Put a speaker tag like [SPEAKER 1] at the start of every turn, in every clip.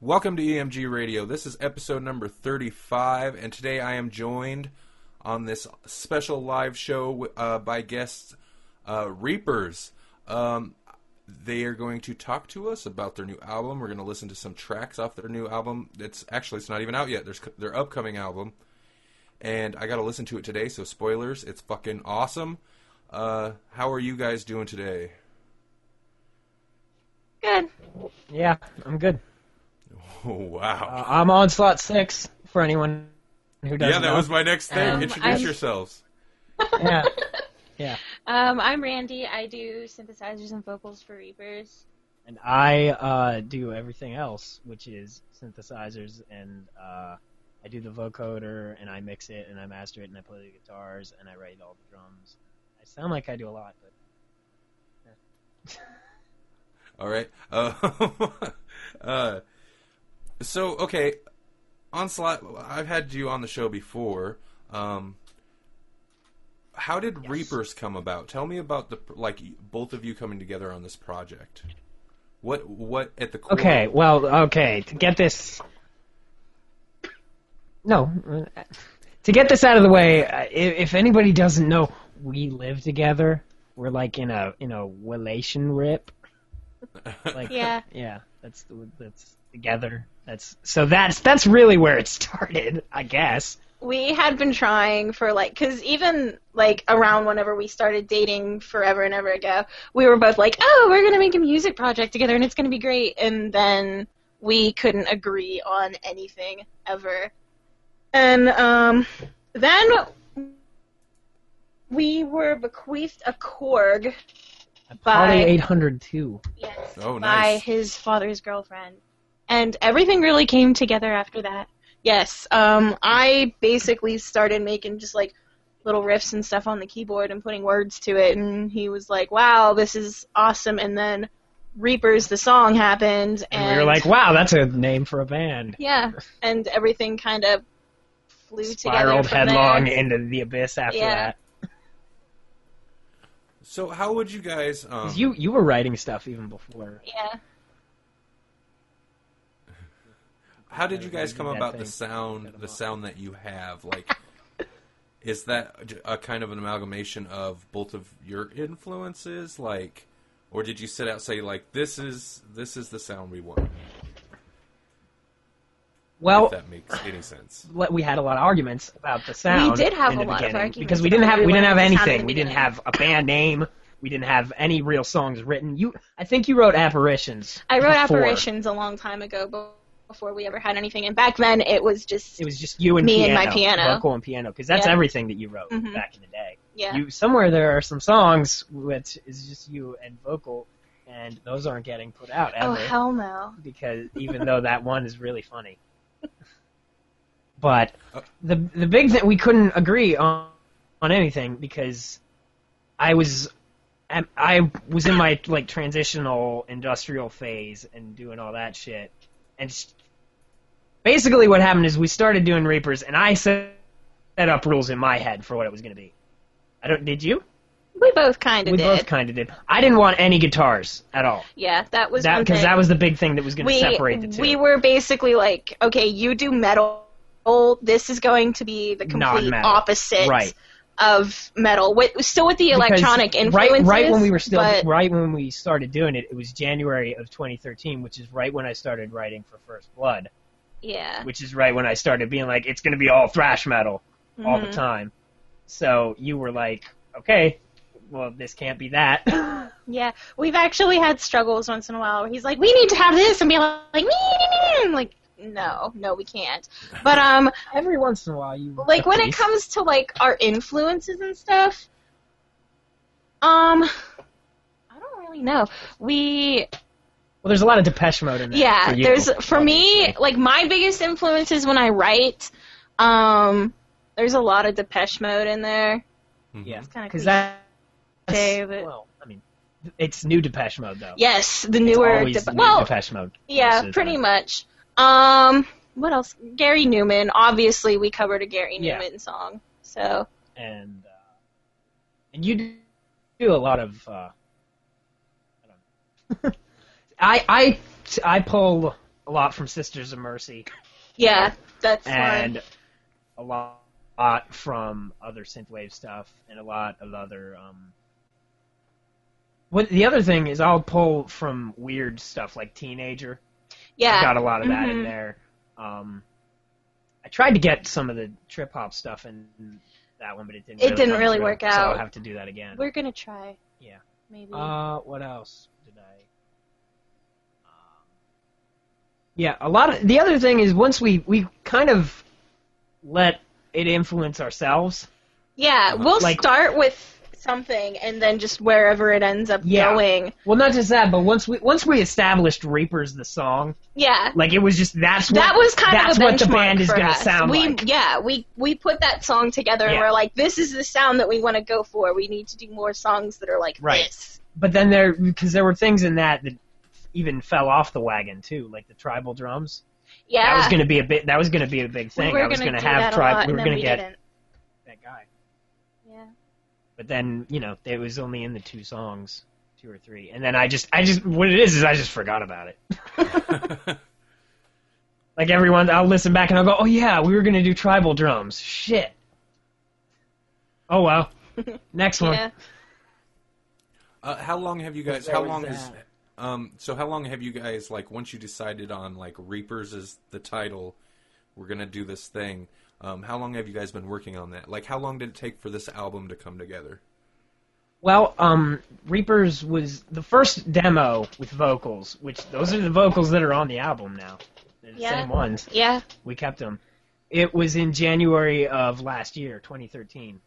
[SPEAKER 1] Welcome to EMG Radio. This is episode number 35, and today I am joined on this special live show uh, by guests uh, Reapers. Um, they are going to talk to us about their new album. We're going to listen to some tracks off their new album. It's actually it's not even out yet. There's their upcoming album, and I got to listen to it today. So spoilers, it's fucking awesome. Uh, how are you guys doing today?
[SPEAKER 2] Good.
[SPEAKER 3] Yeah, I'm good.
[SPEAKER 1] Oh, wow.
[SPEAKER 3] Uh, I'm on slot six for anyone who doesn't
[SPEAKER 1] yeah, that
[SPEAKER 3] know.
[SPEAKER 1] was my next thing.
[SPEAKER 2] Um,
[SPEAKER 1] Introduce
[SPEAKER 2] I'm-
[SPEAKER 1] yourselves.
[SPEAKER 3] yeah. yeah.
[SPEAKER 2] Um, I'm Randy. I do synthesizers and vocals for Reapers.
[SPEAKER 3] And I uh, do everything else, which is synthesizers, and uh, I do the vocoder, and I mix it, and I master it, and I play the guitars, and I write all the drums. I sound like I do a lot, but
[SPEAKER 1] All right. Uh, uh, so okay, onslaught. I've had you on the show before. Um, how did Reapers come about? Tell me about the like both of you coming together on this project. What what at the core?
[SPEAKER 3] Okay, well, okay, to get this. No. uh, To get this out of the way, uh, i- if anybody doesn't know, we live together. We're like in a in a relation rip. Like
[SPEAKER 2] Yeah.
[SPEAKER 3] yeah, that's the- that's together. That's so that's that's really where it started, I guess.
[SPEAKER 2] We had been trying for like, because even like around whenever we started dating forever and ever ago, we were both like, oh, we're going to make a music project together and it's going to be great. And then we couldn't agree on anything ever. And um, then we were bequeathed a Korg.
[SPEAKER 3] Party
[SPEAKER 2] By-
[SPEAKER 3] eight hundred two.
[SPEAKER 2] Yes.
[SPEAKER 1] Oh,
[SPEAKER 2] By
[SPEAKER 1] nice.
[SPEAKER 2] his father's girlfriend. And everything really came together after that. Yes. Um, I basically started making just like little riffs and stuff on the keyboard and putting words to it. And he was like, wow, this is awesome. And then Reapers, the song happened. And,
[SPEAKER 3] And, we were like, wow, that's a name for a band.
[SPEAKER 2] yeah. And everything kind of flew together.
[SPEAKER 3] Spiraled
[SPEAKER 2] from
[SPEAKER 3] headlong
[SPEAKER 2] there.
[SPEAKER 3] into the abyss after
[SPEAKER 2] Yeah.
[SPEAKER 3] that.
[SPEAKER 1] So how would you guys? Um,
[SPEAKER 3] 'Cause You you were writing stuff even before.
[SPEAKER 2] Yeah.
[SPEAKER 1] How did you guys
[SPEAKER 3] Yeah,
[SPEAKER 1] come
[SPEAKER 3] that
[SPEAKER 1] about the
[SPEAKER 3] thing.
[SPEAKER 1] sound,
[SPEAKER 3] Cut 'em
[SPEAKER 1] the
[SPEAKER 3] off.
[SPEAKER 1] sound that you have? Like, is that j- a kind of an amalgamation of both of your influences? Like, or did you sit out say like this is this is the sound we want?
[SPEAKER 3] Well,
[SPEAKER 1] if that makes any sense.
[SPEAKER 3] what- we had a lot of arguments about the sound.
[SPEAKER 2] We did have
[SPEAKER 3] in
[SPEAKER 2] a
[SPEAKER 3] the
[SPEAKER 2] lot of
[SPEAKER 3] beginning,
[SPEAKER 2] arguments
[SPEAKER 3] because we didn't
[SPEAKER 2] about
[SPEAKER 3] have
[SPEAKER 2] who
[SPEAKER 3] we didn't have
[SPEAKER 2] wanted the sound in
[SPEAKER 3] anything.
[SPEAKER 2] the
[SPEAKER 3] We didn't
[SPEAKER 2] beginning.
[SPEAKER 3] have a band name. We didn't have any real songs written. You, I think you wrote Apparitions.
[SPEAKER 2] I wrote
[SPEAKER 3] before.
[SPEAKER 2] Apparitions a long time ago be- before we ever had anything. And back then, it was just.
[SPEAKER 3] It was just you and
[SPEAKER 2] Me and
[SPEAKER 3] piano,
[SPEAKER 2] my piano.
[SPEAKER 3] vocal and piano, because that's
[SPEAKER 2] Yeah.
[SPEAKER 3] everything that you wrote
[SPEAKER 2] Mhm.
[SPEAKER 3] back in the day.
[SPEAKER 2] yeah.
[SPEAKER 3] You somewhere there are some songs which is just you and vocal, and those aren't getting put out ever.
[SPEAKER 2] oh, hell no.
[SPEAKER 3] because even though that one is really funny. But
[SPEAKER 1] Uh,
[SPEAKER 3] the the big thing we couldn't agree on on anything because I was am- I was in my like transitional industrial phase and doing all that shit and s- basically what happened is we started doing reapers and I set set up rules in my head for what it was going to be. I don't did you?
[SPEAKER 2] We both kind of
[SPEAKER 3] we
[SPEAKER 2] did.
[SPEAKER 3] both kind of did. I didn't want any guitars at all.
[SPEAKER 2] Yeah, that was
[SPEAKER 3] That
[SPEAKER 2] one
[SPEAKER 3] because
[SPEAKER 2] thing.
[SPEAKER 3] that was the big thing that was going to
[SPEAKER 2] we,
[SPEAKER 3] separate the two.
[SPEAKER 2] We were basically like, okay, you do metal. This is going to be the complete
[SPEAKER 3] Non-metal.
[SPEAKER 2] opposite
[SPEAKER 3] Right.
[SPEAKER 2] of metal. With, still with the electronic
[SPEAKER 3] Because
[SPEAKER 2] influences.
[SPEAKER 3] Right, right when we were still,
[SPEAKER 2] but,
[SPEAKER 3] right when we started doing it, it was January of 2013, which is right when I started writing for First Blood.
[SPEAKER 2] Yeah.
[SPEAKER 3] which is right when I started being like, it's going to be all thrash metal all the
[SPEAKER 2] Mhm.
[SPEAKER 3] time. So you were like, okay, well, this can't be that.
[SPEAKER 2] Yeah, we've actually had struggles once in a while where he's like, "We need to have this," and be like, "Me, me, me," and like, "No, no, we can't." But um,
[SPEAKER 3] Every once in a while, you
[SPEAKER 2] like when it comes to like our influences and stuff, um, I don't really know. We
[SPEAKER 3] well, there's a lot of Depeche Mode in there.
[SPEAKER 2] yeah,
[SPEAKER 3] for you,
[SPEAKER 2] there's for me
[SPEAKER 3] obviously.
[SPEAKER 2] like my biggest influences when I write, um, there's a lot of Depeche Mode in there.
[SPEAKER 1] Mm-hmm.
[SPEAKER 3] yeah,
[SPEAKER 2] It's kinda
[SPEAKER 3] because that.
[SPEAKER 2] cliche, but-
[SPEAKER 3] Well, I mean, it's new Depeche Mode though.
[SPEAKER 2] Yes, the newer
[SPEAKER 3] always
[SPEAKER 2] Depe-
[SPEAKER 3] new
[SPEAKER 2] well,
[SPEAKER 3] Depeche Mode.
[SPEAKER 2] Yeah,
[SPEAKER 3] versus,
[SPEAKER 2] pretty
[SPEAKER 3] uh,
[SPEAKER 2] much. Um, what else? Gary Newman. Obviously, we covered a Gary
[SPEAKER 3] Yeah.
[SPEAKER 2] Newman song. So
[SPEAKER 3] and uh, and you do- do a lot of. Uh, I, don't know. I I I pull a lot from Sisters of Mercy
[SPEAKER 2] yeah, that's
[SPEAKER 3] and
[SPEAKER 2] fine.
[SPEAKER 3] a lot, lot from other synthwave stuff and a lot of other. Um, what the other thing is, I'll pull from weird stuff like Teenager.
[SPEAKER 2] Yeah,
[SPEAKER 3] got a lot of that in
[SPEAKER 2] Mhm.
[SPEAKER 3] there. Um, I tried to get some of the trip hop stuff in that one, but it didn't.
[SPEAKER 2] It didn't
[SPEAKER 3] come
[SPEAKER 2] really
[SPEAKER 3] through,
[SPEAKER 2] work
[SPEAKER 3] So I'll
[SPEAKER 2] out.
[SPEAKER 3] have to do that again.
[SPEAKER 2] we're gonna try.
[SPEAKER 3] Yeah.
[SPEAKER 2] maybe.
[SPEAKER 3] Uh, what else did I? Um, yeah, a lot of the other thing is once we we kind of let it influence ourselves.
[SPEAKER 2] yeah, we'll
[SPEAKER 3] like-
[SPEAKER 2] start with something and then just wherever it ends up
[SPEAKER 3] Yeah.
[SPEAKER 2] going.
[SPEAKER 3] Well, not just that, but once we once we established Reapers the song,
[SPEAKER 2] Yeah.
[SPEAKER 3] like it was just that's what
[SPEAKER 2] That was kind
[SPEAKER 3] that's
[SPEAKER 2] of a
[SPEAKER 3] what the
[SPEAKER 2] benchmark
[SPEAKER 3] band is
[SPEAKER 2] for
[SPEAKER 3] gonna
[SPEAKER 2] us.
[SPEAKER 3] sound
[SPEAKER 2] we,
[SPEAKER 3] like.
[SPEAKER 2] Yeah, we we put that song together and
[SPEAKER 3] Yeah.
[SPEAKER 2] we're like, this is the sound that we want to go for. We need to do more songs that are like
[SPEAKER 3] Right.
[SPEAKER 2] this.
[SPEAKER 3] but then there because there were things in that that even fell off the wagon too, like the tribal drums.
[SPEAKER 2] Yeah,
[SPEAKER 3] That was going to be a bit. That was going to be a big
[SPEAKER 2] we
[SPEAKER 3] thing.
[SPEAKER 2] were
[SPEAKER 3] I was
[SPEAKER 2] gonna
[SPEAKER 3] going to
[SPEAKER 2] do
[SPEAKER 3] have
[SPEAKER 2] that a lot,
[SPEAKER 3] tribe. We
[SPEAKER 2] and
[SPEAKER 3] were
[SPEAKER 2] then
[SPEAKER 3] going to
[SPEAKER 2] we
[SPEAKER 3] get
[SPEAKER 2] didn't.
[SPEAKER 3] that guy.
[SPEAKER 2] Yeah.
[SPEAKER 3] But then you know it was only in the two songs, two or three, and then I just I just what it is is I just forgot about it. Like everyone, I'll listen back and I'll go, oh yeah, we were going to do tribal drums. Shit. Oh well. Next one.
[SPEAKER 2] Yeah.
[SPEAKER 1] Uh, how long have you guys?
[SPEAKER 3] There
[SPEAKER 1] How
[SPEAKER 3] was
[SPEAKER 1] long has?
[SPEAKER 3] that.
[SPEAKER 1] Um, so how long have you guys like? Once you decided on like Reapers is the title, we're gonna do this thing. Um, how long have you guys been working on that? Like, how long did it take for this album to come together?
[SPEAKER 3] Well, um, Reapers was the first demo with vocals, which those are the vocals that are on the album now. They're the
[SPEAKER 2] Yeah.
[SPEAKER 3] same ones.
[SPEAKER 2] Yeah.
[SPEAKER 3] We kept them. It was in January of last year, 2013.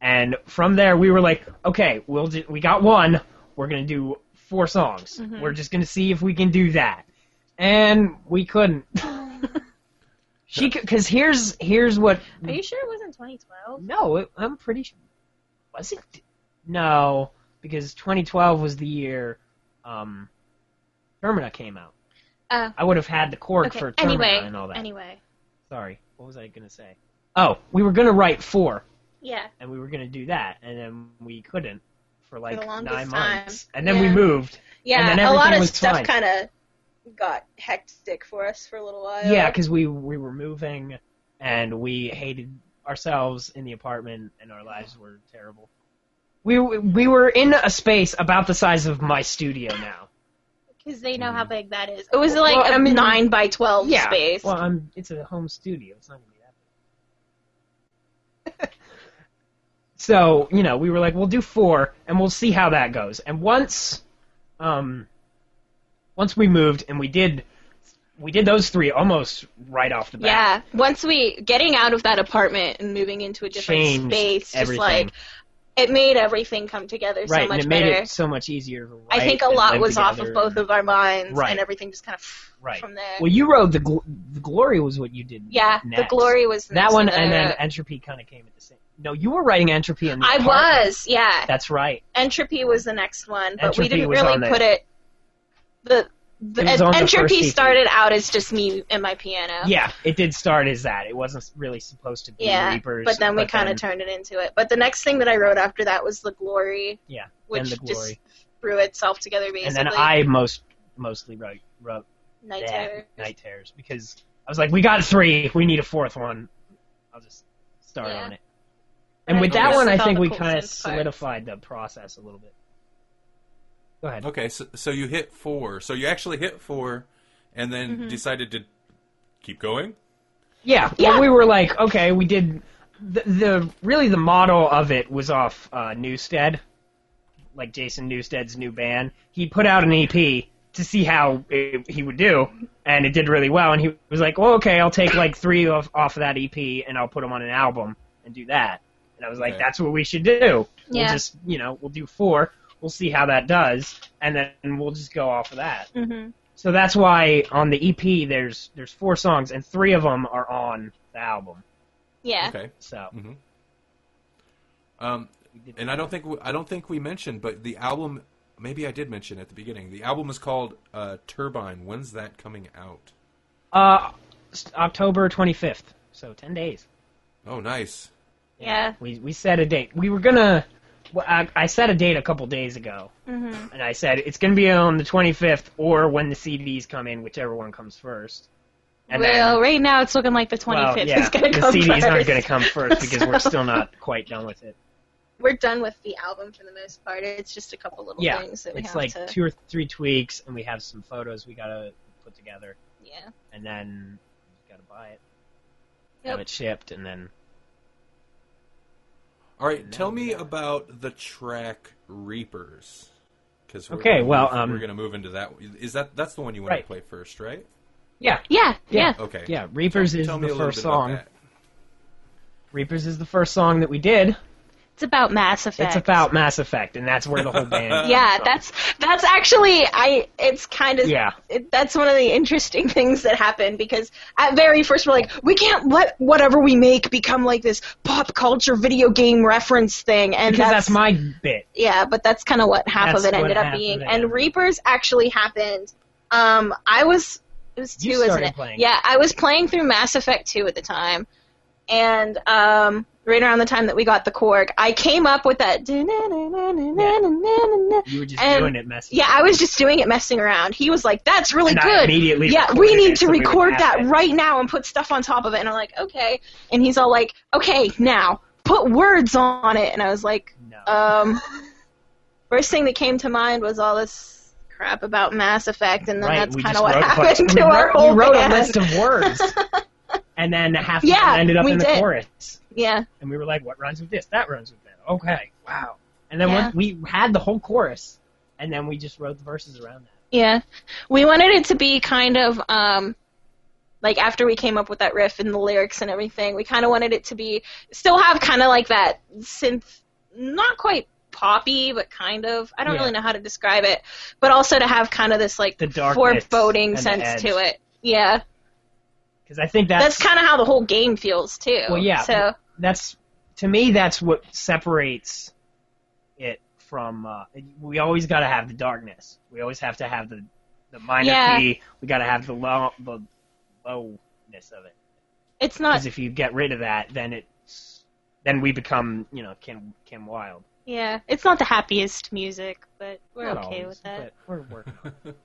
[SPEAKER 3] And from there, we were like, okay, we'll do, we got one. We're going to do four songs. We're just going to see if we can do that. And we couldn't. she because here's here's what
[SPEAKER 2] Are you sure it wasn't 2012?
[SPEAKER 3] no, it, I'm pretty sure. Was it? No, because 2012 was the year um, Termina came out.
[SPEAKER 2] Oh.
[SPEAKER 3] I would have had the cork
[SPEAKER 2] Okay.
[SPEAKER 3] for Termina
[SPEAKER 2] Anyway,
[SPEAKER 3] and all that.
[SPEAKER 2] anyway,
[SPEAKER 3] Sorry, what was I going to say? Oh, we were going to write four,
[SPEAKER 2] yeah,
[SPEAKER 3] and we were going to do that, and then we couldn't for like
[SPEAKER 2] the longest
[SPEAKER 3] nine
[SPEAKER 2] time.
[SPEAKER 3] months. And then we
[SPEAKER 2] Yeah.
[SPEAKER 3] moved.
[SPEAKER 2] yeah.
[SPEAKER 3] And then
[SPEAKER 2] a lot
[SPEAKER 3] everything
[SPEAKER 2] of
[SPEAKER 3] was
[SPEAKER 2] stuff
[SPEAKER 3] fine.
[SPEAKER 2] kind of got hectic for us for a little while.
[SPEAKER 3] Yeah, because we, we were moving, and we hated ourselves in the apartment, and our lives were terrible. We, we were in a space about the size of my studio now.
[SPEAKER 2] because they know how big that is. It was like
[SPEAKER 3] Mm-hmm. Well,
[SPEAKER 2] a
[SPEAKER 3] I mean-
[SPEAKER 2] nine by twelve space.
[SPEAKER 3] Well, I'm, it's a home studio. It's not gonna be that big. so you know, we were like, we'll do four, and we'll see how that goes. And once, um, once we moved, and we did, we did those three almost right off the bat.
[SPEAKER 2] yeah, once we getting out of that apartment and moving into a different
[SPEAKER 3] Changed
[SPEAKER 2] space, just
[SPEAKER 3] everything.
[SPEAKER 2] like it made everything come together
[SPEAKER 3] right,
[SPEAKER 2] so much
[SPEAKER 3] and it made
[SPEAKER 2] better.
[SPEAKER 3] it so much easier. to
[SPEAKER 2] I
[SPEAKER 3] write
[SPEAKER 2] think a
[SPEAKER 3] and
[SPEAKER 2] lot
[SPEAKER 3] live
[SPEAKER 2] was off of
[SPEAKER 3] together.
[SPEAKER 2] both of our minds,
[SPEAKER 3] Right.
[SPEAKER 2] and everything just kind of
[SPEAKER 3] Right.
[SPEAKER 2] from there.
[SPEAKER 3] Well, you wrote the, gl- the glory was what you did.
[SPEAKER 2] yeah, the
[SPEAKER 3] next.
[SPEAKER 2] glory was the
[SPEAKER 3] That
[SPEAKER 2] next
[SPEAKER 3] one, and
[SPEAKER 2] I
[SPEAKER 3] then
[SPEAKER 2] wrote.
[SPEAKER 3] entropy kind of came at the same. No, you were writing entropy in the
[SPEAKER 2] I
[SPEAKER 3] apartment.
[SPEAKER 2] was, yeah.
[SPEAKER 3] That's right.
[SPEAKER 2] Entropy was the next one, but
[SPEAKER 3] Entropy
[SPEAKER 2] we didn't
[SPEAKER 3] was
[SPEAKER 2] really
[SPEAKER 3] on the-
[SPEAKER 2] put it. The, the
[SPEAKER 3] It was on the first
[SPEAKER 2] entropy
[SPEAKER 3] EP.
[SPEAKER 2] started out as just me and my piano.
[SPEAKER 3] Yeah, it did start as that. It wasn't really supposed to be
[SPEAKER 2] Yeah,
[SPEAKER 3] Reapers.
[SPEAKER 2] but then we kind of turned it into it. But the next thing that I wrote after that was the glory,
[SPEAKER 3] Yeah,
[SPEAKER 2] which
[SPEAKER 3] then the
[SPEAKER 2] just
[SPEAKER 3] glory,
[SPEAKER 2] threw itself together basically.
[SPEAKER 3] and then I most mostly wrote wrote
[SPEAKER 2] Night
[SPEAKER 3] that,
[SPEAKER 2] Terror.
[SPEAKER 3] Night Terrors because I was like, we got three, we need a fourth one. I'll just start
[SPEAKER 2] Yeah.
[SPEAKER 3] on it. And
[SPEAKER 2] I
[SPEAKER 3] with
[SPEAKER 2] think
[SPEAKER 3] that
[SPEAKER 2] that's
[SPEAKER 3] one, I
[SPEAKER 2] all
[SPEAKER 3] think
[SPEAKER 2] the
[SPEAKER 3] we
[SPEAKER 2] cool
[SPEAKER 3] kind of
[SPEAKER 2] sense part.
[SPEAKER 3] solidified the process a little bit. Go ahead.
[SPEAKER 1] Okay, so, so you hit four. So you actually hit four, and then decided to keep going.
[SPEAKER 3] Yeah,
[SPEAKER 2] Yeah.
[SPEAKER 3] Well, we were like, okay, we did the, the really the model of it was off uh, Newstead, like Jason Newstead's new band. He put out an EP to see how it, he would do, and it did really well. And he was like, well, okay, I'll take like three off off of that EP and I'll put them on an album and do that. And I was like,
[SPEAKER 1] Okay.
[SPEAKER 3] that's what we should do. We'll
[SPEAKER 2] Yeah.
[SPEAKER 3] just you know we'll do four. We'll see how that does, and then we'll just go off of that.
[SPEAKER 2] hmm
[SPEAKER 3] So that's why on the EP there's there's four songs and three of them are on the album.
[SPEAKER 2] Yeah.
[SPEAKER 1] Okay.
[SPEAKER 3] So
[SPEAKER 1] Um, and I don't think we, I don't think we mentioned, but the album maybe I did mention at the beginning. The album is called uh, Turbine. When's that coming out?
[SPEAKER 3] uh, s- October 25th. So 10 days.
[SPEAKER 1] Oh, nice.
[SPEAKER 2] Yeah.
[SPEAKER 3] We we set a date. We were gonna. Well, I, I set a date a couple days ago,
[SPEAKER 2] Mhm.
[SPEAKER 3] and I said it's gonna be on the 25th or when the CDs come in, whichever one comes first. And
[SPEAKER 2] well, right now it's looking like the 25th
[SPEAKER 3] well, yeah,
[SPEAKER 2] is going to
[SPEAKER 3] the
[SPEAKER 2] come
[SPEAKER 3] CDs
[SPEAKER 2] first.
[SPEAKER 3] aren't gonna come first because we're
[SPEAKER 2] So-
[SPEAKER 3] still not quite done with it.
[SPEAKER 2] We're done with the album for the most part. It's just a couple little
[SPEAKER 3] Yeah,
[SPEAKER 2] things that we
[SPEAKER 3] it's
[SPEAKER 2] have
[SPEAKER 3] like
[SPEAKER 2] to.
[SPEAKER 3] two or three tweaks, and we have some photos we gotta put together.
[SPEAKER 2] yeah.
[SPEAKER 3] and then you gotta buy it,
[SPEAKER 2] Yep.
[SPEAKER 3] have it shipped, and then
[SPEAKER 1] All right, tell me about the track Reapers. Cause we're
[SPEAKER 3] Okay,
[SPEAKER 1] gonna
[SPEAKER 3] well,
[SPEAKER 1] move-
[SPEAKER 3] um,
[SPEAKER 1] we're gonna move into that. Is that that's the one you want
[SPEAKER 3] Right.
[SPEAKER 1] to play first, right?
[SPEAKER 3] yeah,
[SPEAKER 2] Yeah. Yeah.
[SPEAKER 1] Okay.
[SPEAKER 3] yeah. Reapers is
[SPEAKER 1] Tell me
[SPEAKER 3] the
[SPEAKER 1] a little
[SPEAKER 3] first
[SPEAKER 1] bit about
[SPEAKER 3] song.
[SPEAKER 1] that.
[SPEAKER 3] Reapers is the first song that we did.
[SPEAKER 2] It's about Mass Effect.
[SPEAKER 3] It's about Mass Effect, and that's where the whole band.
[SPEAKER 2] Yeah, that's that's actually I. It's kind of
[SPEAKER 3] Yeah.
[SPEAKER 2] It, that's one of the interesting things that happened because at very first we're like we can't let whatever we make become like this pop culture video game reference thing, and
[SPEAKER 3] Because that's my bit.
[SPEAKER 2] Yeah, but that's kind of what half
[SPEAKER 3] That's
[SPEAKER 2] of it
[SPEAKER 3] what
[SPEAKER 2] ended up
[SPEAKER 3] half of
[SPEAKER 2] being.
[SPEAKER 3] it
[SPEAKER 2] And
[SPEAKER 3] ended up
[SPEAKER 2] Reapers actually happened. Um, I was it was two,
[SPEAKER 3] You
[SPEAKER 2] isn't
[SPEAKER 3] started
[SPEAKER 2] it?
[SPEAKER 3] playing.
[SPEAKER 2] Yeah, I was playing through Mass Effect two at the time, and um, right around the time that we got the Korg, I came up with that.
[SPEAKER 3] You were just
[SPEAKER 2] And-
[SPEAKER 3] doing it, messing.
[SPEAKER 2] Yeah, I was just doing it, messing around. He was like, "That's really
[SPEAKER 3] and I
[SPEAKER 2] good."
[SPEAKER 3] immediately.
[SPEAKER 2] yeah, we
[SPEAKER 3] recorded
[SPEAKER 2] need
[SPEAKER 3] it,
[SPEAKER 2] to
[SPEAKER 3] so we would
[SPEAKER 2] record
[SPEAKER 3] have
[SPEAKER 2] that
[SPEAKER 3] it.
[SPEAKER 2] right now and put stuff on top of it. And I'm like, okay. And he's all like, okay, now put words on it. And I was like,
[SPEAKER 3] No.
[SPEAKER 2] um, first thing that came to mind was all this crap about Mass Effect, and then
[SPEAKER 3] right,
[SPEAKER 2] that's
[SPEAKER 3] we
[SPEAKER 2] kind of
[SPEAKER 3] just
[SPEAKER 2] what
[SPEAKER 3] wrote a bunch-
[SPEAKER 2] happened
[SPEAKER 3] we
[SPEAKER 2] to our
[SPEAKER 3] wrote-
[SPEAKER 2] whole
[SPEAKER 3] We wrote
[SPEAKER 2] band.
[SPEAKER 3] a list of words, and then half of
[SPEAKER 2] Yeah,
[SPEAKER 3] them ended up
[SPEAKER 2] we
[SPEAKER 3] in the
[SPEAKER 2] did.
[SPEAKER 3] chorus.
[SPEAKER 2] Yeah,
[SPEAKER 3] and we were like, "What runs with this? That runs with that." Okay, wow. And then
[SPEAKER 2] Yeah.
[SPEAKER 3] once we had the whole chorus, and then we just wrote the verses around that.
[SPEAKER 2] yeah. We wanted it to be kind of um, like after we came up with that riff and the lyrics and everything, we kind of wanted it to be still have kind of like that synth, not quite poppy, but kind of. I don't
[SPEAKER 3] Yeah.
[SPEAKER 2] really know how to describe it, but also to have kind of this like
[SPEAKER 3] The darkness
[SPEAKER 2] foreboding
[SPEAKER 3] and the
[SPEAKER 2] sense to
[SPEAKER 3] edge.
[SPEAKER 2] it. Yeah,
[SPEAKER 3] Because I think
[SPEAKER 2] that's
[SPEAKER 3] that's
[SPEAKER 2] kind of how the whole game feels too.
[SPEAKER 3] Well, yeah.
[SPEAKER 2] So.
[SPEAKER 3] that's to me that's what separates it from. Uh, we always got to have the darkness. We always have to have the the minor
[SPEAKER 2] Yeah.
[SPEAKER 3] key. We got to have the low the lowness of it.
[SPEAKER 2] It's not.
[SPEAKER 3] Because if you get rid of that, then it's then we become you know Kim Kim Wild.
[SPEAKER 2] Yeah, it's not the happiest music, but we're
[SPEAKER 3] Not
[SPEAKER 2] okay
[SPEAKER 3] always,
[SPEAKER 2] with that.
[SPEAKER 3] but we're working. on it.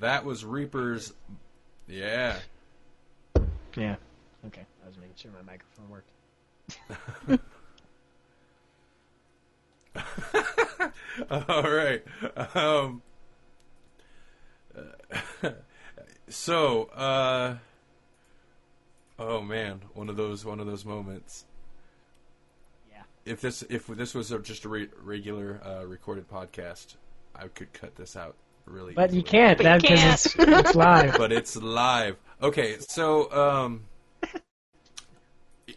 [SPEAKER 1] That was Reaper's. Yeah.
[SPEAKER 3] Yeah. Okay. I was making sure my microphone worked.
[SPEAKER 1] All right. Um, uh, so, uh, oh man, one of those one of those moments.
[SPEAKER 3] Yeah.
[SPEAKER 1] If this if this was a, just a re- regular uh, recorded podcast, I could cut this out really.
[SPEAKER 3] But you
[SPEAKER 1] easily.
[SPEAKER 3] can't
[SPEAKER 2] But you
[SPEAKER 3] that because
[SPEAKER 2] can't.
[SPEAKER 3] it's it's live.
[SPEAKER 1] But it's live. Okay, so um,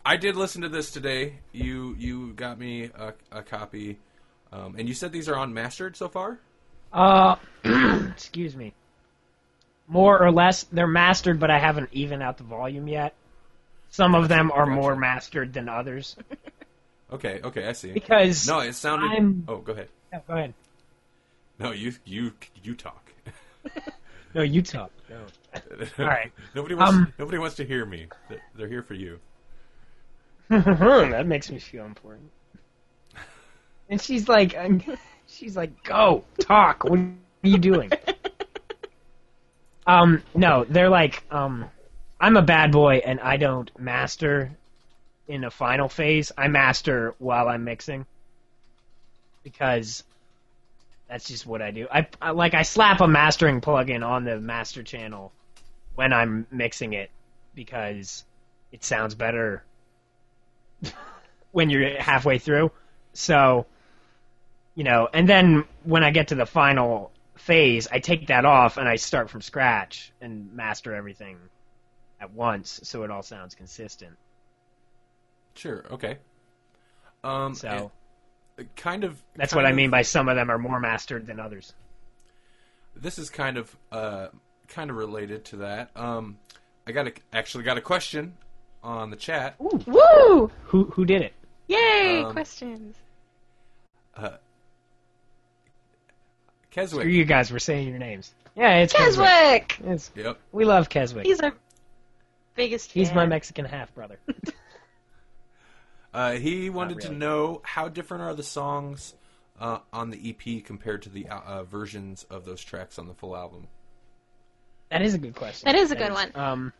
[SPEAKER 1] I did listen to this today. You you got me a, a copy, um, and you said these are unmastered so far.
[SPEAKER 3] Uh, excuse me. More or less, they're mastered, but I haven't evened out the volume yet. Some of them are more
[SPEAKER 1] Gotcha.
[SPEAKER 3] mastered than others
[SPEAKER 1] Okay, okay, I see.
[SPEAKER 3] because
[SPEAKER 1] No, it sounded.
[SPEAKER 3] I'm-
[SPEAKER 1] Oh, go ahead.
[SPEAKER 3] No, go ahead.
[SPEAKER 1] No, you you you talk.
[SPEAKER 3] No, you talk. No. All right.
[SPEAKER 1] nobody wants
[SPEAKER 3] Um,
[SPEAKER 1] nobody wants to hear me. They're- They're here for you.
[SPEAKER 3] Mm-hmm, that makes me feel important. And she's like, I'm- she's like, go talk. What are you doing? Um, no, they're like, um, I'm a bad boy and I don't master in a final phase. I master while I'm mixing because that's just what I do. I, I like I slap a mastering plugin on the master channel when I'm mixing it because it sounds better when you're halfway through. So, you know, and then when I get to the final phase, I take that off and I start from scratch and master everything at once so it all sounds consistent.
[SPEAKER 1] Sure. Okay. Um.
[SPEAKER 3] So,
[SPEAKER 1] and kind of.
[SPEAKER 3] that's
[SPEAKER 1] kind
[SPEAKER 3] what I
[SPEAKER 1] of-
[SPEAKER 3] mean by some of them are more mastered than others.
[SPEAKER 1] This is kind of uh kind of related to that. Um, I got a, actually got a question on the chat.
[SPEAKER 2] Woo!
[SPEAKER 3] Who who did it?
[SPEAKER 2] Yay!
[SPEAKER 1] Um,
[SPEAKER 2] questions.
[SPEAKER 1] Keswick.
[SPEAKER 3] Who you guys were saying your names. Yeah, it's Keswick.
[SPEAKER 2] Keswick!
[SPEAKER 3] Yes.
[SPEAKER 1] Yep.
[SPEAKER 3] We love Keswick. He's,
[SPEAKER 2] He's our biggest fan.
[SPEAKER 3] my Mexican half brother.
[SPEAKER 1] Uh, he wanted to
[SPEAKER 3] really.
[SPEAKER 1] know how different are the songs uh, on the EP compared to the uh, uh, versions of those tracks on the full album.
[SPEAKER 3] That is a good question.
[SPEAKER 2] That is a good one.
[SPEAKER 3] Um,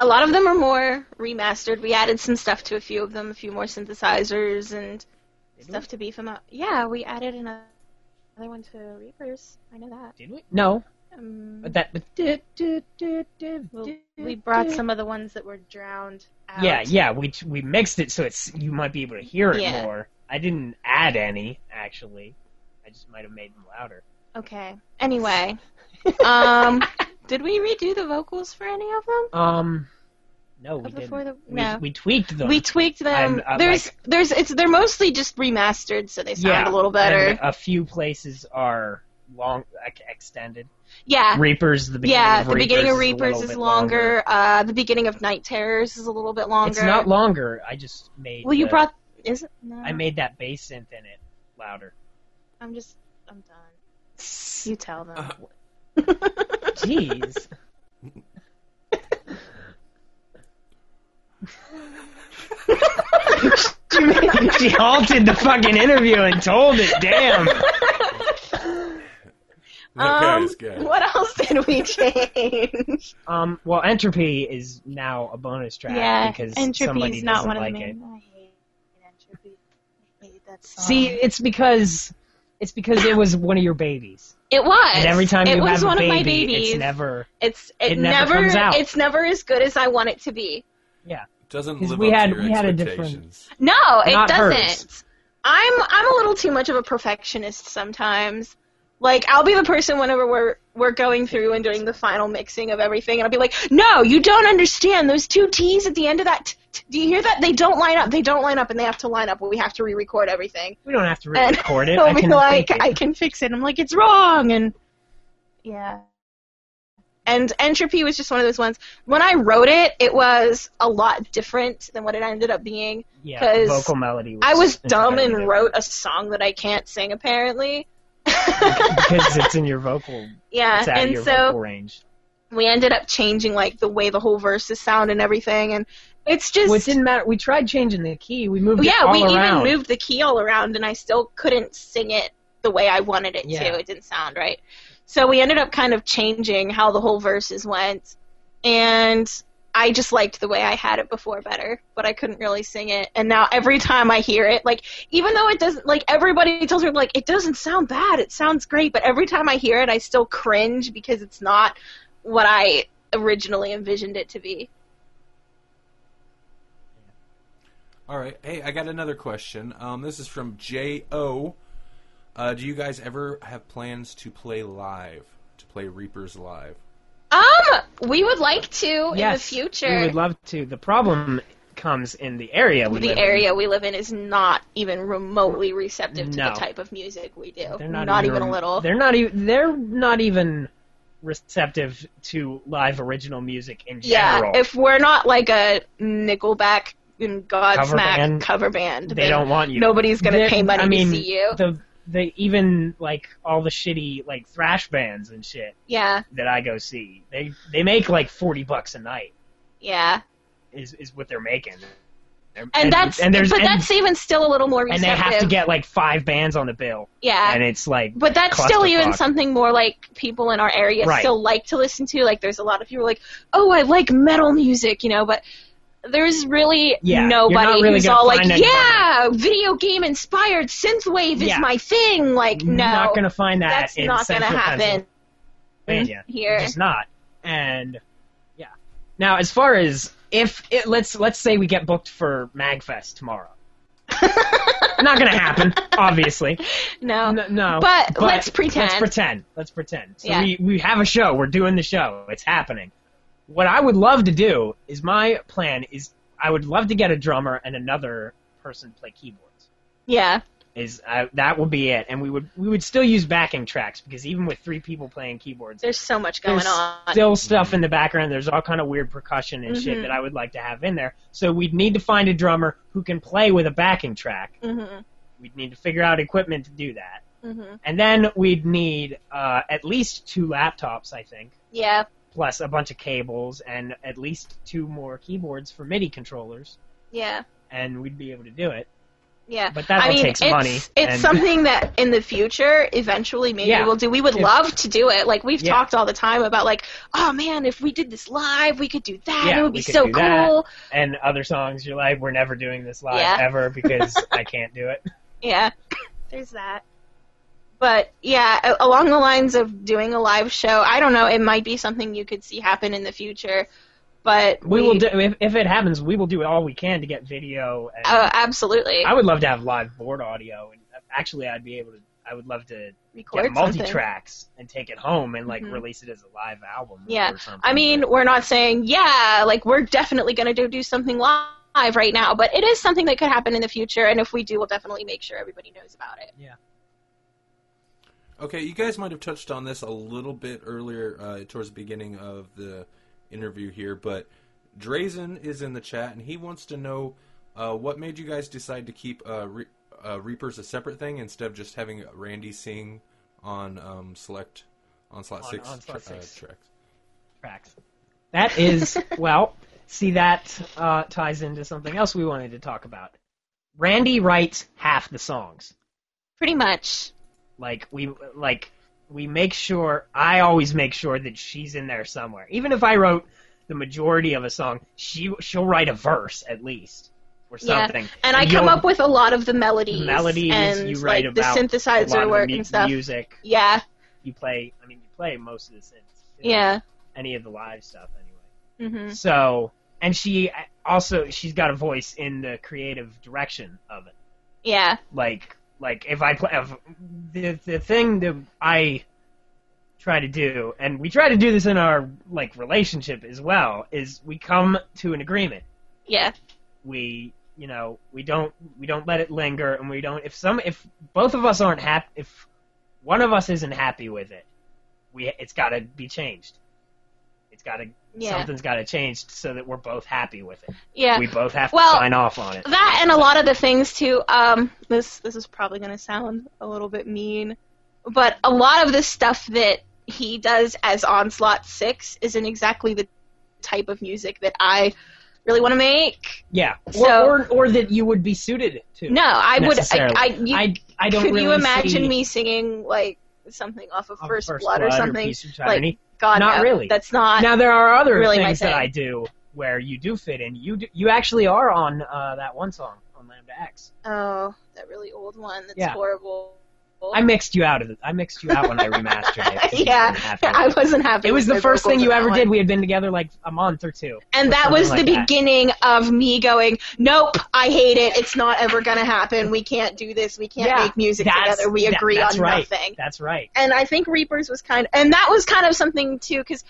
[SPEAKER 2] a lot of them are more remastered. We added some stuff to a few of them, a few more synthesizers and stuff to beef them up. Yeah, we added another one to Reapers. I know that.
[SPEAKER 3] did we? No,
[SPEAKER 2] Um,
[SPEAKER 3] but that. But
[SPEAKER 2] well, we brought some of the ones that were drowned out.
[SPEAKER 3] Yeah, yeah, we we mixed it so it's you might be able to hear it
[SPEAKER 2] Yeah.
[SPEAKER 3] more. I didn't add any actually. I just might have made them louder.
[SPEAKER 2] Okay. Anyway, um, did we redo the vocals for any of them?
[SPEAKER 3] Um, no, we
[SPEAKER 2] Of Oh, the
[SPEAKER 3] didn't.
[SPEAKER 2] four that-
[SPEAKER 3] we,
[SPEAKER 2] no.
[SPEAKER 3] we tweaked them.
[SPEAKER 2] We tweaked them.
[SPEAKER 3] I'm- I'm
[SPEAKER 2] there's, there's, it's they're mostly just remastered, so they sound a
[SPEAKER 3] yeah,
[SPEAKER 2] little better.
[SPEAKER 3] and uh, a few places are long like, extended.
[SPEAKER 2] yeah,
[SPEAKER 3] Reapers, the beginning
[SPEAKER 2] yeah,
[SPEAKER 3] of
[SPEAKER 2] the beginning of
[SPEAKER 3] is a
[SPEAKER 2] Reapers
[SPEAKER 3] little
[SPEAKER 2] is,
[SPEAKER 3] bit
[SPEAKER 2] longer. Uh, the beginning of Night Terrors is a little bit longer.
[SPEAKER 3] It's not longer. I just made.
[SPEAKER 2] Well, you
[SPEAKER 3] the-
[SPEAKER 2] brought. Is it? No.
[SPEAKER 3] I made that bass synth in it louder.
[SPEAKER 2] I'm just. I'm done. You tell them.
[SPEAKER 1] Uh,
[SPEAKER 3] Jeez. she halted the fucking interview and told it. Damn.
[SPEAKER 2] um,
[SPEAKER 1] Guys, guys.
[SPEAKER 2] what else did we change?
[SPEAKER 3] Um. Well, entropy is now a bonus track
[SPEAKER 2] yeah,
[SPEAKER 3] because somebody
[SPEAKER 2] entropy's not
[SPEAKER 3] doesn't
[SPEAKER 2] one
[SPEAKER 3] like
[SPEAKER 2] of
[SPEAKER 3] it.
[SPEAKER 2] them. I hate entropy. I hate that song.
[SPEAKER 3] See, it's because it's because it was one of your babies,
[SPEAKER 2] it was.
[SPEAKER 3] and every time
[SPEAKER 2] it
[SPEAKER 3] you
[SPEAKER 2] was
[SPEAKER 3] have
[SPEAKER 2] one
[SPEAKER 3] a baby,
[SPEAKER 2] of my babies.
[SPEAKER 3] it's never.
[SPEAKER 2] It's- it,
[SPEAKER 3] it never comes out.
[SPEAKER 2] It's never as good as I want it to be.
[SPEAKER 1] Doesn't
[SPEAKER 3] 'Cause
[SPEAKER 1] live
[SPEAKER 3] we
[SPEAKER 1] up
[SPEAKER 3] had-
[SPEAKER 1] to your
[SPEAKER 3] we had a different-
[SPEAKER 1] expectations.
[SPEAKER 2] No, it
[SPEAKER 3] Not
[SPEAKER 2] doesn't.
[SPEAKER 3] hers.
[SPEAKER 2] I'm I'm a little too much of a perfectionist sometimes. Like I'll be the person whenever we're we're going through and doing the final mixing of everything, and I'll be like, "No, you don't understand. Those two T's at the end of that. T- t- do you hear that? They don't line up. They don't line up, and they have to line up. But we have to re-record everything."
[SPEAKER 3] We don't have to
[SPEAKER 2] And
[SPEAKER 3] record it.
[SPEAKER 2] I'll
[SPEAKER 3] I
[SPEAKER 2] be
[SPEAKER 3] can
[SPEAKER 2] like,
[SPEAKER 3] fake it.
[SPEAKER 2] "I can fix it." I'm like, "It's wrong," and yeah. And entropy was just one of those ones. When I wrote it, it was a lot different than what it ended up being.
[SPEAKER 3] yeah, the
[SPEAKER 2] 'cause
[SPEAKER 3] vocal melody. Was
[SPEAKER 2] I was dumb
[SPEAKER 3] entirely
[SPEAKER 2] and
[SPEAKER 3] different
[SPEAKER 2] wrote a song that I can't sing apparently.
[SPEAKER 3] because it's in your vocal.
[SPEAKER 2] yeah,
[SPEAKER 3] It's out of
[SPEAKER 2] and
[SPEAKER 3] your vocal
[SPEAKER 2] so
[SPEAKER 3] range.
[SPEAKER 2] we ended up changing like the way the whole verses sound and everything, and it's just
[SPEAKER 3] Well, it didn't matter. We tried changing the key. We moved it
[SPEAKER 2] yeah,
[SPEAKER 3] all
[SPEAKER 2] we
[SPEAKER 3] around.
[SPEAKER 2] even moved the key all around, and I still couldn't sing it the way I wanted it
[SPEAKER 3] Yeah.
[SPEAKER 2] to. It didn't sound right. So we ended up kind of changing how the whole verses went, and I just liked the way I had it before better, but I couldn't really sing it. And now every time I hear it, like even though it doesn't, like everybody tells me like it doesn't sound bad, it sounds great, but every time I hear it, I still cringe because it's not what I originally envisioned it to be.
[SPEAKER 1] All right. Hey, I got another question. Um, this is from J O. Uh, do you guys ever have plans to play live? To play Reapers live?
[SPEAKER 2] Um, we would like to in the
[SPEAKER 3] Yes,
[SPEAKER 2] future.
[SPEAKER 3] We would love to. The problem comes in the area we
[SPEAKER 2] the
[SPEAKER 3] live
[SPEAKER 2] area we live in is not even remotely receptive to
[SPEAKER 3] No.
[SPEAKER 2] the type of music we do.
[SPEAKER 3] In. They're not,
[SPEAKER 2] even a little.
[SPEAKER 3] They're not even. They're not even receptive to live original music in
[SPEAKER 2] yeah,
[SPEAKER 3] general.
[SPEAKER 2] if we're not like a Nickelback and Godsmack
[SPEAKER 3] Cover
[SPEAKER 2] cover
[SPEAKER 3] band.
[SPEAKER 2] band,
[SPEAKER 3] they
[SPEAKER 2] then
[SPEAKER 3] don't want you.
[SPEAKER 2] Nobody's gonna
[SPEAKER 3] They're-
[SPEAKER 2] pay money
[SPEAKER 3] I mean,
[SPEAKER 2] to see you.
[SPEAKER 3] The the even like all the shitty like thrash bands and shit
[SPEAKER 2] yeah,
[SPEAKER 3] that I go see, they they make like forty bucks a night
[SPEAKER 2] yeah,
[SPEAKER 3] is is what they're making. They're-
[SPEAKER 2] and, that's
[SPEAKER 3] and there's
[SPEAKER 2] but
[SPEAKER 3] and,
[SPEAKER 2] that's even still a little more
[SPEAKER 3] and
[SPEAKER 2] receptive.
[SPEAKER 3] they have to get like five bands on the bill,
[SPEAKER 2] yeah.
[SPEAKER 3] and it's like
[SPEAKER 2] Uh, but that's still even
[SPEAKER 3] clusterfuck.
[SPEAKER 2] something more like people in our area
[SPEAKER 3] Right.
[SPEAKER 2] still like to listen to. Like there's a lot of people like, oh, I like metal music, you know, but there's really
[SPEAKER 3] Yeah, you're not
[SPEAKER 2] nobody
[SPEAKER 3] really
[SPEAKER 2] who's
[SPEAKER 3] gonna
[SPEAKER 2] all like,
[SPEAKER 3] find anybody.
[SPEAKER 2] yeah, video game inspired synthwave
[SPEAKER 3] Yeah.
[SPEAKER 2] is my thing. Like no,
[SPEAKER 3] not gonna find that
[SPEAKER 2] that's
[SPEAKER 3] in
[SPEAKER 2] not gonna
[SPEAKER 3] central
[SPEAKER 2] happen
[SPEAKER 3] Pennsylvania.
[SPEAKER 2] here.
[SPEAKER 3] It's not. And yeah. Now, as far as if it, let's let's say we get booked for Magfest tomorrow, not gonna happen, obviously.
[SPEAKER 2] No.
[SPEAKER 3] N- no,
[SPEAKER 2] But let's pretend.
[SPEAKER 3] Let's pretend. Let's pretend. So
[SPEAKER 2] Yeah.
[SPEAKER 3] we we have a show. We're doing the show. It's happening. What I would love to do is my plan is I would love to get a drummer and another person play keyboards
[SPEAKER 2] Yeah.
[SPEAKER 3] is I, that would be it, and we would we would still use backing tracks because even with three people playing keyboards,
[SPEAKER 2] There's so much going
[SPEAKER 3] there's
[SPEAKER 2] on.
[SPEAKER 3] still stuff in the background. There's all kind of weird percussion and shit
[SPEAKER 2] Mhm.
[SPEAKER 3] that I would like to have in there. So we'd need to find a drummer who can play with a backing track.
[SPEAKER 2] Mhm,
[SPEAKER 3] We'd need to figure out equipment to do that,
[SPEAKER 2] mhm.
[SPEAKER 3] and then we'd need uh, at least two laptops, I think,
[SPEAKER 2] Yeah.
[SPEAKER 3] plus a bunch of cables and at least two more keyboards for MIDI controllers,
[SPEAKER 2] Yeah.
[SPEAKER 3] and we'd be able to do it.
[SPEAKER 2] Yeah.
[SPEAKER 3] But that
[SPEAKER 2] I
[SPEAKER 3] will
[SPEAKER 2] mean,
[SPEAKER 3] take some
[SPEAKER 2] it's,
[SPEAKER 3] money.
[SPEAKER 2] It's
[SPEAKER 3] and-
[SPEAKER 2] something that in the future, eventually, maybe
[SPEAKER 3] Yeah.
[SPEAKER 2] we'll do. We would
[SPEAKER 3] If-
[SPEAKER 2] love to do it. Like we've
[SPEAKER 3] Yeah.
[SPEAKER 2] talked all the time about, like, oh man, if we did this live, we could do that.
[SPEAKER 3] Yeah,
[SPEAKER 2] it would
[SPEAKER 3] we
[SPEAKER 2] be
[SPEAKER 3] could
[SPEAKER 2] so
[SPEAKER 3] do
[SPEAKER 2] cool.
[SPEAKER 3] that. and other songs you're like we're never doing this live
[SPEAKER 2] Yeah.
[SPEAKER 3] ever because i can't do it
[SPEAKER 2] Yeah. There's that. But yeah, a- along the lines of doing a live show, I don't know. It might be something you could see happen in the future. But
[SPEAKER 3] we will do if, if it happens we will do all we can to get video and
[SPEAKER 2] Oh, absolutely.
[SPEAKER 3] i would love to have live board audio and actually i'd be able to i would love to get
[SPEAKER 2] Record something.
[SPEAKER 3] multi-tracks and take it home and like
[SPEAKER 2] Mhm.
[SPEAKER 3] release it as a live album
[SPEAKER 2] Yeah.
[SPEAKER 3] or something
[SPEAKER 2] I mean, we're not saying, yeah, like we're definitely going to do, do something live right now, but it is something that could happen in the future, and if we do, we'll definitely make sure everybody knows about it.
[SPEAKER 1] Okay, you guys might have touched on this a little bit earlier uh, towards the beginning of the interview here, but Drazen is in the chat and he wants to know uh, what made you guys decide to keep uh, Re- uh, Reapers a separate thing instead of just having Randy sing on um, select on slot
[SPEAKER 3] On-
[SPEAKER 1] six,
[SPEAKER 3] on slot
[SPEAKER 1] tra-
[SPEAKER 3] six.
[SPEAKER 1] Uh, tracks.
[SPEAKER 3] tracks that is well see that uh, ties into something else we wanted to talk about randy writes half the songs
[SPEAKER 2] Pretty much.
[SPEAKER 3] Like we like we make sure I always make sure that she's in there somewhere. Even if I wrote the majority of a song, she she'll write a verse at least or
[SPEAKER 2] Yeah.
[SPEAKER 3] something.
[SPEAKER 2] And I come
[SPEAKER 3] you'll-
[SPEAKER 2] up with a lot of the melodies,
[SPEAKER 3] melodies
[SPEAKER 2] and
[SPEAKER 3] you write
[SPEAKER 2] like
[SPEAKER 3] about
[SPEAKER 2] the
[SPEAKER 3] a lot
[SPEAKER 2] synthesizer
[SPEAKER 3] of
[SPEAKER 2] work
[SPEAKER 3] mu-
[SPEAKER 2] and stuff.
[SPEAKER 3] music.
[SPEAKER 2] Yeah,
[SPEAKER 3] You play I mean you play most of the synths. you know,
[SPEAKER 2] yeah.
[SPEAKER 3] Any of the live stuff anyway.
[SPEAKER 2] hmm
[SPEAKER 3] So and she also she's got a voice in the creative direction of it.
[SPEAKER 2] Yeah,
[SPEAKER 3] like like if I play if, the the thing that I try to do, and we try to do this in our like relationship as well, is we come to an agreement.
[SPEAKER 2] yeah,
[SPEAKER 3] We you know we don't we don't let it linger, and we don't if some if both of us aren't happy if one of us isn't happy with it, we it's got to be changed. It's got to
[SPEAKER 2] yeah,
[SPEAKER 3] something's got to change so that we're both happy with it.
[SPEAKER 2] yeah.
[SPEAKER 3] We both have
[SPEAKER 2] Well,
[SPEAKER 3] to sign off on it.
[SPEAKER 2] that and a lot of the things too um this this is probably going to sound a little bit mean but a lot of the stuff that he does as onslaught 6 isn't exactly the type of music that i really want to make
[SPEAKER 3] Yeah. Or,
[SPEAKER 2] So-
[SPEAKER 3] or or that you would be suited to.
[SPEAKER 2] no i would i,
[SPEAKER 3] Necessarily.
[SPEAKER 2] I, you,
[SPEAKER 3] I, I don't
[SPEAKER 2] could
[SPEAKER 3] really
[SPEAKER 2] you imagine
[SPEAKER 3] see-
[SPEAKER 2] me singing like something off of
[SPEAKER 3] Off
[SPEAKER 2] First,
[SPEAKER 3] First
[SPEAKER 2] Blood,
[SPEAKER 3] Blood
[SPEAKER 2] or
[SPEAKER 3] or
[SPEAKER 2] something.
[SPEAKER 3] Peace and
[SPEAKER 2] like,
[SPEAKER 3] Tyranny.
[SPEAKER 2] God,
[SPEAKER 3] Not
[SPEAKER 2] no,
[SPEAKER 3] really.
[SPEAKER 2] That's not.
[SPEAKER 3] now there are other
[SPEAKER 2] really my
[SPEAKER 3] things that
[SPEAKER 2] thing.
[SPEAKER 3] I do where you do fit in. You do, you actually are on uh, that one song on Lambda X.
[SPEAKER 2] oh, that really old one. That's
[SPEAKER 3] Yeah.
[SPEAKER 2] horrible.
[SPEAKER 3] I mixed you out of it. I mixed you out when I remastered it. 'cause you
[SPEAKER 2] yeah,
[SPEAKER 3] didn't have to.
[SPEAKER 2] I wasn't happy.
[SPEAKER 3] it was
[SPEAKER 2] with
[SPEAKER 3] the
[SPEAKER 2] their
[SPEAKER 3] first thing
[SPEAKER 2] vocals
[SPEAKER 3] you
[SPEAKER 2] on that
[SPEAKER 3] ever
[SPEAKER 2] one.
[SPEAKER 3] did. We had been together like a month or two.
[SPEAKER 2] And that
[SPEAKER 3] something
[SPEAKER 2] was
[SPEAKER 3] like
[SPEAKER 2] the
[SPEAKER 3] that.
[SPEAKER 2] beginning of me going, nope, I hate it. It's not ever going to happen. We can't do this. We can't
[SPEAKER 3] Yeah,
[SPEAKER 2] make music
[SPEAKER 3] that's-
[SPEAKER 2] together. We
[SPEAKER 3] that-
[SPEAKER 2] agree
[SPEAKER 3] that's
[SPEAKER 2] on
[SPEAKER 3] right.
[SPEAKER 2] nothing.
[SPEAKER 3] That's right.
[SPEAKER 2] And I think Reapers was kind of, and that was kind of something too, because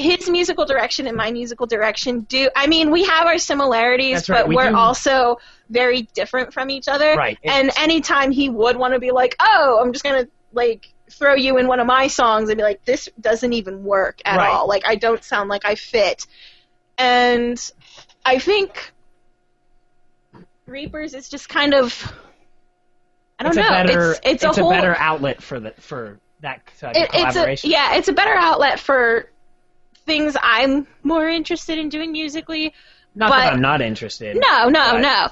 [SPEAKER 2] his musical direction and my musical direction do, I mean, we have our similarities,
[SPEAKER 3] That's right,
[SPEAKER 2] but
[SPEAKER 3] we
[SPEAKER 2] are
[SPEAKER 3] do.
[SPEAKER 2] also very different from each other.
[SPEAKER 3] Right.
[SPEAKER 2] And anytime he would want to be like, oh, I'm just going to, like, throw you in one of my songs and be like, this doesn't even work at
[SPEAKER 3] Right.
[SPEAKER 2] all. Like, I don't sound like I fit. And I think Reapers is just kind of. I don't
[SPEAKER 3] it's
[SPEAKER 2] know.
[SPEAKER 3] A better,
[SPEAKER 2] it's, it's, a whole.
[SPEAKER 3] better outlet for the for that type
[SPEAKER 2] it- it's
[SPEAKER 3] of
[SPEAKER 2] a,
[SPEAKER 3] collaboration.
[SPEAKER 2] yeah, it's a better outlet for things I'm more interested in doing musically.
[SPEAKER 3] not
[SPEAKER 2] but-
[SPEAKER 3] that I'm not interested.
[SPEAKER 2] No, no,
[SPEAKER 3] Right.
[SPEAKER 2] no.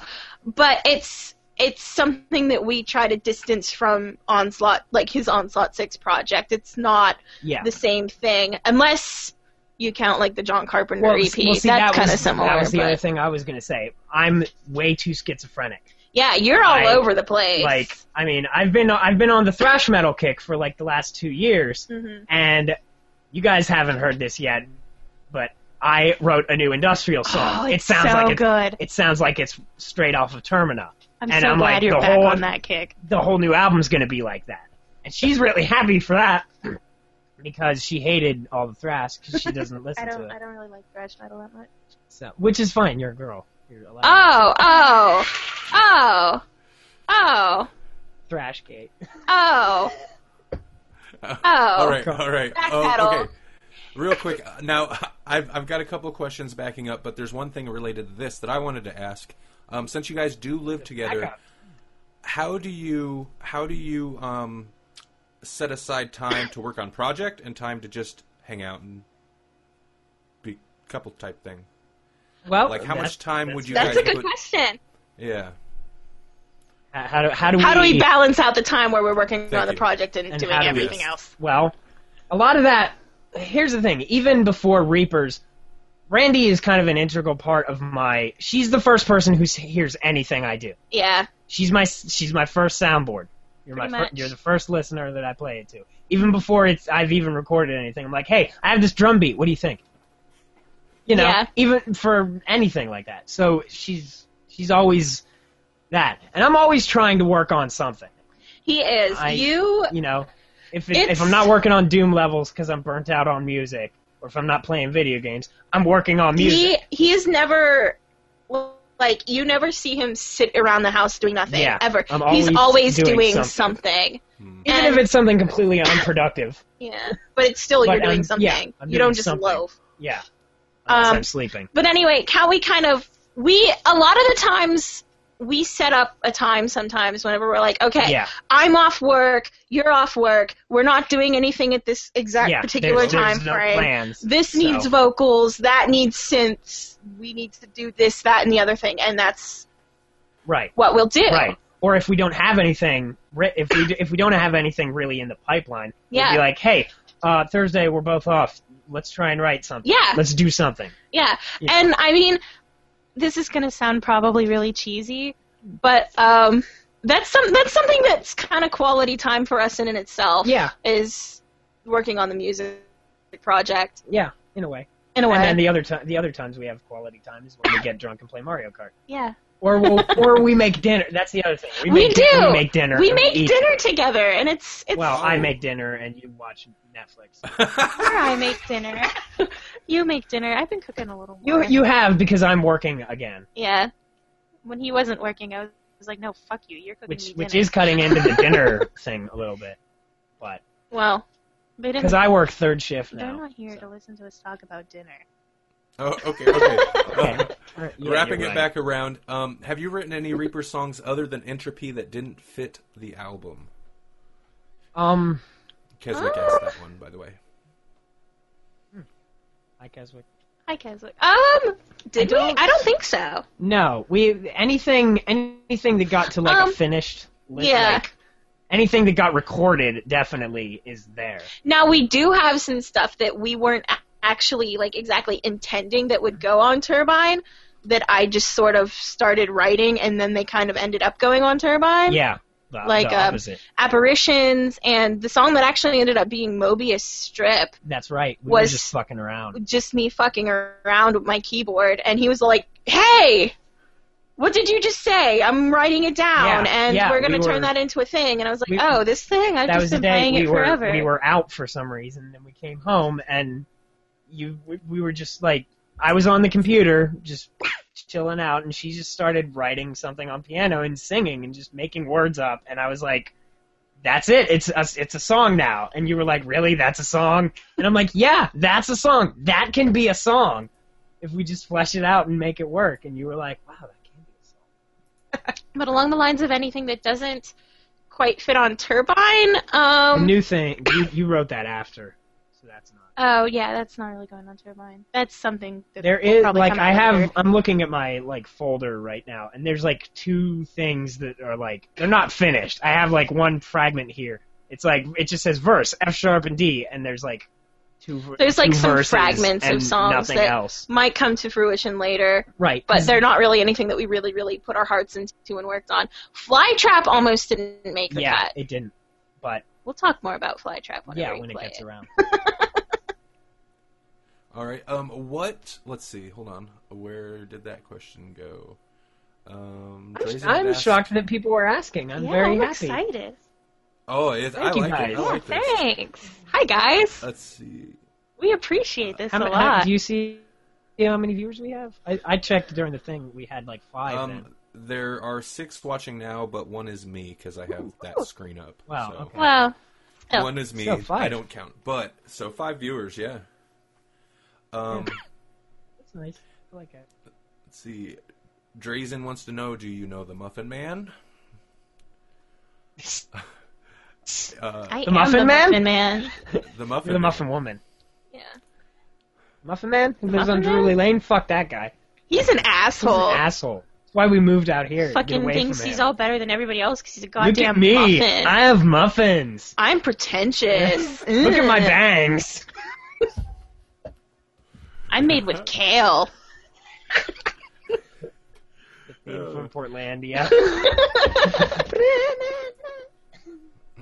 [SPEAKER 2] But it's it's something that we try to distance from onslaught, like his onslaught six project. It's not
[SPEAKER 3] yeah.
[SPEAKER 2] the same thing unless you count like the John Carpenter
[SPEAKER 3] well,
[SPEAKER 2] EP.
[SPEAKER 3] well, see,
[SPEAKER 2] That's
[SPEAKER 3] that
[SPEAKER 2] kind of
[SPEAKER 3] was-
[SPEAKER 2] similar.
[SPEAKER 3] That was the
[SPEAKER 2] but-
[SPEAKER 3] other thing I was going to say. I'm way too schizophrenic.
[SPEAKER 2] Yeah, you're all
[SPEAKER 3] Like-
[SPEAKER 2] over the place.
[SPEAKER 3] Like, I mean, I've been I've been on the thrash metal kick for like the last two years,
[SPEAKER 2] Mhm.
[SPEAKER 3] and you guys haven't heard this yet, but I wrote a new industrial song.
[SPEAKER 2] Oh,
[SPEAKER 3] it
[SPEAKER 2] it's
[SPEAKER 3] sounds
[SPEAKER 2] so
[SPEAKER 3] like it's,
[SPEAKER 2] good.
[SPEAKER 3] it sounds like it's straight off of Termina.
[SPEAKER 2] I'm
[SPEAKER 3] and
[SPEAKER 2] so
[SPEAKER 3] I'm
[SPEAKER 2] glad
[SPEAKER 3] like,
[SPEAKER 2] you're
[SPEAKER 3] the
[SPEAKER 2] back
[SPEAKER 3] whole-
[SPEAKER 2] on that kick.
[SPEAKER 3] the whole new album's going to be like that. And she's really happy for that because she hated all the thrash because she doesn't listen to it.
[SPEAKER 2] don't really like thrash metal that much.
[SPEAKER 3] So, which is fine. You're a girl. You're allowed to
[SPEAKER 2] Oh, oh, oh, oh,
[SPEAKER 3] thrash gate.
[SPEAKER 2] oh. Oh.
[SPEAKER 1] all right, all right.
[SPEAKER 2] Back
[SPEAKER 1] Oh,
[SPEAKER 2] pedal.
[SPEAKER 1] okay. Real quick, uh, now I've I've got a couple questions backing up, but there's one thing related to this that I wanted to ask. Um, since you guys do live together,
[SPEAKER 3] up.
[SPEAKER 1] how do you how do you um, set aside time to work on project and time to just hang out and be couple type thing?
[SPEAKER 3] Well,
[SPEAKER 1] Like how much time would you
[SPEAKER 2] That's
[SPEAKER 1] guys
[SPEAKER 2] a good
[SPEAKER 1] put?
[SPEAKER 2] question.
[SPEAKER 1] Yeah.
[SPEAKER 3] How, how do how do
[SPEAKER 2] How do
[SPEAKER 3] we,
[SPEAKER 2] we balance out the time where we're working
[SPEAKER 1] Thank
[SPEAKER 2] on the
[SPEAKER 1] you.
[SPEAKER 2] project and,
[SPEAKER 3] And
[SPEAKER 2] doing
[SPEAKER 3] how do we-
[SPEAKER 2] everything
[SPEAKER 1] Yes.
[SPEAKER 2] else?
[SPEAKER 3] Well, a lot of that. Here's the thing. Even before Reapers, Randy is kind of an integral part of my. She's the first person who s- hears anything I do.
[SPEAKER 2] Yeah.
[SPEAKER 3] She's my she's my first soundboard. You're
[SPEAKER 2] Pretty
[SPEAKER 3] my fir-
[SPEAKER 2] much.
[SPEAKER 3] you're the first listener that I play it to. Even before it's I've even recorded anything, I'm like, hey, I have this drum beat. What do you think? You know,
[SPEAKER 2] Yeah.
[SPEAKER 3] even for anything like that. So she's she's always that, and I'm always trying to work on something.
[SPEAKER 2] He is.
[SPEAKER 3] I-
[SPEAKER 2] you.
[SPEAKER 3] You know, if it,
[SPEAKER 2] It's-
[SPEAKER 3] if I'm not working on Doom levels because I'm burnt out on music, or if I'm not playing video games, I'm working on music.
[SPEAKER 2] He. He is never. Like you never see him sit around the house doing nothing
[SPEAKER 3] Yeah.
[SPEAKER 2] ever.
[SPEAKER 3] I'm
[SPEAKER 2] He's
[SPEAKER 3] always
[SPEAKER 2] always
[SPEAKER 3] doing
[SPEAKER 2] doing
[SPEAKER 3] something.
[SPEAKER 2] something.
[SPEAKER 1] Hmm.
[SPEAKER 3] even
[SPEAKER 2] And-
[SPEAKER 3] if it's something completely unproductive.
[SPEAKER 2] Yeah, but it's still
[SPEAKER 3] But
[SPEAKER 2] you're doing
[SPEAKER 3] I'm-
[SPEAKER 2] something.
[SPEAKER 3] yeah, I'm
[SPEAKER 2] you
[SPEAKER 3] doing
[SPEAKER 2] don't just
[SPEAKER 3] something.
[SPEAKER 2] loaf.
[SPEAKER 3] Yeah, unless
[SPEAKER 2] Um,
[SPEAKER 3] I'm sleeping.
[SPEAKER 2] But anyway, how we kind of we a lot of the times we set up a time sometimes whenever we're like, okay,
[SPEAKER 3] Yeah.
[SPEAKER 2] I'm off work, you're off work, we're not doing anything at this exact
[SPEAKER 3] yeah,
[SPEAKER 2] particular
[SPEAKER 3] there's,
[SPEAKER 2] time
[SPEAKER 3] there's no
[SPEAKER 2] frame.
[SPEAKER 3] plans.
[SPEAKER 2] This
[SPEAKER 3] so-
[SPEAKER 2] needs vocals, that needs synths, we need to do this, that, and the other thing, and that's
[SPEAKER 3] Right,
[SPEAKER 2] what we'll do.
[SPEAKER 3] right. Or if we don't have anything, re- if we do, if we don't have anything really in the pipeline,
[SPEAKER 2] Yeah.
[SPEAKER 3] we'll be like, hey, uh, Thursday we're both off. Let's try and write something.
[SPEAKER 2] Yeah.
[SPEAKER 3] Let's do something.
[SPEAKER 2] Yeah.
[SPEAKER 3] Yeah.
[SPEAKER 2] And I mean, this is gonna sound probably really cheesy, but um, that's some that's something that's kind of quality time for us in and itself.
[SPEAKER 3] Yeah.
[SPEAKER 2] Is working on the music project
[SPEAKER 3] Yeah, in a way.
[SPEAKER 2] in a way.
[SPEAKER 3] And then the other time, the other times we have quality time is when we get drunk and play Mario Kart,
[SPEAKER 2] yeah.
[SPEAKER 3] or we'll, or we make dinner. That's the other thing. We,
[SPEAKER 2] We
[SPEAKER 3] make,
[SPEAKER 2] do.
[SPEAKER 3] We make dinner.
[SPEAKER 2] We
[SPEAKER 3] and
[SPEAKER 2] make
[SPEAKER 3] eat.
[SPEAKER 2] dinner together, and it's it's
[SPEAKER 3] Well, I make dinner and you watch Netflix.
[SPEAKER 4] I make dinner. You make dinner. I've been cooking a little
[SPEAKER 3] You
[SPEAKER 4] more.
[SPEAKER 3] you have because I'm working again,
[SPEAKER 2] yeah.
[SPEAKER 4] when he wasn't working, I was, was like, no, fuck you. You're cooking
[SPEAKER 3] which
[SPEAKER 4] me
[SPEAKER 3] which
[SPEAKER 4] dinner.
[SPEAKER 3] is cutting into the dinner thing a little bit, but
[SPEAKER 2] Well,
[SPEAKER 4] They didn't,
[SPEAKER 3] because I work third shift
[SPEAKER 4] they're
[SPEAKER 3] now.
[SPEAKER 4] not here
[SPEAKER 3] so-
[SPEAKER 4] to listen to us talk about dinner.
[SPEAKER 1] Oh, okay, okay.
[SPEAKER 3] Okay.
[SPEAKER 1] Uh,
[SPEAKER 3] Yeah, you're
[SPEAKER 1] Wrapping it
[SPEAKER 3] right.
[SPEAKER 1] back around, um, have you written any Reaper songs other than Entropy that didn't fit the album?
[SPEAKER 3] Um,
[SPEAKER 1] Keswick asked that one, by the way.
[SPEAKER 3] I guess we.
[SPEAKER 4] Hi, Keswick.
[SPEAKER 2] um, did
[SPEAKER 3] I
[SPEAKER 2] we?
[SPEAKER 3] don't-
[SPEAKER 2] I don't think so.
[SPEAKER 3] No, we anything anything that got to like
[SPEAKER 2] Um,
[SPEAKER 3] a finished. li-
[SPEAKER 2] yeah.
[SPEAKER 3] Like, anything that got recorded definitely is there.
[SPEAKER 2] Now we do have some stuff that we weren't a- actually like exactly intending that would go on Turbine that I just sort of started writing and then they kind of ended up going on Turbine.
[SPEAKER 3] Yeah, the,
[SPEAKER 2] Like,
[SPEAKER 3] the
[SPEAKER 2] um,
[SPEAKER 3] opposite.
[SPEAKER 2] Apparitions and the song that actually ended up being Mobius Strip
[SPEAKER 3] That's right. We were
[SPEAKER 2] was-
[SPEAKER 3] just fucking around.
[SPEAKER 2] just me fucking around with my keyboard and he was like, "Hey, what did you just say? I'm writing it down
[SPEAKER 3] Yeah,
[SPEAKER 2] and
[SPEAKER 3] yeah,
[SPEAKER 2] we're going to
[SPEAKER 3] we
[SPEAKER 2] turn
[SPEAKER 3] were-
[SPEAKER 2] that into a thing." And I was like,
[SPEAKER 3] we-
[SPEAKER 2] "Oh, this thing. I've
[SPEAKER 3] That was
[SPEAKER 2] just
[SPEAKER 3] the
[SPEAKER 2] been
[SPEAKER 3] day
[SPEAKER 2] playing
[SPEAKER 3] we
[SPEAKER 2] it
[SPEAKER 3] were
[SPEAKER 2] forever."
[SPEAKER 3] we were out for some reason, and we came home, and you we, we were just like I was on the computer just chilling out, and she just started writing something on piano and singing and just making words up, and I was like. That's it. It's a, it's a song now. And you were like, "Really? That's a song?" And I'm like, "Yeah, that's a song. That can be a song if we just flesh it out and make it work." And you were like, "Wow, that can be a song."
[SPEAKER 2] but along the lines of anything that doesn't quite fit on turbine um
[SPEAKER 3] the new thing you, you wrote that after so that's not
[SPEAKER 4] Oh yeah, that's not really going on turbine. That's something that
[SPEAKER 3] there
[SPEAKER 4] will
[SPEAKER 3] is
[SPEAKER 4] probably
[SPEAKER 3] like
[SPEAKER 4] come
[SPEAKER 3] i
[SPEAKER 4] out
[SPEAKER 3] have
[SPEAKER 4] later.
[SPEAKER 3] i'm looking at my like folder right now and there's like two things that are like they're not finished i have like one fragment here it's like it just says verse f sharp and d and there's like two ver-
[SPEAKER 2] There's, like,
[SPEAKER 3] two
[SPEAKER 2] some
[SPEAKER 3] verses
[SPEAKER 2] fragments of
[SPEAKER 3] and
[SPEAKER 2] songs
[SPEAKER 3] nothing
[SPEAKER 2] that-
[SPEAKER 3] else Mm-hmm.
[SPEAKER 2] might come to fruition later
[SPEAKER 3] right
[SPEAKER 2] but they're not really anything that we really really put our hearts into and worked on flytrap almost didn't make the
[SPEAKER 3] yeah
[SPEAKER 2] cut
[SPEAKER 3] it didn't but
[SPEAKER 2] we'll talk more about flytrap whenever
[SPEAKER 3] yeah
[SPEAKER 2] we
[SPEAKER 3] when it
[SPEAKER 2] play
[SPEAKER 3] gets around
[SPEAKER 1] All right. Um, what? Let's see. Hold on. Where did that question go? Um, Drazen had
[SPEAKER 3] i'm
[SPEAKER 1] asked-
[SPEAKER 3] shocked that people were asking i'm
[SPEAKER 4] yeah,
[SPEAKER 3] very
[SPEAKER 4] I'm
[SPEAKER 3] happy
[SPEAKER 4] excited.
[SPEAKER 1] Oh, it's, I
[SPEAKER 3] Thank you
[SPEAKER 1] like it.
[SPEAKER 3] guys.
[SPEAKER 1] I
[SPEAKER 4] Yeah,
[SPEAKER 1] like this.
[SPEAKER 4] thanks.
[SPEAKER 2] hi guys
[SPEAKER 1] Let's see.
[SPEAKER 4] We appreciate this
[SPEAKER 3] Uh, How,
[SPEAKER 4] a
[SPEAKER 3] ma-
[SPEAKER 4] lot.
[SPEAKER 3] how- do you see how many viewers we have I, I checked during the thing we had like five then.
[SPEAKER 1] Um, there are six watching now, but one is me because I have that screen up.
[SPEAKER 3] Wow,
[SPEAKER 1] So.
[SPEAKER 3] okay.
[SPEAKER 4] Well,
[SPEAKER 2] Oh.
[SPEAKER 1] One is me.
[SPEAKER 3] So five.
[SPEAKER 1] I don't count. But so five viewers, yeah. Um,
[SPEAKER 3] That's nice. I like it.
[SPEAKER 1] let's see. Drazen wants to know: Do you know the Muffin Man? Uh,
[SPEAKER 2] I
[SPEAKER 3] The
[SPEAKER 2] am
[SPEAKER 3] Muffin
[SPEAKER 2] the
[SPEAKER 3] Man?
[SPEAKER 2] muffin man
[SPEAKER 1] the Muffin.
[SPEAKER 3] You're the
[SPEAKER 1] Man.
[SPEAKER 3] Muffin Woman.
[SPEAKER 2] yeah
[SPEAKER 3] Muffin Man who lives on
[SPEAKER 2] Muffin Man?
[SPEAKER 3] Drury Lane. Fuck that guy.
[SPEAKER 2] he's an
[SPEAKER 3] He's
[SPEAKER 2] asshole
[SPEAKER 3] an asshole. That's why we moved out here. to get
[SPEAKER 4] fucking
[SPEAKER 3] away
[SPEAKER 4] thinks
[SPEAKER 3] from him.
[SPEAKER 4] he's all better than everybody else because he's a
[SPEAKER 3] Look at
[SPEAKER 4] goddamn
[SPEAKER 3] me.
[SPEAKER 4] muffin.
[SPEAKER 3] I have muffins.
[SPEAKER 2] i'm pretentious
[SPEAKER 3] Look at my
[SPEAKER 2] Ugh.
[SPEAKER 3] bangs.
[SPEAKER 2] i'm made with kale
[SPEAKER 3] Being from Portlandia.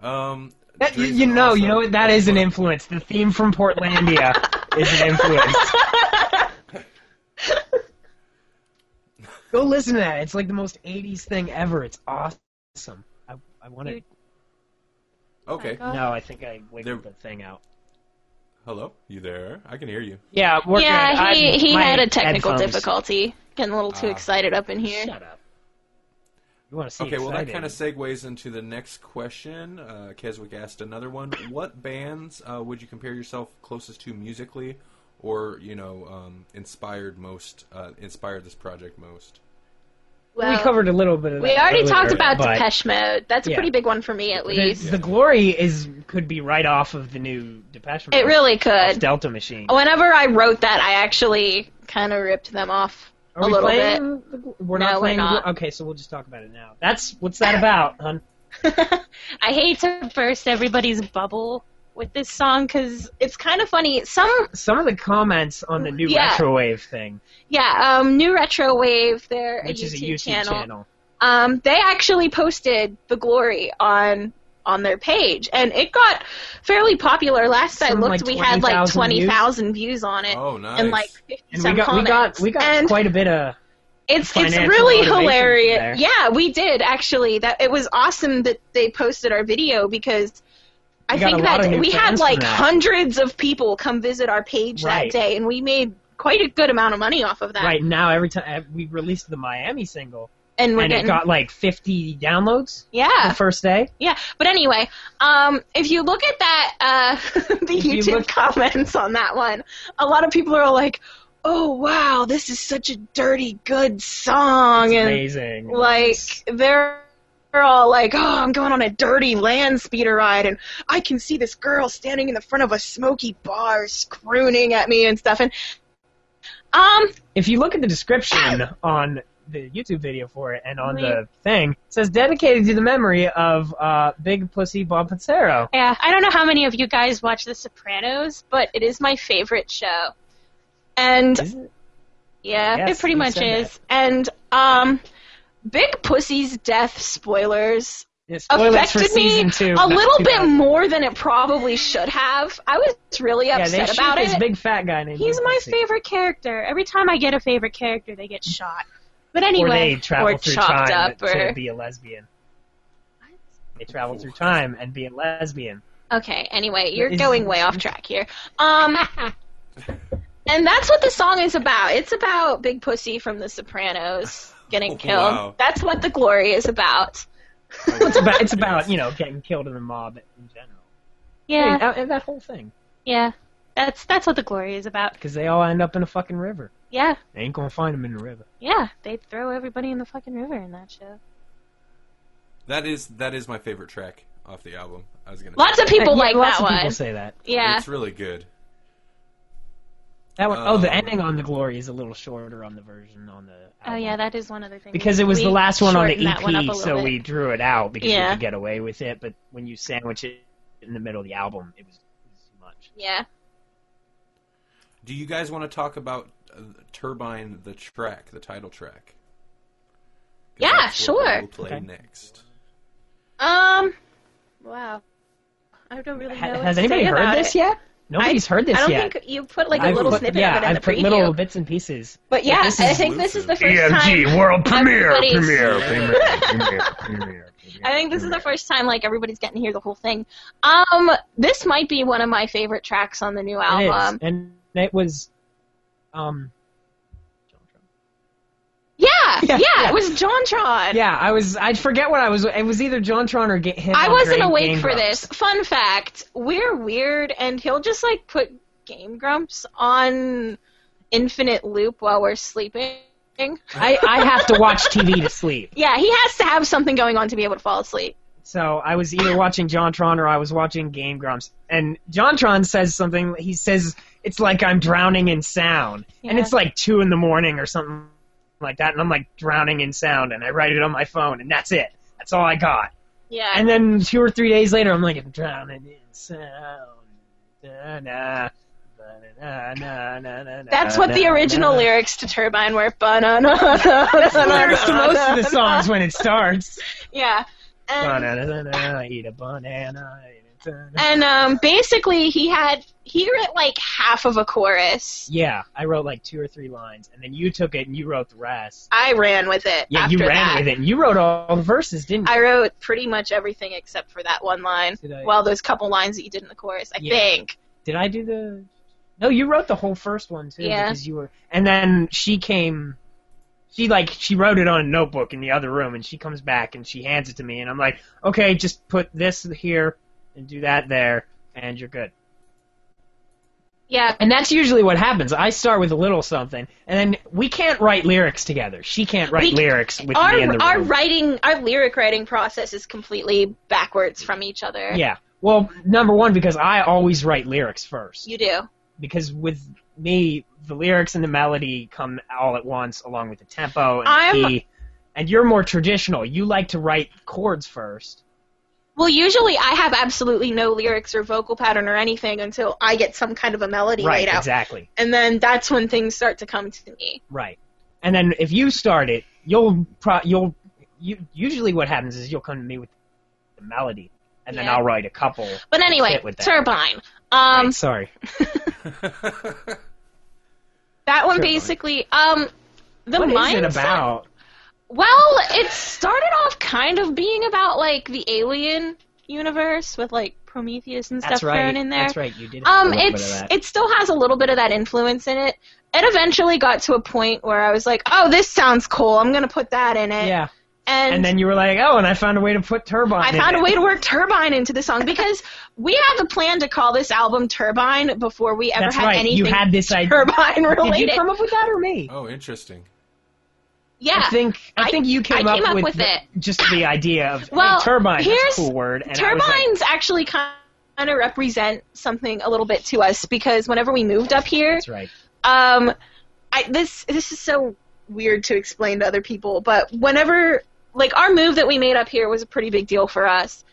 [SPEAKER 1] Um,
[SPEAKER 3] That- you,
[SPEAKER 1] Drazen
[SPEAKER 3] you know,
[SPEAKER 1] also-
[SPEAKER 3] you know what? That is an influence. The theme from Portlandia is an influence. Go listen to that. It's like the most 80s thing ever. It's awesome. I, I want to.
[SPEAKER 4] You-
[SPEAKER 1] Okay.
[SPEAKER 4] Oh.
[SPEAKER 3] No, I think I wiggled
[SPEAKER 1] There-
[SPEAKER 3] the thing out.
[SPEAKER 1] Hello, you there? I can hear you.
[SPEAKER 3] Yeah, we're
[SPEAKER 2] yeah
[SPEAKER 3] good.
[SPEAKER 2] he,
[SPEAKER 3] I'm-
[SPEAKER 2] he
[SPEAKER 3] my
[SPEAKER 2] had a technical
[SPEAKER 3] headphones-
[SPEAKER 2] difficulty getting a little too
[SPEAKER 1] Ah.
[SPEAKER 2] excited up in here
[SPEAKER 3] Shut up. You want to see
[SPEAKER 1] Okay, well that
[SPEAKER 3] excited.
[SPEAKER 1] kind of segues into the next question. Uh, Keswick asked another one: What bands uh, would you compare yourself closest to musically, or you know, um, inspired most? Uh, inspired this project most?
[SPEAKER 2] Well,
[SPEAKER 3] we covered a little bit of
[SPEAKER 2] We
[SPEAKER 3] that
[SPEAKER 2] already
[SPEAKER 3] earlier,
[SPEAKER 2] talked about
[SPEAKER 3] but
[SPEAKER 2] Depeche Mode. That's a
[SPEAKER 3] Yeah.
[SPEAKER 2] pretty big one for me, at
[SPEAKER 3] the,
[SPEAKER 2] least.
[SPEAKER 3] the glory is could be right off of the new Depeche Mode.
[SPEAKER 2] It really
[SPEAKER 3] off
[SPEAKER 2] could. Oh,
[SPEAKER 3] Delta Machine.
[SPEAKER 2] Whenever I wrote that, I actually kind of ripped them off
[SPEAKER 3] Are
[SPEAKER 2] a
[SPEAKER 3] we
[SPEAKER 2] little
[SPEAKER 3] playing? the gl- We're
[SPEAKER 2] No,
[SPEAKER 3] not
[SPEAKER 2] we're
[SPEAKER 3] playing. the gl-
[SPEAKER 2] not.
[SPEAKER 3] Okay, so we'll just talk about it now. That's what's that about, hun?
[SPEAKER 2] bit.
[SPEAKER 4] I hate to burst everybody's bubble with this song because
[SPEAKER 2] it's kind of funny. Some,
[SPEAKER 3] Some of the comments on the new
[SPEAKER 2] Yeah.
[SPEAKER 3] retrowave thing,
[SPEAKER 2] yeah, um, New Retro Wave, they're
[SPEAKER 3] which
[SPEAKER 2] a YouTube,
[SPEAKER 3] is a YouTube
[SPEAKER 2] channel.
[SPEAKER 3] channel.
[SPEAKER 2] Um, they actually posted The Glory on on their page, and it got fairly popular. Last I
[SPEAKER 3] Something
[SPEAKER 2] looked,
[SPEAKER 3] like
[SPEAKER 2] we had like
[SPEAKER 3] 20,000 views?
[SPEAKER 2] 20,000 views on it.
[SPEAKER 1] Oh, nice.
[SPEAKER 2] And like 50
[SPEAKER 3] and
[SPEAKER 2] some
[SPEAKER 3] we got
[SPEAKER 2] comments.
[SPEAKER 3] we got we got
[SPEAKER 2] And-
[SPEAKER 3] quite a bit of.
[SPEAKER 2] It's it's
[SPEAKER 3] financial
[SPEAKER 2] really
[SPEAKER 3] motivation
[SPEAKER 2] hilarious.
[SPEAKER 3] there.
[SPEAKER 2] Yeah, we did actually. That it was awesome that they posted our video because I
[SPEAKER 3] got
[SPEAKER 2] think
[SPEAKER 3] a lot
[SPEAKER 2] that
[SPEAKER 3] of
[SPEAKER 2] day-
[SPEAKER 3] new
[SPEAKER 2] we had
[SPEAKER 3] fans from
[SPEAKER 2] like
[SPEAKER 3] that.
[SPEAKER 2] hundreds of people come visit our page
[SPEAKER 3] Right.
[SPEAKER 2] that day, and we made quite a good amount of money off of that.
[SPEAKER 3] Right now, every time we released the Miami single,
[SPEAKER 2] And we're
[SPEAKER 3] and
[SPEAKER 2] getting
[SPEAKER 3] it got like 50 downloads the
[SPEAKER 2] yeah,
[SPEAKER 3] first day.
[SPEAKER 2] yeah. But anyway, um, if you look at that uh, the
[SPEAKER 3] If you
[SPEAKER 2] YouTube
[SPEAKER 3] look-
[SPEAKER 2] comments on that one, a lot of people are like, "Oh wow, this is such a dirty good song,"
[SPEAKER 3] It's
[SPEAKER 2] and
[SPEAKER 3] amazing.
[SPEAKER 2] like they're they're all like, "Oh, I'm going on a dirty land speeder ride, and I can see this girl standing in the front of a smoky bar, crooning at me and stuff." And um,
[SPEAKER 3] if you look at the description on the YouTube video for it, and on
[SPEAKER 2] Wait.
[SPEAKER 3] the thing it says dedicated to the memory of uh, Big Pussy Bob Pizzero.
[SPEAKER 2] Yeah, I don't know how many of you guys watch The Sopranos, but it is my favorite show. And
[SPEAKER 3] Is it?
[SPEAKER 2] yeah,
[SPEAKER 3] Yes,
[SPEAKER 2] it pretty
[SPEAKER 3] you
[SPEAKER 2] much
[SPEAKER 3] said
[SPEAKER 2] is. And um Big Pussy's death spoilers
[SPEAKER 3] Yeah, spoilers for
[SPEAKER 2] affected me
[SPEAKER 3] season two.
[SPEAKER 2] a little bit
[SPEAKER 3] 2000.
[SPEAKER 2] more than it probably should have. I was really
[SPEAKER 3] Yeah, they
[SPEAKER 2] upset
[SPEAKER 3] shoot
[SPEAKER 2] about
[SPEAKER 3] this
[SPEAKER 2] it.
[SPEAKER 3] big fat guy named
[SPEAKER 4] He's
[SPEAKER 3] Big
[SPEAKER 4] my
[SPEAKER 3] Pussy.
[SPEAKER 4] favorite character. Every time I get a favorite character, they get shot. But
[SPEAKER 3] Or
[SPEAKER 4] anyway,
[SPEAKER 3] they travel
[SPEAKER 2] or
[SPEAKER 3] through
[SPEAKER 2] chopped
[SPEAKER 3] time
[SPEAKER 2] up,
[SPEAKER 3] to
[SPEAKER 2] or-
[SPEAKER 3] be a lesbian. They travel through time and be a lesbian.
[SPEAKER 2] Okay, anyway, you're
[SPEAKER 3] Is-
[SPEAKER 2] going way off track here. Um And that's what the song is about. It's about Big Pussy from The Sopranos getting
[SPEAKER 1] Oh,
[SPEAKER 2] killed.
[SPEAKER 1] wow.
[SPEAKER 2] That's what the glory is about.
[SPEAKER 3] It's about, it's about you know getting killed in the mob in general.
[SPEAKER 4] yeah,
[SPEAKER 3] Hey, that- that whole thing
[SPEAKER 4] yeah. That's that's what the glory is about.
[SPEAKER 3] because they all end up in a fucking river.
[SPEAKER 4] Yeah,
[SPEAKER 3] They ain't gonna find them in the river.
[SPEAKER 4] yeah. They throw everybody in the fucking river in that show.
[SPEAKER 1] That is that is my favorite track off the album. I was gonna.
[SPEAKER 2] Lots
[SPEAKER 1] say.
[SPEAKER 2] of people
[SPEAKER 3] Yeah,
[SPEAKER 2] like
[SPEAKER 3] lots
[SPEAKER 2] that
[SPEAKER 3] of
[SPEAKER 2] one.
[SPEAKER 3] people say that.
[SPEAKER 2] Yeah.
[SPEAKER 1] It's really good.
[SPEAKER 3] That one oh, the
[SPEAKER 1] Um,
[SPEAKER 3] ending on the glory is a little shorter on the version on the.
[SPEAKER 4] Oh
[SPEAKER 3] album.
[SPEAKER 4] yeah, that is one other thing.
[SPEAKER 3] because it was
[SPEAKER 4] We
[SPEAKER 3] the last one on
[SPEAKER 4] shortened
[SPEAKER 3] the
[SPEAKER 4] that one up a
[SPEAKER 3] EP, so
[SPEAKER 4] little
[SPEAKER 3] we
[SPEAKER 4] bit.
[SPEAKER 3] drew it out because
[SPEAKER 2] Yeah.
[SPEAKER 3] we could get away with it. But when you sandwich it in the middle of the album, it was, it was too much.
[SPEAKER 2] yeah.
[SPEAKER 1] Do you guys want to talk about uh, Turbine, the track, the title track? 'Cause
[SPEAKER 2] Yeah,
[SPEAKER 1] that's what
[SPEAKER 2] sure.
[SPEAKER 1] We'll play
[SPEAKER 3] Okay.
[SPEAKER 1] next.
[SPEAKER 2] Um Wow. I don't really know.
[SPEAKER 3] Ha-
[SPEAKER 2] what
[SPEAKER 3] has
[SPEAKER 2] to
[SPEAKER 3] anybody
[SPEAKER 2] say
[SPEAKER 3] heard
[SPEAKER 2] about
[SPEAKER 3] this
[SPEAKER 2] it.
[SPEAKER 3] yet? Nobody's heard this
[SPEAKER 2] I don't
[SPEAKER 3] yet.
[SPEAKER 2] think you put like a
[SPEAKER 3] I've
[SPEAKER 2] little
[SPEAKER 3] put-
[SPEAKER 2] snippet
[SPEAKER 3] yeah,
[SPEAKER 2] of it in
[SPEAKER 3] I've
[SPEAKER 2] the
[SPEAKER 3] put
[SPEAKER 2] preview.
[SPEAKER 3] little bits and pieces.
[SPEAKER 2] but yeah,
[SPEAKER 3] this
[SPEAKER 2] I
[SPEAKER 3] is
[SPEAKER 2] think this is the first
[SPEAKER 5] EMG
[SPEAKER 2] time
[SPEAKER 5] E world premiere,
[SPEAKER 2] everybody's-
[SPEAKER 5] premiere, premiere, premiere, premiere, premiere.
[SPEAKER 2] I think this is the first time like everybody's getting to hear the whole thing. Um, this might be one of my favorite tracks on the new
[SPEAKER 3] It is,
[SPEAKER 2] album.
[SPEAKER 3] and it was, um,
[SPEAKER 2] Yeah, yeah,
[SPEAKER 3] Yeah, yeah.
[SPEAKER 2] it was JonTron.
[SPEAKER 3] yeah, I was, I forget what I was. It was either JonTron or get him.
[SPEAKER 2] I
[SPEAKER 3] or
[SPEAKER 2] wasn't
[SPEAKER 3] Greg
[SPEAKER 2] awake
[SPEAKER 3] Game
[SPEAKER 2] for this.
[SPEAKER 3] Grumps.
[SPEAKER 2] Fun fact: We're weird, and he'll just like put Game Grumps on infinite loop while we're sleeping.
[SPEAKER 3] I, I have to watch TV to sleep.
[SPEAKER 2] Yeah, he has to have something going on to be able to fall asleep.
[SPEAKER 3] So I was either watching JonTron or I was watching Game Grumps. And JonTron says something. He says it's like I'm drowning in sound, and
[SPEAKER 2] Yeah.
[SPEAKER 3] it's like two in the morning or something like that. And I'm like drowning in sound, and I write it on my phone, and that's it. That's all I got.
[SPEAKER 2] Yeah,
[SPEAKER 3] And then two or three days later, I'm like I'm drowning in sound. Na, na, na, na, na, na, na,
[SPEAKER 2] that's what the
[SPEAKER 3] na,
[SPEAKER 2] original
[SPEAKER 3] na.
[SPEAKER 2] lyrics to Turbine were. That's
[SPEAKER 3] That's the lyrics to most of the songs when it starts.
[SPEAKER 2] Yeah, and
[SPEAKER 3] Banana, eat a banana. eat a banana.
[SPEAKER 2] and um, basically he had he wrote like half of a chorus.
[SPEAKER 3] Yeah, I wrote like two or three lines, and then you took it and you wrote the rest.
[SPEAKER 2] I ran with it.
[SPEAKER 3] Yeah,
[SPEAKER 2] after
[SPEAKER 3] you ran
[SPEAKER 2] that.
[SPEAKER 3] with it. And you wrote all the verses, didn't you?
[SPEAKER 2] I wrote pretty much everything except for that one line.
[SPEAKER 3] Did I-
[SPEAKER 2] Well, those couple lines that you did in the chorus, I
[SPEAKER 3] Yeah.
[SPEAKER 2] think.
[SPEAKER 3] Did I do the? No, you wrote the whole first one too.
[SPEAKER 2] Yeah.
[SPEAKER 3] Because you were, and then she came. She like she wrote it on a notebook in the other room, and she comes back and she hands it to me, and I'm like, okay, just put this here and do that there, and you're good.
[SPEAKER 2] Yeah,
[SPEAKER 3] And that's usually what happens. I start with a little something, and then we can't write lyrics together. She can't write
[SPEAKER 2] We-
[SPEAKER 3] lyrics with
[SPEAKER 2] our
[SPEAKER 3] me in the room.
[SPEAKER 2] our writing, our lyric writing process is completely backwards from each other.
[SPEAKER 3] Yeah. Well, number one, because I always write lyrics first.
[SPEAKER 2] you do.
[SPEAKER 3] Because with me, the lyrics and the melody come all at once, along with the tempo and
[SPEAKER 2] I'm-
[SPEAKER 3] the key. And you're more traditional. You like to write chords first.
[SPEAKER 2] Well, usually I have absolutely no lyrics or vocal pattern or anything until I get some kind of a melody
[SPEAKER 3] right.
[SPEAKER 2] laid out,
[SPEAKER 3] Exactly.
[SPEAKER 2] and then that's when things start to come to me.
[SPEAKER 3] Right. And then if you start it, you'll pro- you'll you usually what happens is you'll come to me with the melody, and then
[SPEAKER 2] Yeah.
[SPEAKER 3] I'll write a couple.
[SPEAKER 2] But anyway,
[SPEAKER 3] Hit with that.
[SPEAKER 2] turbine. Um,
[SPEAKER 3] Right, sorry.
[SPEAKER 2] that one
[SPEAKER 3] Turbine.
[SPEAKER 2] basically. Um, the
[SPEAKER 3] What is it
[SPEAKER 2] mindset-
[SPEAKER 3] about?
[SPEAKER 2] Well, it started off kind of being about like the alien universe with like Prometheus and stuff
[SPEAKER 3] That's right.
[SPEAKER 2] thrown in there.
[SPEAKER 3] That's right. You did. Have a
[SPEAKER 2] Um,
[SPEAKER 3] little bit of
[SPEAKER 2] it's
[SPEAKER 3] that.
[SPEAKER 2] it still has a little bit of that influence in it. It eventually got to a point where I was like, "Oh, this sounds cool. I'm gonna put that in it."
[SPEAKER 3] yeah.
[SPEAKER 2] and,
[SPEAKER 3] And then you were like, oh, and I found a way to put turbine.
[SPEAKER 2] I
[SPEAKER 3] in
[SPEAKER 2] found
[SPEAKER 3] it.
[SPEAKER 2] a way to work turbine into the song because we had the plan to call this album Turbine before we ever
[SPEAKER 3] That's
[SPEAKER 2] had
[SPEAKER 3] right.
[SPEAKER 2] anything
[SPEAKER 3] you had this idea.
[SPEAKER 2] turbine
[SPEAKER 3] Did
[SPEAKER 2] related.
[SPEAKER 3] you come up with that or me?
[SPEAKER 1] oh, interesting.
[SPEAKER 2] yeah,
[SPEAKER 3] I think I,
[SPEAKER 2] I-
[SPEAKER 3] think you came,
[SPEAKER 2] I came up
[SPEAKER 3] with,
[SPEAKER 2] with
[SPEAKER 3] the-
[SPEAKER 2] it.
[SPEAKER 3] just the idea of hey,
[SPEAKER 2] Well,
[SPEAKER 3] turbine.
[SPEAKER 2] here's-
[SPEAKER 3] that's a cool word. And I was like,
[SPEAKER 2] turbines actually kind of represent something a little bit to us because whenever we moved up here,
[SPEAKER 3] that's right.
[SPEAKER 2] um, I this this is so weird to explain to other people, but whenever like our move that we made up here was a pretty big deal for us.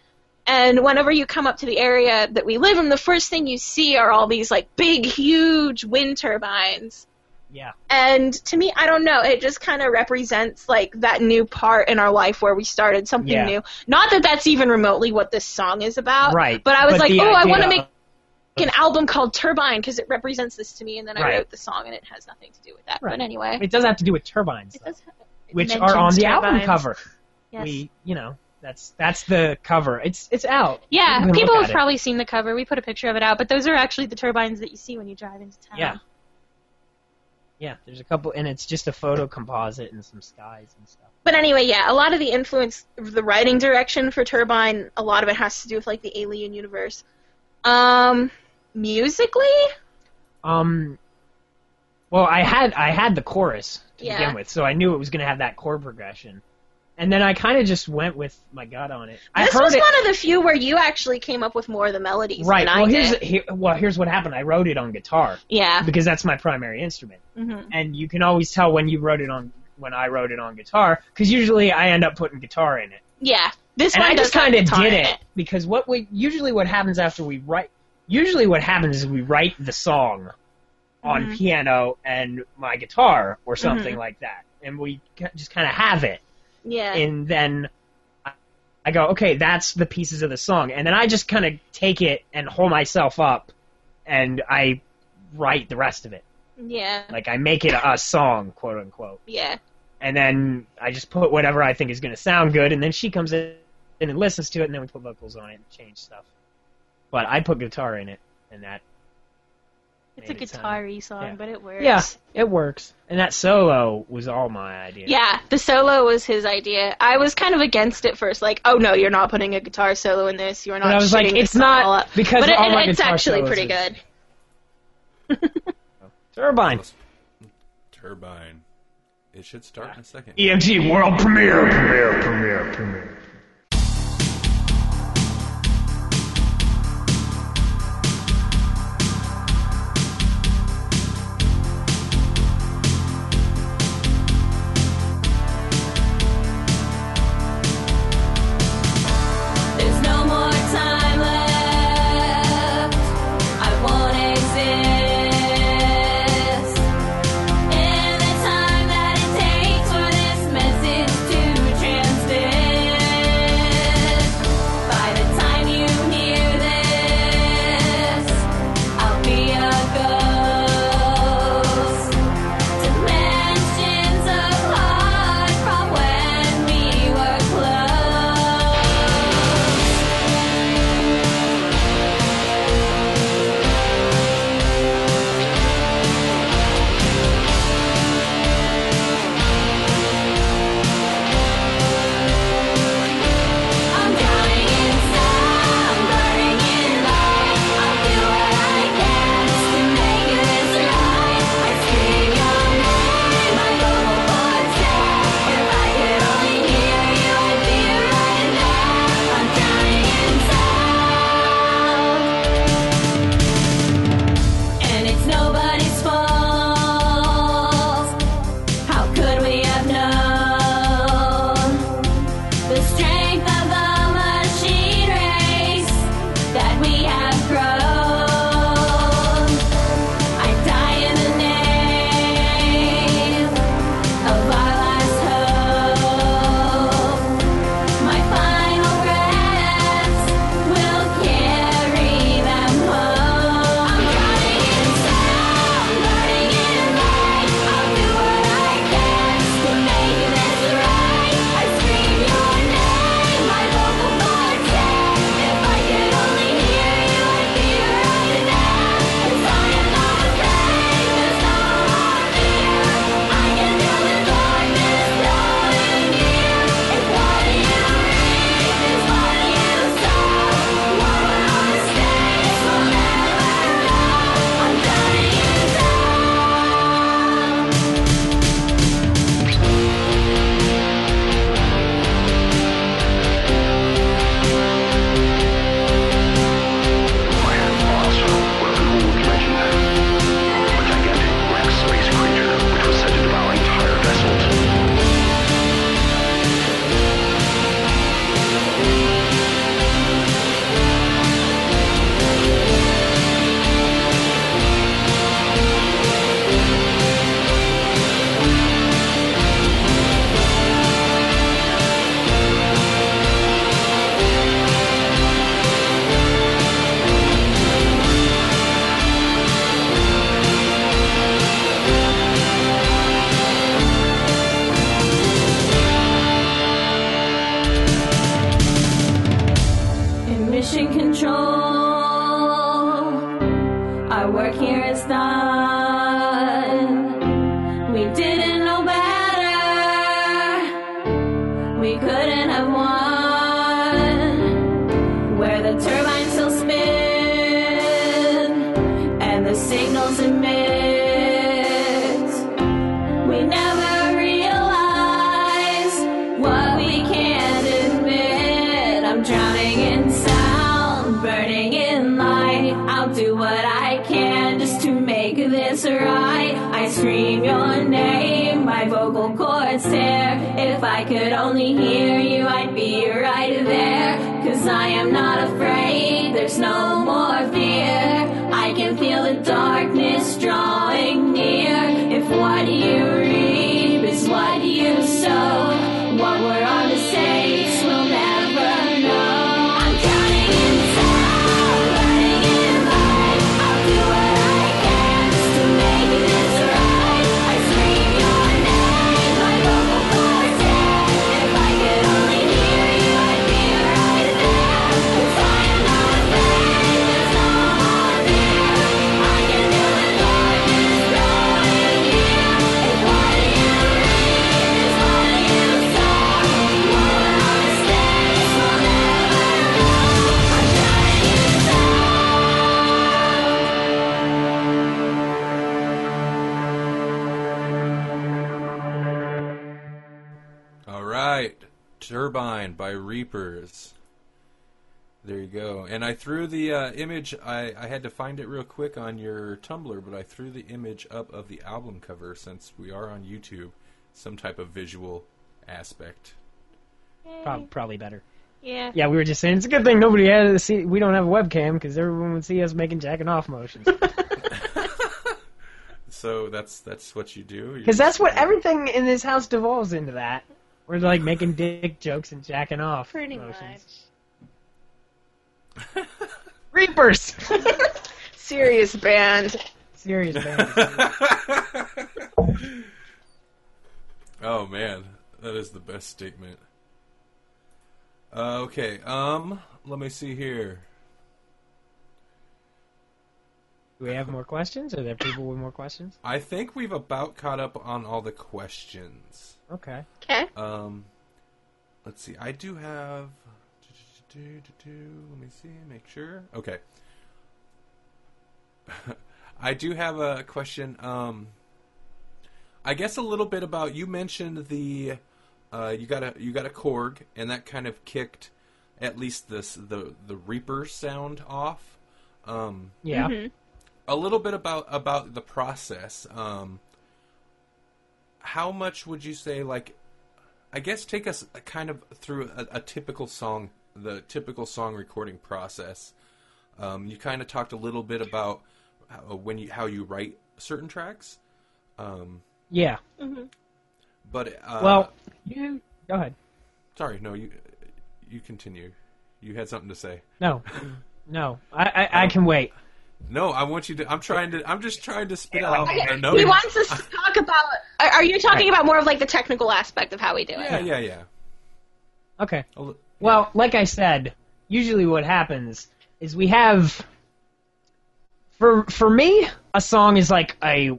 [SPEAKER 2] And whenever you come up to the area that we live in, the first thing you see are all these like big, huge wind turbines.
[SPEAKER 3] Yeah.
[SPEAKER 2] And to me, I don't know. It just kind of represents like that new part in our life where we started something
[SPEAKER 3] Yeah.
[SPEAKER 2] new. Not that that's even remotely what this song is about.
[SPEAKER 3] Right.
[SPEAKER 2] But I was
[SPEAKER 3] But
[SPEAKER 2] like,
[SPEAKER 3] the
[SPEAKER 2] oh, I
[SPEAKER 3] idea
[SPEAKER 2] want to make
[SPEAKER 3] of-
[SPEAKER 2] an album called Turbine because it represents this to me. And then I
[SPEAKER 3] Right.
[SPEAKER 2] wrote the song, and it has nothing to do with that.
[SPEAKER 3] Right.
[SPEAKER 2] But anyway,
[SPEAKER 3] It does have to do with turbines,
[SPEAKER 2] it
[SPEAKER 3] though,
[SPEAKER 2] does.
[SPEAKER 3] which
[SPEAKER 4] mentions
[SPEAKER 3] are on the album
[SPEAKER 4] turbines.
[SPEAKER 3] cover.
[SPEAKER 4] Yes.
[SPEAKER 3] We, you know, that's that's the cover. It's it's out. You
[SPEAKER 4] yeah,
[SPEAKER 3] can
[SPEAKER 4] people
[SPEAKER 3] look
[SPEAKER 4] have
[SPEAKER 3] at it.
[SPEAKER 4] probably seen the cover. We put a picture of it out, but those are actually the turbines that you see when you drive into
[SPEAKER 2] Uh-huh.
[SPEAKER 4] town.
[SPEAKER 3] Yeah. Yeah, there's a couple, and it's just a photo composite and some skies and stuff.
[SPEAKER 2] But anyway, yeah, a lot of the influence, of the writing direction for Turbine, a lot of it has to do with like the alien universe. Um, musically,
[SPEAKER 3] Um, well, I had I had the chorus to
[SPEAKER 2] Yeah.
[SPEAKER 3] begin with, so I knew it was going to have that chord progression, and then I kind of just went with my gut on it. I
[SPEAKER 2] this
[SPEAKER 3] heard
[SPEAKER 2] was
[SPEAKER 3] it
[SPEAKER 2] one of the few where you actually came up with more of the melodies
[SPEAKER 3] right.
[SPEAKER 2] than
[SPEAKER 3] Well,
[SPEAKER 2] I
[SPEAKER 3] here's
[SPEAKER 2] did.
[SPEAKER 3] here, well here's what happened. I wrote it on guitar
[SPEAKER 2] Yeah.
[SPEAKER 3] because that's my primary instrument,
[SPEAKER 2] hmm
[SPEAKER 3] and you can always tell when you wrote it on when I wrote it on guitar because usually I end up putting guitar in it.
[SPEAKER 2] Yeah. This
[SPEAKER 3] and
[SPEAKER 2] one
[SPEAKER 3] I just
[SPEAKER 2] does have
[SPEAKER 3] kind of
[SPEAKER 2] guitar
[SPEAKER 3] did
[SPEAKER 2] in
[SPEAKER 3] it, because what we usually what happens after we write usually what happens is we write the song on
[SPEAKER 2] Mhm.
[SPEAKER 3] piano and my guitar
[SPEAKER 2] Mm-hmm.
[SPEAKER 3] or something like that, and we ca- just kind of have it,
[SPEAKER 2] Yeah.
[SPEAKER 3] and then I- I go, okay, that's the pieces of the song, and then I just kind of take it and hold myself up, and I write the rest of it,
[SPEAKER 2] yeah.
[SPEAKER 3] like I make it a a song, quote unquote
[SPEAKER 2] Yeah.
[SPEAKER 3] and then I just put whatever I think is going to sound good, and then she comes in and listens to it, and then we put vocals on it and change stuff. But I put guitar in it, and that
[SPEAKER 4] It's a
[SPEAKER 3] made it sound-
[SPEAKER 4] guitar y song,
[SPEAKER 3] yeah.
[SPEAKER 4] but it works.
[SPEAKER 3] Yeah, it works, and that solo was all my idea.
[SPEAKER 2] Yeah. The solo was his idea. I was kind of against it first, like, oh no, you're not putting a guitar solo in this. You're not.
[SPEAKER 3] but I was like,
[SPEAKER 2] shitting this
[SPEAKER 3] it's
[SPEAKER 2] song all
[SPEAKER 3] not
[SPEAKER 2] up.
[SPEAKER 3] because
[SPEAKER 2] But it,
[SPEAKER 3] all my
[SPEAKER 2] it's
[SPEAKER 3] guitar
[SPEAKER 2] actually
[SPEAKER 3] solos
[SPEAKER 2] pretty
[SPEAKER 3] is-
[SPEAKER 2] good.
[SPEAKER 3] Turbine
[SPEAKER 1] Turbine. It should start in a second.
[SPEAKER 3] EMG E world premiere.
[SPEAKER 5] Premiere, premiere, premiere.
[SPEAKER 6] There's no more time left. I won't exist in the time that it takes for this message to transmit. we couldn't have won. Where the turbines still spin and the signals emit. We never realize what we can't admit. I'm drowning in sound, burning in light. I'll do what I can just to make this right. I scream your name, my vocal cords tear. If I could only hear you, I'd be right there. Cause I am not afraid, there's no more fear. I can feel the darkness drawing near. If what you reap is what you sow, what were our mistakes we'll never know. I'm drowning in sound, burning in light. I'll do what I can just to make this right. I scream your name, my vocal cords tear. If I could only hear you, I'd be right there. 'Cause I am not afraid, there's no more fear. I can feel the darkness growing here. If what you read is what you sow, what our mistakes will never know. I'm drowning in sound.
[SPEAKER 1] All right, Turbine by Reapers. There you go. And I threw the uh, image. I, I had to find it real quick on your Tumblr, but I threw the image up of the album cover since we are on YouTube. Some type of visual aspect.
[SPEAKER 3] Prob- probably better.
[SPEAKER 4] Yeah.
[SPEAKER 3] Yeah, we were just saying it's a good thing nobody had to see. We don't have a webcam because everyone would see us making jacking off motions.
[SPEAKER 1] So that's that's what you do. You're-
[SPEAKER 3] Because that's what everything in this house devolves into. That we're like making dick jokes and jacking off.
[SPEAKER 4] Pretty
[SPEAKER 3] motions.
[SPEAKER 4] much.
[SPEAKER 3] Reapers.
[SPEAKER 2] Serious band.
[SPEAKER 3] Serious band.
[SPEAKER 1] oh man, that is the best statement. Uh, okay, um, let me see here.
[SPEAKER 3] Do we have more questions? Are there people with more questions?
[SPEAKER 1] I think we've about caught up on all the questions.
[SPEAKER 3] Okay.
[SPEAKER 2] Okay.
[SPEAKER 1] Um, let's see. I do have. Let me see. Make sure. Okay. I do have a question. Um, I guess a little bit about you mentioned the uh, you got a you got a Korg, and that kind of kicked at least this the the Reaper sound off. Um,
[SPEAKER 3] Yeah.
[SPEAKER 1] a little bit about about the process. Um, how much would you say, like, I guess take us a kind of through a, a typical song, the typical song recording process. Um, you kind of talked a little bit about how, when you how you write certain tracks, um,
[SPEAKER 3] Yeah.
[SPEAKER 1] but uh,
[SPEAKER 3] Well, you go ahead.
[SPEAKER 1] sorry, no, you you continue. You had something to say.
[SPEAKER 3] No. No. I I, I can wait.
[SPEAKER 1] No, I want you to. I'm trying to. I'm just trying to spit out.
[SPEAKER 2] Okay,
[SPEAKER 1] a note.
[SPEAKER 2] he wants us to talk about. Are, are you talking about more of like the technical aspect of how we do it?
[SPEAKER 1] Yeah, yeah, yeah.
[SPEAKER 3] Okay.
[SPEAKER 1] A li-
[SPEAKER 3] Well, like I said, usually what happens is we have for for me, a song is like a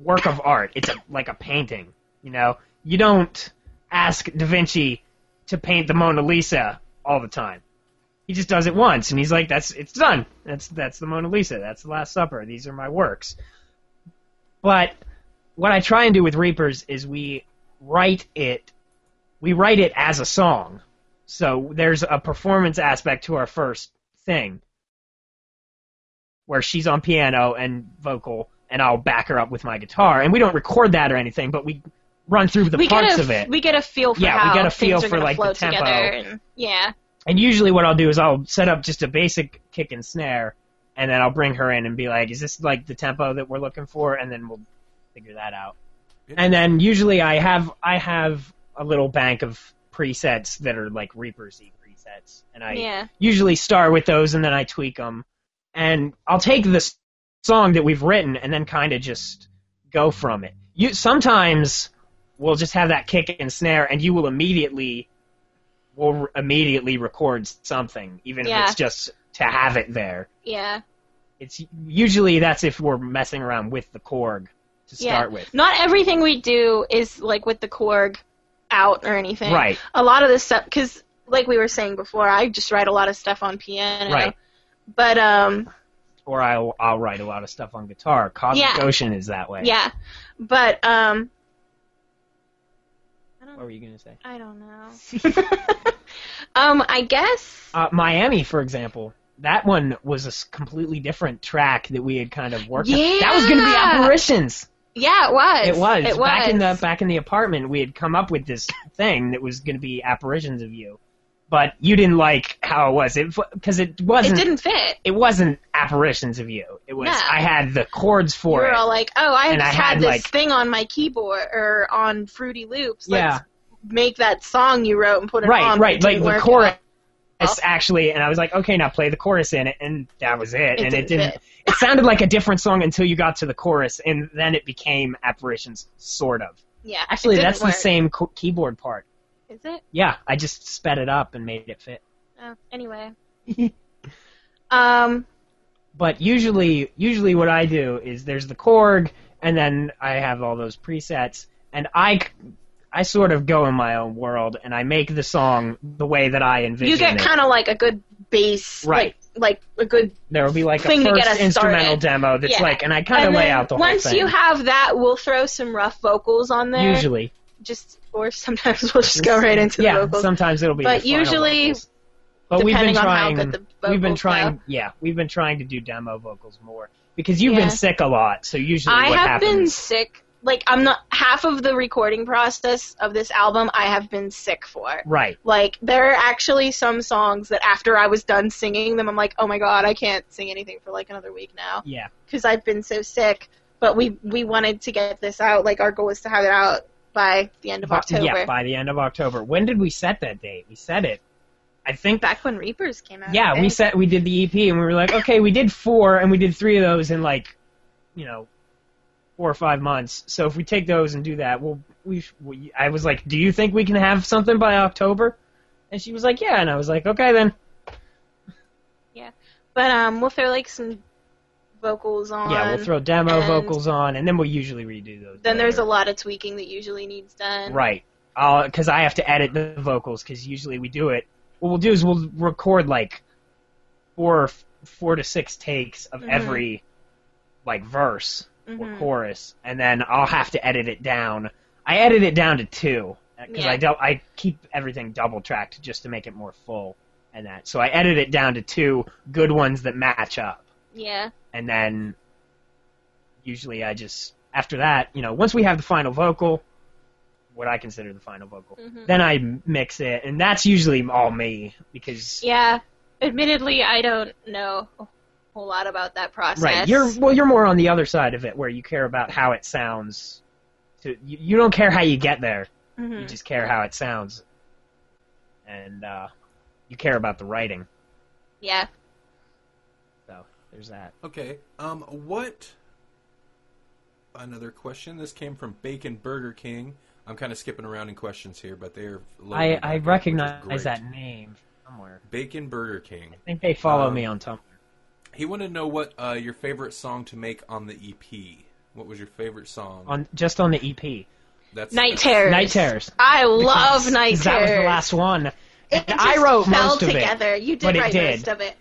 [SPEAKER 3] work of art. It's a, like a painting, you know. You don't ask Da Vinci to paint the Mona Lisa all the time. He just does it once and he's like that's it's done. That's that's the Mona Lisa. That's the Last Supper. These are my works. But what I try and do with Reapers is we write it we write it as a song. So there's a performance aspect to our first thing where she's on piano and vocal and I'll back her up with my guitar and we don't record that or anything but we run through the
[SPEAKER 2] We
[SPEAKER 3] parts
[SPEAKER 2] get a,
[SPEAKER 3] of it.
[SPEAKER 2] We get a feel for
[SPEAKER 3] Yeah, we
[SPEAKER 2] how
[SPEAKER 3] get a
[SPEAKER 2] things
[SPEAKER 3] feel
[SPEAKER 2] are
[SPEAKER 3] for,
[SPEAKER 2] gonna
[SPEAKER 3] like, the
[SPEAKER 2] flow
[SPEAKER 3] tempo.
[SPEAKER 2] together. And, yeah.
[SPEAKER 3] And usually what I'll do is I'll set up just a basic kick and snare, and then I'll bring her in and be like, "Is this like the tempo that we're looking for?" And then we'll figure that out. And then usually I have I have a little bank of presets that are like Reaper's E presets, and I
[SPEAKER 2] Yeah.
[SPEAKER 3] usually start with those and then I tweak them. And I'll take this song that we've written and then kind of just go from it. You sometimes we'll just have that kick and snare, and you will immediately will re- immediately record something, even
[SPEAKER 2] Yeah.
[SPEAKER 3] if it's just to have it there.
[SPEAKER 2] Yeah.
[SPEAKER 3] It's usually that's if we're messing around with the Korg to
[SPEAKER 2] Yeah.
[SPEAKER 3] start with.
[SPEAKER 2] Not everything we do is like with the Korg out or anything.
[SPEAKER 3] Right.
[SPEAKER 2] A lot of this stuff, because like we were saying before, I just write a lot of stuff on piano.
[SPEAKER 3] Right.
[SPEAKER 2] But um,
[SPEAKER 3] Or I'll, I'll write a lot of stuff on guitar. Cosmic
[SPEAKER 2] Yeah.
[SPEAKER 3] Ocean is that way.
[SPEAKER 2] yeah, but um,
[SPEAKER 4] I
[SPEAKER 3] What were
[SPEAKER 4] don't,
[SPEAKER 3] you going to say?
[SPEAKER 4] I don't know.
[SPEAKER 2] um, I guess
[SPEAKER 3] Uh, Miami, for example, that one was a s- completely different track that we had kind of worked on. That was going to be
[SPEAKER 2] Yeah.
[SPEAKER 3] apparitions.
[SPEAKER 2] yeah, it was.
[SPEAKER 3] It was.
[SPEAKER 2] It was.
[SPEAKER 3] Back in the back in the apartment, we had come up with this thing that was going to be apparitions of you, but you didn't like how it was. It because
[SPEAKER 2] it
[SPEAKER 3] it wasn't.
[SPEAKER 2] didn't fit.
[SPEAKER 3] it wasn't apparitions of you. It was
[SPEAKER 2] No.
[SPEAKER 3] I had the chords
[SPEAKER 2] We
[SPEAKER 3] for
[SPEAKER 2] were
[SPEAKER 3] it.
[SPEAKER 2] all like, "Oh, I
[SPEAKER 3] And
[SPEAKER 2] just
[SPEAKER 3] I
[SPEAKER 2] had,
[SPEAKER 3] had,
[SPEAKER 2] this
[SPEAKER 3] like-
[SPEAKER 2] thing on my keyboard or on Fruity Loops.
[SPEAKER 3] yeah,
[SPEAKER 2] Let's make that song you wrote and put it
[SPEAKER 3] right,
[SPEAKER 2] on." but
[SPEAKER 3] right.
[SPEAKER 2] it
[SPEAKER 3] Like
[SPEAKER 2] didn't
[SPEAKER 3] the
[SPEAKER 2] work
[SPEAKER 3] chorus
[SPEAKER 2] out.
[SPEAKER 3] actually, and I was like, okay, now play the chorus in it, and that was it.
[SPEAKER 2] It
[SPEAKER 3] and it
[SPEAKER 2] didn't
[SPEAKER 3] didn't. It sounded like a different song until you got to the chorus, and then it became apparitions, sort of.
[SPEAKER 2] Yeah, it
[SPEAKER 3] Actually,
[SPEAKER 2] didn't
[SPEAKER 3] that's
[SPEAKER 2] work.
[SPEAKER 3] the same co- keyboard part.
[SPEAKER 4] Is it?
[SPEAKER 3] Yeah, I just sped it up and made it fit.
[SPEAKER 4] Oh, anyway.
[SPEAKER 2] Um,
[SPEAKER 3] But usually, usually what I do is there's the Korg, and then I have all those presets, and I, c- I sort of go in my own world, and I make the song the way that I envision
[SPEAKER 2] you get
[SPEAKER 3] it.
[SPEAKER 2] kind of like a good bass,
[SPEAKER 3] Right.
[SPEAKER 2] Like, like a good
[SPEAKER 3] there will be like a
[SPEAKER 2] thing to get
[SPEAKER 3] first
[SPEAKER 2] us started.
[SPEAKER 3] instrumental demo that's
[SPEAKER 2] Yeah.
[SPEAKER 3] like, and I kind of
[SPEAKER 2] And
[SPEAKER 3] lay
[SPEAKER 2] then
[SPEAKER 3] out the
[SPEAKER 2] once
[SPEAKER 3] whole thing.
[SPEAKER 2] you have that, we'll throw some rough vocals on there.
[SPEAKER 3] usually,
[SPEAKER 2] just or sometimes we'll just go right into
[SPEAKER 3] yeah,
[SPEAKER 2] the vocals.
[SPEAKER 3] sometimes it'll be.
[SPEAKER 2] But
[SPEAKER 3] the final
[SPEAKER 2] usually,
[SPEAKER 3] vocals. but we've been
[SPEAKER 2] depending on how
[SPEAKER 3] trying.
[SPEAKER 2] good the
[SPEAKER 3] we've been
[SPEAKER 2] vocals
[SPEAKER 3] trying.
[SPEAKER 2] go.
[SPEAKER 3] Yeah, we've been trying to do demo vocals more because you've
[SPEAKER 2] Yeah.
[SPEAKER 3] been sick a lot, so usually
[SPEAKER 2] I
[SPEAKER 3] what
[SPEAKER 2] have been
[SPEAKER 3] happens?
[SPEAKER 2] sick. Like I'm not half of the recording process of this album. I have been sick for.
[SPEAKER 3] right.
[SPEAKER 2] Like there are actually some songs that after I was done singing them, I'm like, oh my god, I can't sing anything for like another week now
[SPEAKER 3] Yeah.
[SPEAKER 2] because I've been so sick. But we we wanted to get this out. Like our goal is to have it out by the end of
[SPEAKER 3] By-
[SPEAKER 2] October.
[SPEAKER 3] Yeah, by the end of October. When did we set that date? We set it. I think that.
[SPEAKER 2] Back when Reapers came out. I
[SPEAKER 3] Yeah, we
[SPEAKER 2] think.
[SPEAKER 3] set. We did the EP, and we were like, okay, we did four, and we did three of those in like, you know, four or five months. So if we take those and do that, we'll. We, sh- we. I was like, do you think we can have something by October? And she was like, yeah, and I was like, okay then.
[SPEAKER 2] But um, we'll throw like some vocals on.
[SPEAKER 3] Yeah, we'll throw demo
[SPEAKER 2] and-
[SPEAKER 3] vocals on, and then we'll usually redo those.
[SPEAKER 2] Then there's a
[SPEAKER 3] later.
[SPEAKER 2] lot of tweaking that usually needs done.
[SPEAKER 3] Right. Because I have to edit the vocals, because usually we do it. What we'll do is we'll record like four, or f- four to six takes of
[SPEAKER 2] Mhm.
[SPEAKER 3] every like verse or
[SPEAKER 2] Mhm.
[SPEAKER 3] chorus, and then I'll have to edit it down. I edit it down to two because
[SPEAKER 2] Yeah.
[SPEAKER 3] I do- I keep everything double tracked just to make it more full and that. So I edit it down to two good ones that match up
[SPEAKER 2] Yeah.
[SPEAKER 3] and then usually I just after that, you know, once we have the final vocal, what I consider the final vocal,
[SPEAKER 2] Mhm.
[SPEAKER 3] then I mix it, and that's usually all me because
[SPEAKER 2] Yeah. Admittedly, I don't know a whole lot about that process.
[SPEAKER 3] right, you're well, you're more on the other side of it where you care about how it sounds. To you, you don't care how you get there,
[SPEAKER 2] Mhm.
[SPEAKER 3] you just care how it sounds, and uh, you care about the writing.
[SPEAKER 2] Yeah.
[SPEAKER 3] So there's that.
[SPEAKER 1] Okay. Um, what? Another question. This came from Bacon Burger King. I'm kind of skipping around in questions here, but they're.
[SPEAKER 3] I
[SPEAKER 1] loaded back
[SPEAKER 3] I
[SPEAKER 1] up, which is great.
[SPEAKER 3] recognize that name somewhere.
[SPEAKER 1] Bacon Burger King.
[SPEAKER 3] I think they follow
[SPEAKER 1] Um,
[SPEAKER 3] me on Tumblr.
[SPEAKER 1] He wanted to know what uh, your favorite song to make on the EP. What was your favorite song?
[SPEAKER 3] On just on the E EP.
[SPEAKER 1] That's
[SPEAKER 2] Night Terrors.
[SPEAKER 3] Night Terrors.
[SPEAKER 2] I love
[SPEAKER 3] Because
[SPEAKER 2] Night Terrors.
[SPEAKER 3] That was the last one.
[SPEAKER 2] It
[SPEAKER 3] And
[SPEAKER 2] just
[SPEAKER 3] I wrote
[SPEAKER 2] fell
[SPEAKER 3] most of it.
[SPEAKER 2] together. You did
[SPEAKER 3] but it
[SPEAKER 2] write
[SPEAKER 3] did.
[SPEAKER 2] most of it.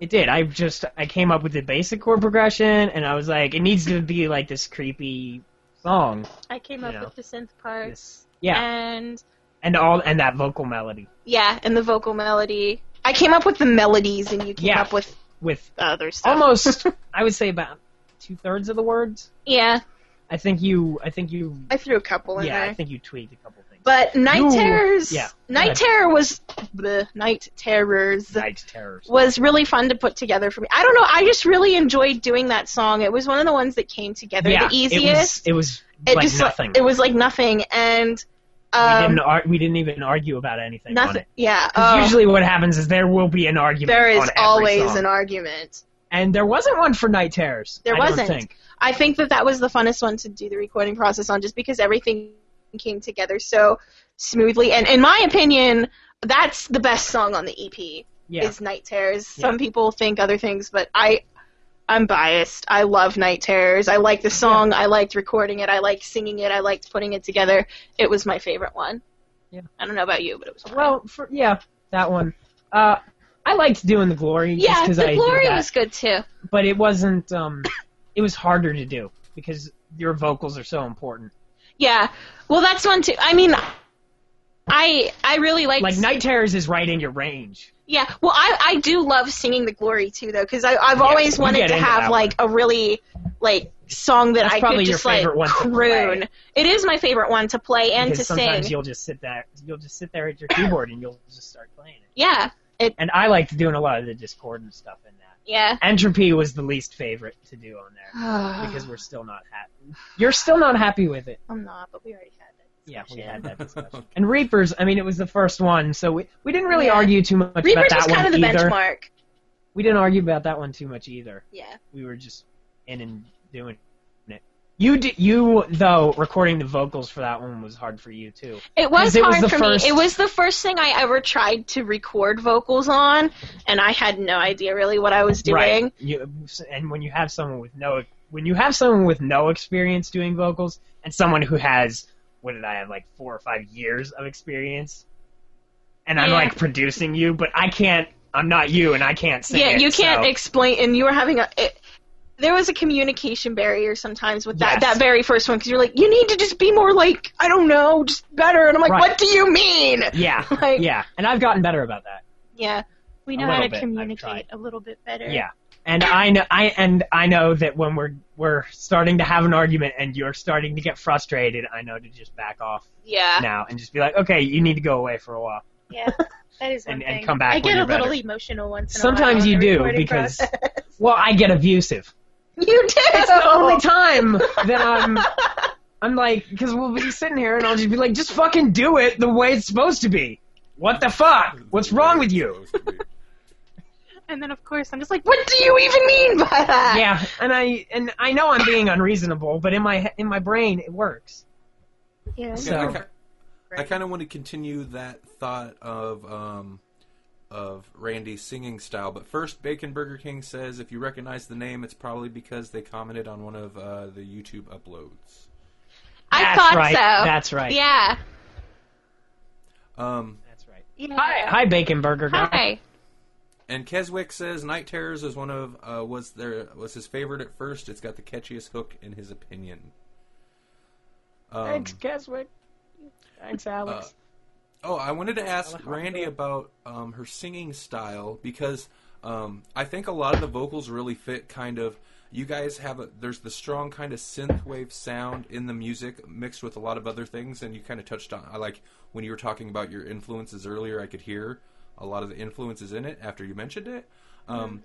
[SPEAKER 3] It did. I just I came up with the basic chord progression, and I was like, it needs to be like this creepy song.
[SPEAKER 4] I came
[SPEAKER 3] You
[SPEAKER 4] up
[SPEAKER 3] know.
[SPEAKER 4] with the synth part.
[SPEAKER 3] This, yeah,
[SPEAKER 4] And
[SPEAKER 3] and all and that vocal melody
[SPEAKER 2] Yeah, and the vocal melody. I came up with the melodies, and you came
[SPEAKER 3] Yeah.
[SPEAKER 2] up with
[SPEAKER 3] with
[SPEAKER 2] the other stuff.
[SPEAKER 3] almost I would say about two thirds of the words.
[SPEAKER 2] Yeah,
[SPEAKER 3] I think you. I think you.
[SPEAKER 2] I threw a couple in
[SPEAKER 3] yeah,
[SPEAKER 2] there.
[SPEAKER 3] I think you tweaked a couple things.
[SPEAKER 2] But Night
[SPEAKER 3] Ooh,
[SPEAKER 2] Terrors,
[SPEAKER 3] yeah,
[SPEAKER 2] Night
[SPEAKER 3] go ahead.
[SPEAKER 2] Terror was the Night Terrors
[SPEAKER 3] Night Terrors.
[SPEAKER 2] was really fun to put together for me. I don't know, I just really enjoyed doing that song. It was one of the ones that came together
[SPEAKER 3] yeah,
[SPEAKER 2] the easiest.
[SPEAKER 3] It was. It was
[SPEAKER 2] It
[SPEAKER 3] like
[SPEAKER 2] just
[SPEAKER 3] nothing.
[SPEAKER 2] it was like nothing and
[SPEAKER 3] we
[SPEAKER 2] um
[SPEAKER 3] didn't. Ar- we didn't even argue about anything. on
[SPEAKER 2] nothing.
[SPEAKER 3] it.
[SPEAKER 2] Yeah.
[SPEAKER 3] 'Cause
[SPEAKER 2] oh,
[SPEAKER 3] Usually, what happens is there will be an argument.
[SPEAKER 2] there
[SPEAKER 3] on
[SPEAKER 2] is
[SPEAKER 3] every
[SPEAKER 2] always
[SPEAKER 3] song.
[SPEAKER 2] an argument.
[SPEAKER 3] and there wasn't one for night terrors.
[SPEAKER 2] There
[SPEAKER 3] I don't
[SPEAKER 2] wasn't.
[SPEAKER 3] think.
[SPEAKER 2] I think that that was the funnest one to do the recording process on, just because everything came together so smoothly. And in my opinion, that's the best song on the E EP.
[SPEAKER 3] Yeah,
[SPEAKER 2] is Night Terrors.
[SPEAKER 3] Yeah.
[SPEAKER 2] Some people think other things, but I I'm biased. I love Night Terrors. I like the song. I liked recording it. I liked singing it. I liked putting it together. It was my favorite one.
[SPEAKER 3] Yeah.
[SPEAKER 2] I don't know about you, but it was fun.
[SPEAKER 3] Well, for, yeah, that one. Uh, I liked doing the glory. just
[SPEAKER 2] yeah,
[SPEAKER 3] 'cause I
[SPEAKER 2] the
[SPEAKER 3] did
[SPEAKER 2] glory
[SPEAKER 3] that.
[SPEAKER 2] was good too.
[SPEAKER 3] but it wasn't. Um, it was harder to do because your vocals are so important.
[SPEAKER 2] Yeah. Well, that's one too. I mean, I I really liked
[SPEAKER 3] Like Night Terrors is right in your range.
[SPEAKER 2] Yeah, well, I, I do love singing the glory too, though, because I've always
[SPEAKER 3] we
[SPEAKER 2] wanted
[SPEAKER 3] get
[SPEAKER 2] to
[SPEAKER 3] into
[SPEAKER 2] have
[SPEAKER 3] that
[SPEAKER 2] like a really like song that
[SPEAKER 3] That's
[SPEAKER 2] I
[SPEAKER 3] probably
[SPEAKER 2] could
[SPEAKER 3] your
[SPEAKER 2] just like
[SPEAKER 3] favorite one to
[SPEAKER 2] croon.
[SPEAKER 3] play.
[SPEAKER 2] It is my favorite one to play and
[SPEAKER 3] because
[SPEAKER 2] to
[SPEAKER 3] sometimes
[SPEAKER 2] sing.
[SPEAKER 3] you'll just sit there, you'll just sit there at your keyboard and you'll just start playing it.
[SPEAKER 2] Yeah,
[SPEAKER 3] And I liked doing a lot of the discordant stuff in that.
[SPEAKER 2] yeah.
[SPEAKER 3] Entropy was the least favorite to do on there because we're still not happy. You're still not happy with it.
[SPEAKER 2] I'm not, but we already had it.
[SPEAKER 3] Yeah, we had that discussion. And Reapers, I mean, it was the first one, so we, we didn't really
[SPEAKER 2] Yeah.
[SPEAKER 3] argue too much about
[SPEAKER 2] Reapers
[SPEAKER 3] that
[SPEAKER 2] was kind
[SPEAKER 3] one
[SPEAKER 2] of the
[SPEAKER 3] either.
[SPEAKER 2] benchmark.
[SPEAKER 3] We didn't argue about that one too much either.
[SPEAKER 2] Yeah.
[SPEAKER 3] We were just in and doing it. You d- you though recording the vocals for that one was hard for you too.
[SPEAKER 2] It was
[SPEAKER 3] 'Cause it was
[SPEAKER 2] hard
[SPEAKER 3] the
[SPEAKER 2] for
[SPEAKER 3] first-
[SPEAKER 2] me. It was the first thing I ever tried to record vocals on, and I had no idea really what I was doing.
[SPEAKER 3] Right. You, and when you have someone with no when you have someone with no experience doing vocals and someone who has what did I have like four or five years of experience, and I'm
[SPEAKER 2] Yeah.
[SPEAKER 3] like producing you, but I can't. I'm not you, and I can't sing.
[SPEAKER 2] yeah,
[SPEAKER 3] it,
[SPEAKER 2] you can't
[SPEAKER 3] so-
[SPEAKER 2] explain, and you were having a. It, there was a communication barrier sometimes with that
[SPEAKER 3] Yes.
[SPEAKER 2] that very first one because you're like, you need to just be more like I don't know, just better, and I'm like,
[SPEAKER 3] Right.
[SPEAKER 2] what do you mean?
[SPEAKER 3] yeah,
[SPEAKER 2] like-
[SPEAKER 3] yeah, and I've gotten better about that.
[SPEAKER 2] Yeah,
[SPEAKER 4] We
[SPEAKER 3] A
[SPEAKER 4] know how
[SPEAKER 3] little
[SPEAKER 4] to
[SPEAKER 3] bit, I've tried.
[SPEAKER 4] communicate a little bit better.
[SPEAKER 3] Yeah. And I know I and I know that when we're we're starting to have an argument and you're starting to get frustrated, I know to just back off
[SPEAKER 2] yeah,
[SPEAKER 3] now and just be like, okay, you need to go away for a while.
[SPEAKER 4] Yeah, that is one
[SPEAKER 3] And-
[SPEAKER 4] thing.
[SPEAKER 3] and come back
[SPEAKER 4] I
[SPEAKER 3] when
[SPEAKER 4] get a
[SPEAKER 3] you're
[SPEAKER 4] little
[SPEAKER 3] better.
[SPEAKER 4] emotional once. In
[SPEAKER 3] Sometimes
[SPEAKER 4] a while
[SPEAKER 3] you
[SPEAKER 4] on the
[SPEAKER 3] do
[SPEAKER 4] recording
[SPEAKER 3] because
[SPEAKER 4] process.
[SPEAKER 3] well, I get abusive.
[SPEAKER 2] you do.
[SPEAKER 3] It's the
[SPEAKER 1] Oh.
[SPEAKER 3] only time that I'm I'm like because we'll be sitting here and I'll just be like, just fucking do it the way it's supposed to be. What the fuck? What's wrong with you?
[SPEAKER 4] and then of course I'm just like,
[SPEAKER 2] What do you even mean by that?
[SPEAKER 3] Yeah, and I and I know I'm being unreasonable, but in my he- in my brain it works.
[SPEAKER 4] yeah,
[SPEAKER 3] So-
[SPEAKER 1] Yeah, I ki- I kind of want to continue that thought of um, of Randy's singing style, but first, Bacon Burger King says if you recognize the name, it's probably because they commented on one of uh, the YouTube uploads.
[SPEAKER 2] I
[SPEAKER 3] That's
[SPEAKER 2] thought
[SPEAKER 3] right.
[SPEAKER 2] so.
[SPEAKER 3] That's right.
[SPEAKER 2] Yeah.
[SPEAKER 1] Um,
[SPEAKER 3] That's right.
[SPEAKER 4] yeah.
[SPEAKER 3] Hi, hi, Bacon Burger Guy.
[SPEAKER 2] Hi.
[SPEAKER 1] and Keswick says Night Terrors is one of uh, was their was his favorite at first. It's got the catchiest hook in his opinion. Um,
[SPEAKER 3] Thanks, Keswick. Thanks, Alex.
[SPEAKER 1] Oh, I wanted to ask Randy about um, her singing style because um, I think a lot of the vocals really fit kind of. You guys have a there's the strong kind of synthwave sound in the music mixed with a lot of other things, and you kind of touched on. I like when you were talking about your influences earlier. I could hear a lot of the influences in it after you mentioned it. Um,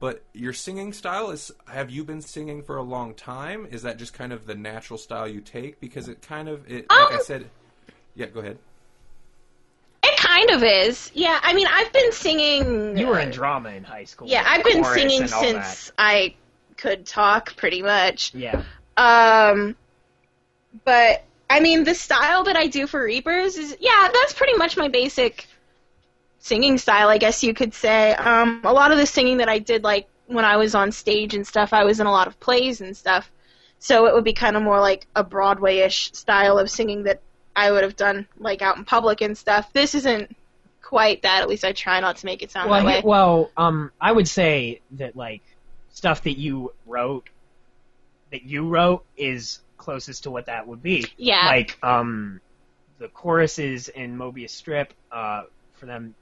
[SPEAKER 1] but your singing style is have you been singing for a long time? Is that just kind of the natural style you take? Because it kind of it like I
[SPEAKER 2] Um,
[SPEAKER 1] said. Yeah, go ahead.
[SPEAKER 2] It kind of is. Yeah. I mean, I've been singing. uh,
[SPEAKER 3] you were in drama in high school.
[SPEAKER 2] Yeah, I've been
[SPEAKER 3] chorus
[SPEAKER 2] singing
[SPEAKER 3] and all
[SPEAKER 2] since I could talk, pretty much.
[SPEAKER 3] that. Yeah.
[SPEAKER 2] Um, but I mean, the style that I do for Reapers is yeah, that's pretty much my basic singing style, I guess you could say. Um, a lot of the singing that I did, like when I was on stage and stuff, I was in a lot of plays and stuff, so it would be kind of more like a Broadway-ish style of singing that I would have done like out in public and stuff. This isn't quite that. At least I try not to make it sound
[SPEAKER 3] Well,
[SPEAKER 2] that way.
[SPEAKER 3] he- well, um, I would say that like stuff that you wrote, that you wrote is closest to what that would be.
[SPEAKER 2] yeah.
[SPEAKER 3] Like um, the choruses in Mobius Strip, uh, for them,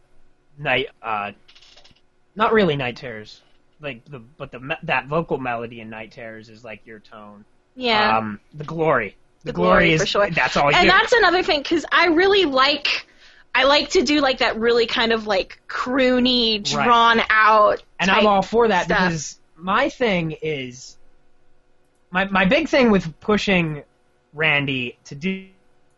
[SPEAKER 3] night, uh, not really Night Terrors, like the but the me- that vocal melody in Night Terrors is like your tone.
[SPEAKER 2] yeah.
[SPEAKER 3] um, the glory. The,
[SPEAKER 2] The
[SPEAKER 3] glory,
[SPEAKER 2] glory,
[SPEAKER 3] is
[SPEAKER 2] for sure.
[SPEAKER 3] that's all I
[SPEAKER 2] and
[SPEAKER 3] do.
[SPEAKER 2] that's another thing because I really like I like to do like that really kind of like croony,
[SPEAKER 3] Right.
[SPEAKER 2] drawn out.
[SPEAKER 3] and
[SPEAKER 2] type-
[SPEAKER 3] I'm all for that
[SPEAKER 2] stuff.
[SPEAKER 3] because my thing is my my big thing with pushing Randy to do,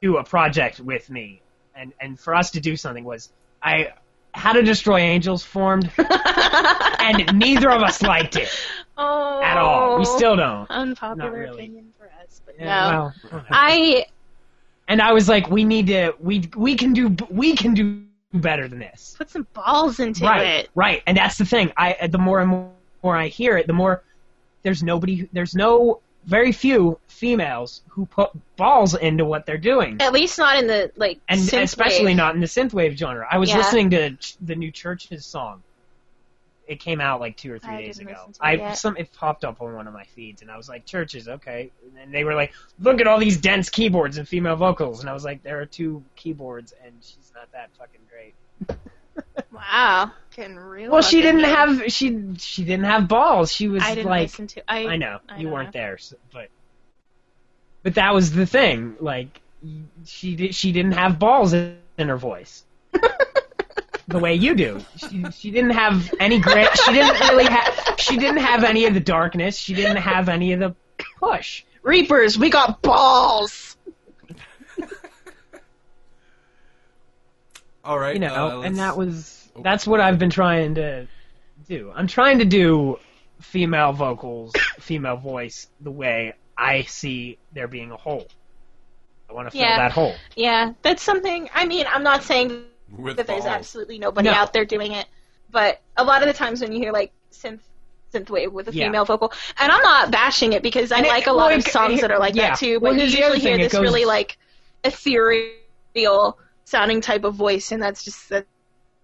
[SPEAKER 3] do a project with me and and for us to do something was I How to Destroy Angels formed and neither of us liked it
[SPEAKER 2] oh,
[SPEAKER 3] at all. We still don't.
[SPEAKER 4] unpopular
[SPEAKER 3] Not really.
[SPEAKER 4] opinion for us, but
[SPEAKER 3] Yeah, well,
[SPEAKER 2] I
[SPEAKER 3] and I was like, we need to we we can do we can do better than this.
[SPEAKER 2] put some balls into
[SPEAKER 3] right,
[SPEAKER 2] it.
[SPEAKER 3] Right, and that's the thing. I the more and more I hear it, the more there's nobody, there's no very few females who put balls into what they're doing.
[SPEAKER 2] At least not in the like
[SPEAKER 3] and
[SPEAKER 2] synthwave.
[SPEAKER 3] especially not in the synthwave genre. I was
[SPEAKER 2] Yeah.
[SPEAKER 3] listening to ch- the new Church's song. It came out like two or three
[SPEAKER 4] I
[SPEAKER 3] days
[SPEAKER 4] didn't
[SPEAKER 3] ago.
[SPEAKER 4] listen to it
[SPEAKER 3] I
[SPEAKER 4] yet.
[SPEAKER 3] some it popped up on one of my feeds, and I was like, "Churches, okay." And they were like, "Look at all these dense keyboards and female vocals," and I was like, "There are two keyboards, and she's not that fucking great."
[SPEAKER 4] Wow. Can really
[SPEAKER 3] Well, she didn't have she she didn't have balls. She was
[SPEAKER 4] I didn't
[SPEAKER 3] like
[SPEAKER 4] listen to. I,
[SPEAKER 3] I know you
[SPEAKER 4] don't
[SPEAKER 3] weren't
[SPEAKER 4] know.
[SPEAKER 3] there, s but but that was the thing. Like she did, she didn't have balls in her voice, the way you do. She, she didn't have any grit. She didn't really have. She didn't have any of the darkness. She didn't have any of the push.
[SPEAKER 2] Reapers. We got balls.
[SPEAKER 1] All right.
[SPEAKER 3] you know
[SPEAKER 1] uh, let's-
[SPEAKER 3] and that was that's what i've been trying to do i'm trying to do female vocals female voice the way i see there being a hole i want to fill
[SPEAKER 2] Yeah.
[SPEAKER 3] that hole
[SPEAKER 2] Yeah, that's something. I mean, I'm not saying
[SPEAKER 1] with
[SPEAKER 2] that there's
[SPEAKER 1] balls.
[SPEAKER 2] absolutely nobody
[SPEAKER 3] No.
[SPEAKER 2] out there doing it, but a lot of the times when you hear like synth synthwave with a
[SPEAKER 3] Yeah.
[SPEAKER 2] female vocal, and I'm not bashing it because I
[SPEAKER 3] And it-
[SPEAKER 2] like a
[SPEAKER 3] well,
[SPEAKER 2] lot
[SPEAKER 3] it-
[SPEAKER 2] of songs
[SPEAKER 3] it-
[SPEAKER 2] that are like
[SPEAKER 3] yeah.
[SPEAKER 2] that too.
[SPEAKER 3] Well,
[SPEAKER 2] But you
[SPEAKER 3] here's the other
[SPEAKER 2] usually hear
[SPEAKER 3] thing, it
[SPEAKER 2] this
[SPEAKER 3] goes-
[SPEAKER 2] really like ethereal sounding type of voice, and that's just that's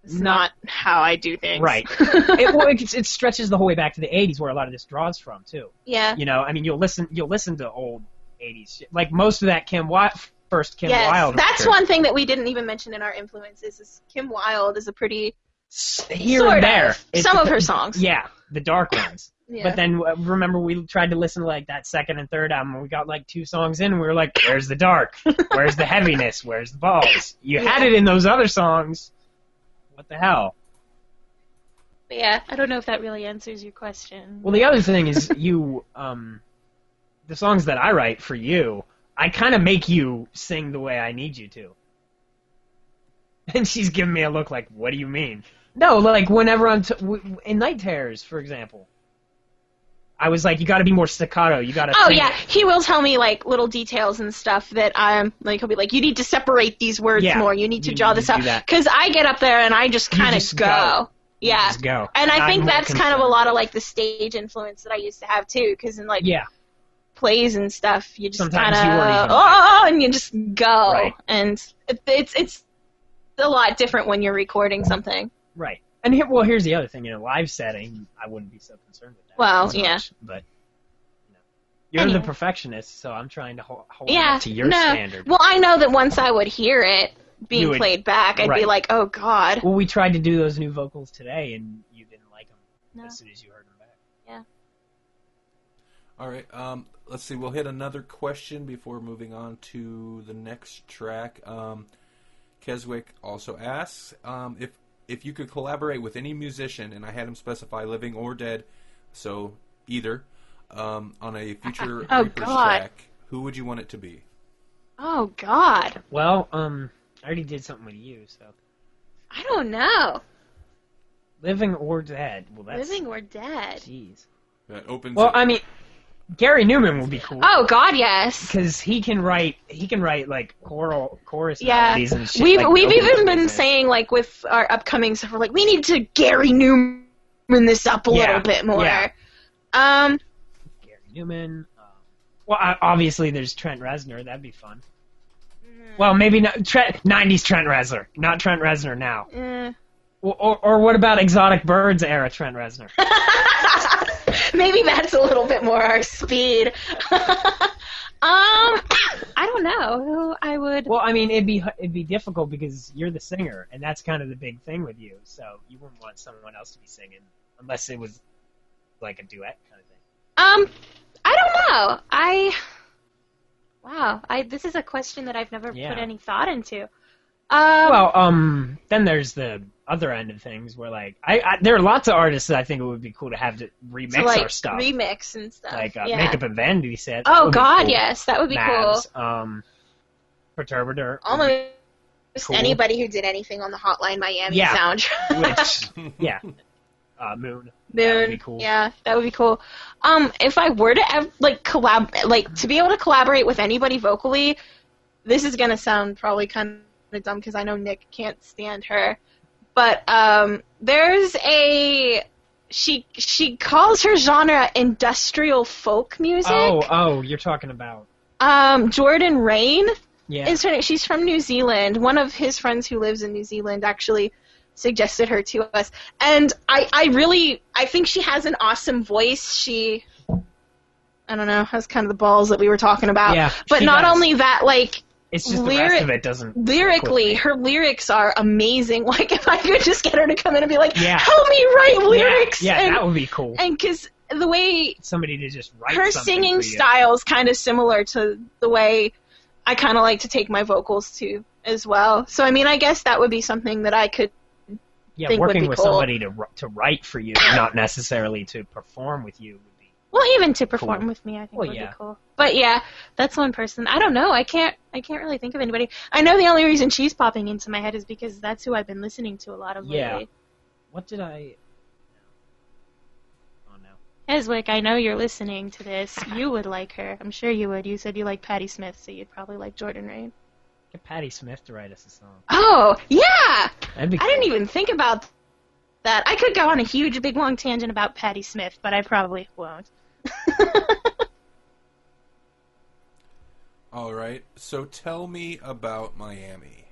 [SPEAKER 2] not how I do things.
[SPEAKER 3] Right. it, well, it, it stretches the whole way back to the 80s where a lot of this draws from too
[SPEAKER 2] yeah.
[SPEAKER 3] you know i mean you'll listen you'll listen to old 80s shit like most of that kim Wi first kim
[SPEAKER 2] yes,
[SPEAKER 3] wilde
[SPEAKER 2] that's
[SPEAKER 3] record.
[SPEAKER 2] one thing that we didn't even mention in our influences. Is Kim Wilde is a pretty
[SPEAKER 3] S- here
[SPEAKER 2] sort
[SPEAKER 3] and there
[SPEAKER 2] of.
[SPEAKER 3] It's
[SPEAKER 2] some
[SPEAKER 3] the-
[SPEAKER 2] of her songs.
[SPEAKER 3] yeah the dark ones
[SPEAKER 2] Yeah.
[SPEAKER 3] But then uh, remember we tried to listen to like that second and third album. and We got like two songs in. And we were like, "Where's the dark? Where's the heaviness? Where's the balls?" You had it in those other songs. What the hell?
[SPEAKER 4] But yeah, I don't know if that really answers your question.
[SPEAKER 3] Well, the other thing is you, um, the songs that I write for you, I kind of make you sing the way I need you to. And she's giving me a look like, "What do you mean?" No, like whenever I'm t- w- w- in Night Terrors, for example. I was like, you got to be more staccato. You got to.
[SPEAKER 2] Oh yeah, he will tell me like little details and stuff that I'm like he'll be like you need to separate these words
[SPEAKER 3] Yeah.
[SPEAKER 2] more. You need to
[SPEAKER 3] You
[SPEAKER 2] draw
[SPEAKER 3] need
[SPEAKER 2] this
[SPEAKER 3] to do
[SPEAKER 2] out
[SPEAKER 3] that.
[SPEAKER 2] cuz I get up there and I just
[SPEAKER 3] You
[SPEAKER 2] kind of
[SPEAKER 3] just
[SPEAKER 2] go.
[SPEAKER 3] go.
[SPEAKER 2] Yeah.
[SPEAKER 3] Just go.
[SPEAKER 2] and I
[SPEAKER 3] I'm
[SPEAKER 2] think
[SPEAKER 3] more
[SPEAKER 2] that's kind of a
[SPEAKER 3] concerned.
[SPEAKER 2] lot of like the stage influence that I used to have too cuz in like
[SPEAKER 3] Yeah,
[SPEAKER 2] plays and stuff you just kind
[SPEAKER 3] Sometimes you weren't
[SPEAKER 2] of
[SPEAKER 3] even-
[SPEAKER 2] oh and you just go.
[SPEAKER 3] Right.
[SPEAKER 2] And it, it's it's a lot different when you're recording something.
[SPEAKER 3] right. And here, well, here's the other thing. In a live setting, I wouldn't be so concerned with that.
[SPEAKER 2] Well,
[SPEAKER 3] as
[SPEAKER 2] yeah.
[SPEAKER 3] But you know, you're
[SPEAKER 2] Anyway.
[SPEAKER 3] the perfectionist, so I'm trying to hold, hold it
[SPEAKER 2] Yeah.
[SPEAKER 3] up to your
[SPEAKER 2] no.
[SPEAKER 3] standard.
[SPEAKER 2] Well, I know that once I would hear it being
[SPEAKER 3] You would-
[SPEAKER 2] played back, I'd be
[SPEAKER 3] right.
[SPEAKER 2] like, "Oh god."
[SPEAKER 3] Well, we tried to do those new vocals today, and you didn't like them
[SPEAKER 2] No.
[SPEAKER 3] as soon as you heard them back.
[SPEAKER 1] All right. Um, let's see. We'll hit another question before moving on to the next track. Um, Keswick also asks um, if if you could collaborate with any musician, and I had him specify living or dead, so either um, on a future
[SPEAKER 2] Oh,
[SPEAKER 1] Reapers
[SPEAKER 2] God.
[SPEAKER 1] track, who would you want it to be?
[SPEAKER 2] Oh God,
[SPEAKER 3] Well, um, I already did something with you, so
[SPEAKER 2] I don't know.
[SPEAKER 3] living or dead. Well, that's
[SPEAKER 4] Living or dead.
[SPEAKER 3] jeez.
[SPEAKER 1] That opens.
[SPEAKER 3] Well,
[SPEAKER 1] it.
[SPEAKER 3] I mean, Gary Newman would be cool.
[SPEAKER 2] Oh God, yes.
[SPEAKER 3] Because he can write, he can write like choral chorus
[SPEAKER 2] Yeah,
[SPEAKER 3] melodies and shit.
[SPEAKER 2] we've
[SPEAKER 3] like,
[SPEAKER 2] we've
[SPEAKER 3] nobody
[SPEAKER 2] even
[SPEAKER 3] does
[SPEAKER 2] been
[SPEAKER 3] that.
[SPEAKER 2] saying like with our upcoming stuff, we're like we need to Gary Newman this up a
[SPEAKER 3] Yeah,
[SPEAKER 2] little bit more.
[SPEAKER 3] yeah.
[SPEAKER 2] Um,
[SPEAKER 3] Gary Newman. Um, well, I, obviously there's Trent Reznor. That'd be fun.
[SPEAKER 2] Mm-hmm.
[SPEAKER 3] Well, maybe not Trent, '90s Trent Reznor, not Trent Reznor now.
[SPEAKER 2] eh.
[SPEAKER 3] Or, or, or what about Exotic Birds era Trent Reznor?
[SPEAKER 2] maybe that's a little bit more our speed. um,
[SPEAKER 4] Um,
[SPEAKER 2] I don't know who I would.
[SPEAKER 3] well, I mean, it'd be it'd be difficult because you're the singer, and that's kind of the big thing with you. So you wouldn't want someone else to be singing unless it was like a duet kind of thing.
[SPEAKER 2] Um, I don't know.
[SPEAKER 4] I. Wow. I this is a question that I've never
[SPEAKER 3] Yeah.
[SPEAKER 4] put any thought into.
[SPEAKER 2] Um,
[SPEAKER 3] Well, um, then there's the other end of things where like I, I there are lots of artists that I think it would be cool to have to remix
[SPEAKER 2] to, like
[SPEAKER 3] our stuff,
[SPEAKER 2] remix and stuff.
[SPEAKER 3] like uh,
[SPEAKER 2] yeah.
[SPEAKER 3] Makeup and Vanity set.
[SPEAKER 2] Oh
[SPEAKER 3] would be
[SPEAKER 2] God,
[SPEAKER 3] cool.
[SPEAKER 2] yes, that would be cool. Oh
[SPEAKER 3] Mavs, um, Perturbator.
[SPEAKER 2] almost
[SPEAKER 3] Cool.
[SPEAKER 2] anybody who did anything on the Hotline Miami
[SPEAKER 3] Yeah.
[SPEAKER 2] soundtrack.
[SPEAKER 3] Which, yeah. Uh, Moon.
[SPEAKER 2] Moon,
[SPEAKER 3] would be cool.
[SPEAKER 2] Yeah, that would be cool. Um, if I were to ev- like collab, like to be able to collaborate with anybody vocally, this is gonna sound probably kind of dumb because I know Nick can't stand her, but um, there's a she she calls her genre industrial folk music.
[SPEAKER 3] Oh, oh, you're talking about
[SPEAKER 2] Um, Jordan Rain
[SPEAKER 3] yeah.
[SPEAKER 2] is her name. She's from New Zealand. One of his friends who lives in New Zealand actually suggested her to us, and I I really I think she has an awesome voice. She I don't know has kind of the balls that we were talking about.
[SPEAKER 3] Yeah,
[SPEAKER 2] but
[SPEAKER 3] she
[SPEAKER 2] not
[SPEAKER 3] does.
[SPEAKER 2] only that, like
[SPEAKER 3] it's just the
[SPEAKER 2] lyric-
[SPEAKER 3] rest of it doesn't. click with
[SPEAKER 2] lyrically,
[SPEAKER 3] me.
[SPEAKER 2] her lyrics are amazing. Like if I could just get her to come in and be like,
[SPEAKER 3] Yeah.
[SPEAKER 2] "Help me write
[SPEAKER 3] Yeah,
[SPEAKER 2] lyrics,"
[SPEAKER 3] Yeah,
[SPEAKER 2] and
[SPEAKER 3] that would be cool.
[SPEAKER 2] and because the way
[SPEAKER 3] Somebody to just write
[SPEAKER 2] her
[SPEAKER 3] something
[SPEAKER 2] singing
[SPEAKER 3] for you.
[SPEAKER 2] style is kind of similar to the way I kind of like to take my vocals to as well. So I mean, I guess that would be something that I could.
[SPEAKER 3] Yeah,
[SPEAKER 2] think would
[SPEAKER 3] working
[SPEAKER 2] be
[SPEAKER 3] with
[SPEAKER 2] cool.
[SPEAKER 3] somebody to wr- to write for you, not necessarily to perform with you, would be
[SPEAKER 4] Well, even to perform
[SPEAKER 3] Cool.
[SPEAKER 4] with me, I think
[SPEAKER 3] Well,
[SPEAKER 4] would
[SPEAKER 3] yeah.
[SPEAKER 4] be cool.
[SPEAKER 2] But yeah,
[SPEAKER 4] That's one person. I don't know. I can't. I can't really think of anybody. I know the only reason she's popping into my head is because that's who I've been listening to a lot of
[SPEAKER 3] Yeah.
[SPEAKER 4] lately.
[SPEAKER 3] What did I? Oh no.
[SPEAKER 4] Eswick, I know you're listening to this. You would like her. I'm sure you would. You said you like Patti Smith, so you'd probably like Jordan Rain.
[SPEAKER 3] Get Patti Smith to write us a song.
[SPEAKER 2] oh yeah,
[SPEAKER 3] That'd be
[SPEAKER 2] I didn't even think about that. I could go on a huge big long tangent about Patty Smith, but I probably won't.
[SPEAKER 1] All right. So tell me about Miami.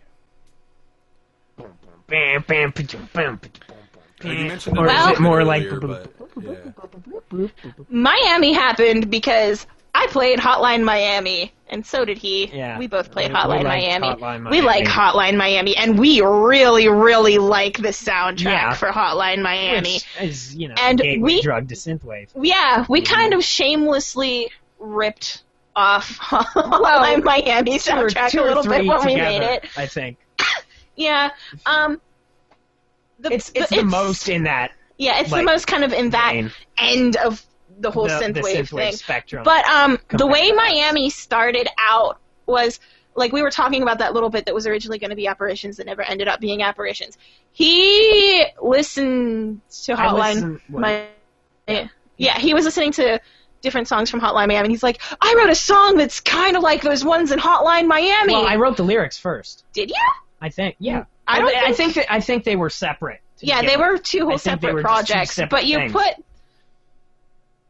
[SPEAKER 3] Bam, bam, pa-chum, bam, pa-chum, bam,
[SPEAKER 1] Well,
[SPEAKER 3] bam.
[SPEAKER 1] you mentioned
[SPEAKER 3] Mm. Or
[SPEAKER 1] it
[SPEAKER 3] is
[SPEAKER 1] a
[SPEAKER 3] it
[SPEAKER 1] little
[SPEAKER 3] more
[SPEAKER 1] bit
[SPEAKER 3] like?
[SPEAKER 1] earlier, but, yeah.
[SPEAKER 2] Miami happened because I played Hotline Miami, and so did he.
[SPEAKER 3] Yeah.
[SPEAKER 2] We both played
[SPEAKER 3] We- we
[SPEAKER 2] Hotline,
[SPEAKER 3] liked
[SPEAKER 2] Miami.
[SPEAKER 3] Hotline
[SPEAKER 2] We like
[SPEAKER 3] Miami.
[SPEAKER 2] Hotline Miami, and we really, really like the soundtrack
[SPEAKER 3] Yeah.
[SPEAKER 2] for Hotline Miami.
[SPEAKER 3] Which is you know
[SPEAKER 2] And
[SPEAKER 3] gateway
[SPEAKER 2] we-
[SPEAKER 3] drug to synthwave.
[SPEAKER 2] yeah,
[SPEAKER 3] Mhm.
[SPEAKER 2] we kind of shamelessly ripped off Hotline Miami
[SPEAKER 3] Or
[SPEAKER 2] soundtrack
[SPEAKER 3] two
[SPEAKER 2] a
[SPEAKER 3] or
[SPEAKER 2] little bit
[SPEAKER 3] three
[SPEAKER 2] when we
[SPEAKER 3] together,
[SPEAKER 2] made it.
[SPEAKER 3] I think
[SPEAKER 2] Yeah. Um, the,
[SPEAKER 3] it's it's the most in that
[SPEAKER 2] yeah, it's
[SPEAKER 3] like,
[SPEAKER 2] the most kind of in that
[SPEAKER 3] vein.
[SPEAKER 2] end of the whole
[SPEAKER 3] the,
[SPEAKER 2] synthwave,
[SPEAKER 3] the synthwave
[SPEAKER 2] thing.
[SPEAKER 3] spectrum.
[SPEAKER 2] But um, the
[SPEAKER 3] back
[SPEAKER 2] way
[SPEAKER 3] to that.
[SPEAKER 2] Miami started out was like we were talking about that little bit that was originally going to be apparitions that never ended up being apparitions. He listened to
[SPEAKER 3] I
[SPEAKER 2] Hotline.
[SPEAKER 3] listen-
[SPEAKER 2] Miami. yeah, he was listening to different songs from Hotline Miami, and he's like, "I wrote a song that's kind of like those ones in Hotline Miami."
[SPEAKER 3] well, I wrote the lyrics first.
[SPEAKER 2] Did you?
[SPEAKER 3] I think yeah.
[SPEAKER 2] Mm, I
[SPEAKER 3] Well,
[SPEAKER 2] don't
[SPEAKER 3] I
[SPEAKER 2] think-
[SPEAKER 3] think that, I think they were separate. to
[SPEAKER 2] Yeah,
[SPEAKER 3] begin
[SPEAKER 2] they
[SPEAKER 3] with.
[SPEAKER 2] were two
[SPEAKER 3] I
[SPEAKER 2] whole
[SPEAKER 3] think they
[SPEAKER 2] separate
[SPEAKER 3] were just two
[SPEAKER 2] projects,
[SPEAKER 3] separate
[SPEAKER 2] but you
[SPEAKER 3] things.
[SPEAKER 2] put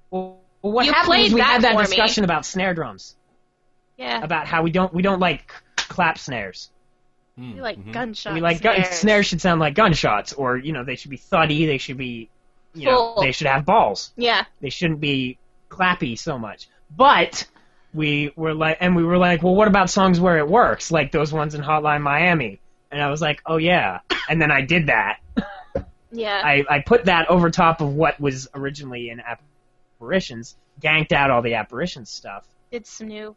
[SPEAKER 3] Well, what
[SPEAKER 2] You
[SPEAKER 3] happened
[SPEAKER 2] played
[SPEAKER 3] is we
[SPEAKER 2] that
[SPEAKER 3] had that
[SPEAKER 2] for me.
[SPEAKER 3] discussion about snare drums,
[SPEAKER 4] Yeah,
[SPEAKER 3] about how we don't we don't like c- clap snares.
[SPEAKER 4] we like
[SPEAKER 1] Mhm.
[SPEAKER 4] gunshots.
[SPEAKER 3] Um, mm-hmm. we like gun- snares. should sound like gunshots, or you know they should be thuddy. They should be, you know,
[SPEAKER 2] Full.
[SPEAKER 3] they should have balls.
[SPEAKER 2] yeah,
[SPEAKER 3] They shouldn't be clappy so much. But we were like, and we were like, well, what about songs where it works, like those ones in Hotline Miami? And I was like, oh yeah. And then I did that.
[SPEAKER 2] yeah.
[SPEAKER 3] I, I put that over top of what was originally in apparitions, ganked out all the apparitions stuff.
[SPEAKER 4] Did some new.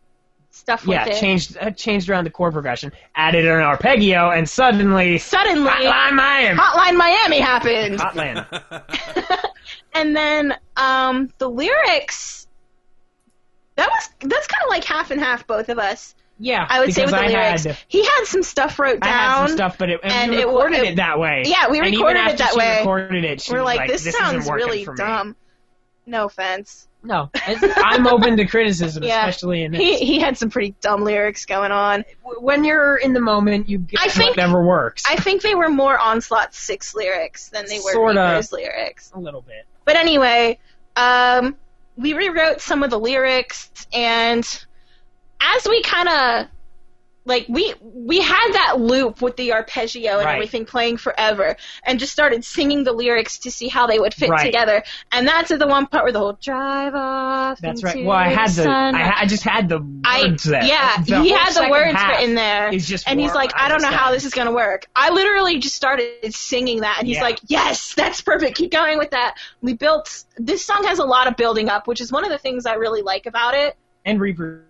[SPEAKER 2] stuff
[SPEAKER 3] Yeah,
[SPEAKER 2] with it.
[SPEAKER 3] changed uh, changed around the chord progression, added an arpeggio, and suddenly
[SPEAKER 2] Suddenly,
[SPEAKER 3] Hotline Miami.
[SPEAKER 2] Hotline Miami happened.
[SPEAKER 3] Hotland.
[SPEAKER 2] and then um, the lyrics that was that's kind of like half and half both of us
[SPEAKER 3] Yeah,
[SPEAKER 2] i would say
[SPEAKER 3] because
[SPEAKER 2] with the
[SPEAKER 3] I
[SPEAKER 2] lyrics
[SPEAKER 3] Had,
[SPEAKER 2] he had some stuff wrote
[SPEAKER 3] I had
[SPEAKER 2] down
[SPEAKER 3] some stuff, but it, and,
[SPEAKER 2] and
[SPEAKER 3] we
[SPEAKER 2] it wa-
[SPEAKER 3] recorded it,
[SPEAKER 2] it-
[SPEAKER 3] that way.
[SPEAKER 2] yeah we
[SPEAKER 3] And even
[SPEAKER 2] recorded
[SPEAKER 3] after
[SPEAKER 2] it that
[SPEAKER 3] she
[SPEAKER 2] way
[SPEAKER 3] Recorded it. She
[SPEAKER 2] we're
[SPEAKER 3] was
[SPEAKER 2] like
[SPEAKER 3] like
[SPEAKER 2] this,
[SPEAKER 3] this
[SPEAKER 2] sounds
[SPEAKER 3] isn't working
[SPEAKER 2] really
[SPEAKER 3] for me."
[SPEAKER 2] dumb no offense
[SPEAKER 3] No, it's- I'm open to criticism,
[SPEAKER 2] Yeah.
[SPEAKER 3] especially in this.
[SPEAKER 2] he he had some pretty dumb lyrics going on
[SPEAKER 3] when you're in the moment, you get
[SPEAKER 2] I think-
[SPEAKER 3] whatever works.
[SPEAKER 2] i think they were more onslaught six lyrics than they were
[SPEAKER 3] Sorta.
[SPEAKER 2] Reaper's lyrics
[SPEAKER 3] a little bit.
[SPEAKER 2] But anyway, um, we rewrote some of the lyrics, and as we kind of like we we had that loop with the arpeggio and
[SPEAKER 3] Right.
[SPEAKER 2] everything playing forever, and just started singing the lyrics to see how they would fit
[SPEAKER 3] Right.
[SPEAKER 2] together. And that's at the one part where the whole drive off.
[SPEAKER 3] That's right.
[SPEAKER 2] into
[SPEAKER 3] Well, I had the,
[SPEAKER 4] sun.
[SPEAKER 3] I, ha- I just had the
[SPEAKER 2] I-
[SPEAKER 3] words there.
[SPEAKER 2] yeah,
[SPEAKER 3] The
[SPEAKER 2] he
[SPEAKER 3] whole
[SPEAKER 2] had the
[SPEAKER 3] second
[SPEAKER 2] words
[SPEAKER 3] half
[SPEAKER 2] written there.
[SPEAKER 3] Is just
[SPEAKER 2] And he's
[SPEAKER 3] warm
[SPEAKER 2] like, I don't know how
[SPEAKER 3] understand.
[SPEAKER 2] this is going to work. I literally just started singing that, and he's
[SPEAKER 3] Yeah.
[SPEAKER 2] like, Yes, that's perfect. Keep going with that. We built this song has a lot of building up, which is one of the things I really like about it.
[SPEAKER 3] and reapers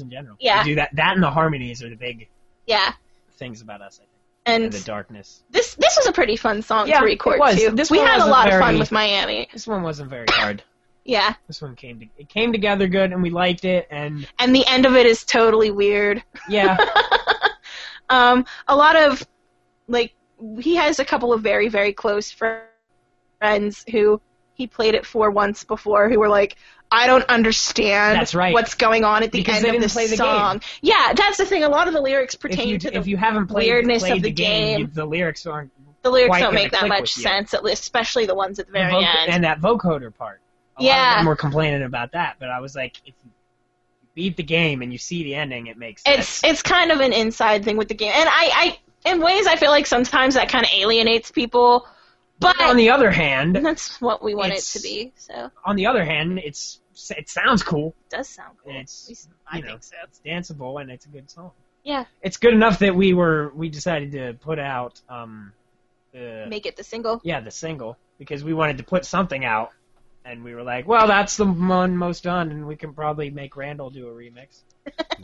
[SPEAKER 3] in general.
[SPEAKER 2] Yeah.
[SPEAKER 3] They do that. That and the harmonies are the big
[SPEAKER 2] Yeah,
[SPEAKER 3] things about us. I think.
[SPEAKER 2] and
[SPEAKER 3] And the darkness.
[SPEAKER 2] this this was a pretty fun song
[SPEAKER 3] Yeah,
[SPEAKER 2] to record
[SPEAKER 3] it was.
[SPEAKER 2] too.
[SPEAKER 3] This
[SPEAKER 2] we
[SPEAKER 3] one
[SPEAKER 2] had a
[SPEAKER 3] was a
[SPEAKER 2] lot of
[SPEAKER 3] very-
[SPEAKER 2] fun with Miami.
[SPEAKER 3] This one wasn't very hard.
[SPEAKER 2] Yeah,
[SPEAKER 3] This one came to, it came together good, and we liked it. And
[SPEAKER 2] and the end of it is totally weird.
[SPEAKER 3] yeah,
[SPEAKER 2] um, a lot of like he has a couple of very very close fr- friends who he played it for once before who were like I don't understand
[SPEAKER 3] That's right.
[SPEAKER 2] what's going on at the
[SPEAKER 3] Because
[SPEAKER 2] end
[SPEAKER 3] they
[SPEAKER 2] of
[SPEAKER 3] didn't
[SPEAKER 2] this
[SPEAKER 3] play the
[SPEAKER 2] song. Yeah, that's the thing. A lot of the lyrics
[SPEAKER 3] if
[SPEAKER 2] pertain
[SPEAKER 3] you
[SPEAKER 2] to the
[SPEAKER 3] if you haven't played,
[SPEAKER 2] weirdness
[SPEAKER 3] played
[SPEAKER 2] of the
[SPEAKER 3] the game,
[SPEAKER 2] game.
[SPEAKER 3] you- the lyrics aren't
[SPEAKER 2] The lyrics
[SPEAKER 3] Why
[SPEAKER 2] don't
[SPEAKER 3] can't
[SPEAKER 2] make
[SPEAKER 3] I
[SPEAKER 2] that
[SPEAKER 3] click
[SPEAKER 2] much
[SPEAKER 3] with you?
[SPEAKER 2] sense, at least, especially the ones at the
[SPEAKER 3] The
[SPEAKER 2] very
[SPEAKER 3] voc-
[SPEAKER 2] end.
[SPEAKER 3] and that vocoder part. A lot of
[SPEAKER 2] Yeah.
[SPEAKER 3] them were complaining about that, but I was like, if you beat the game and you see the ending, it makes sense.
[SPEAKER 2] it's it's kind of an inside thing with the game, and I, I in ways I feel like sometimes that kind of alienates people, but
[SPEAKER 3] on the other hand,
[SPEAKER 2] that's what we want it
[SPEAKER 3] It's-
[SPEAKER 2] to be. So it
[SPEAKER 3] on the other hand, it's it sounds cool.
[SPEAKER 2] does sound cool.
[SPEAKER 3] It's-
[SPEAKER 2] At least I
[SPEAKER 3] you know.
[SPEAKER 2] think so.
[SPEAKER 3] It's danceable and it's a good song.
[SPEAKER 2] Yeah,
[SPEAKER 3] It's good enough that we were we decided to put out um the
[SPEAKER 2] make it the single.
[SPEAKER 3] yeah the single because we wanted to put something out and we were like, well, that's the one most done, and we can probably make Randall do a remix.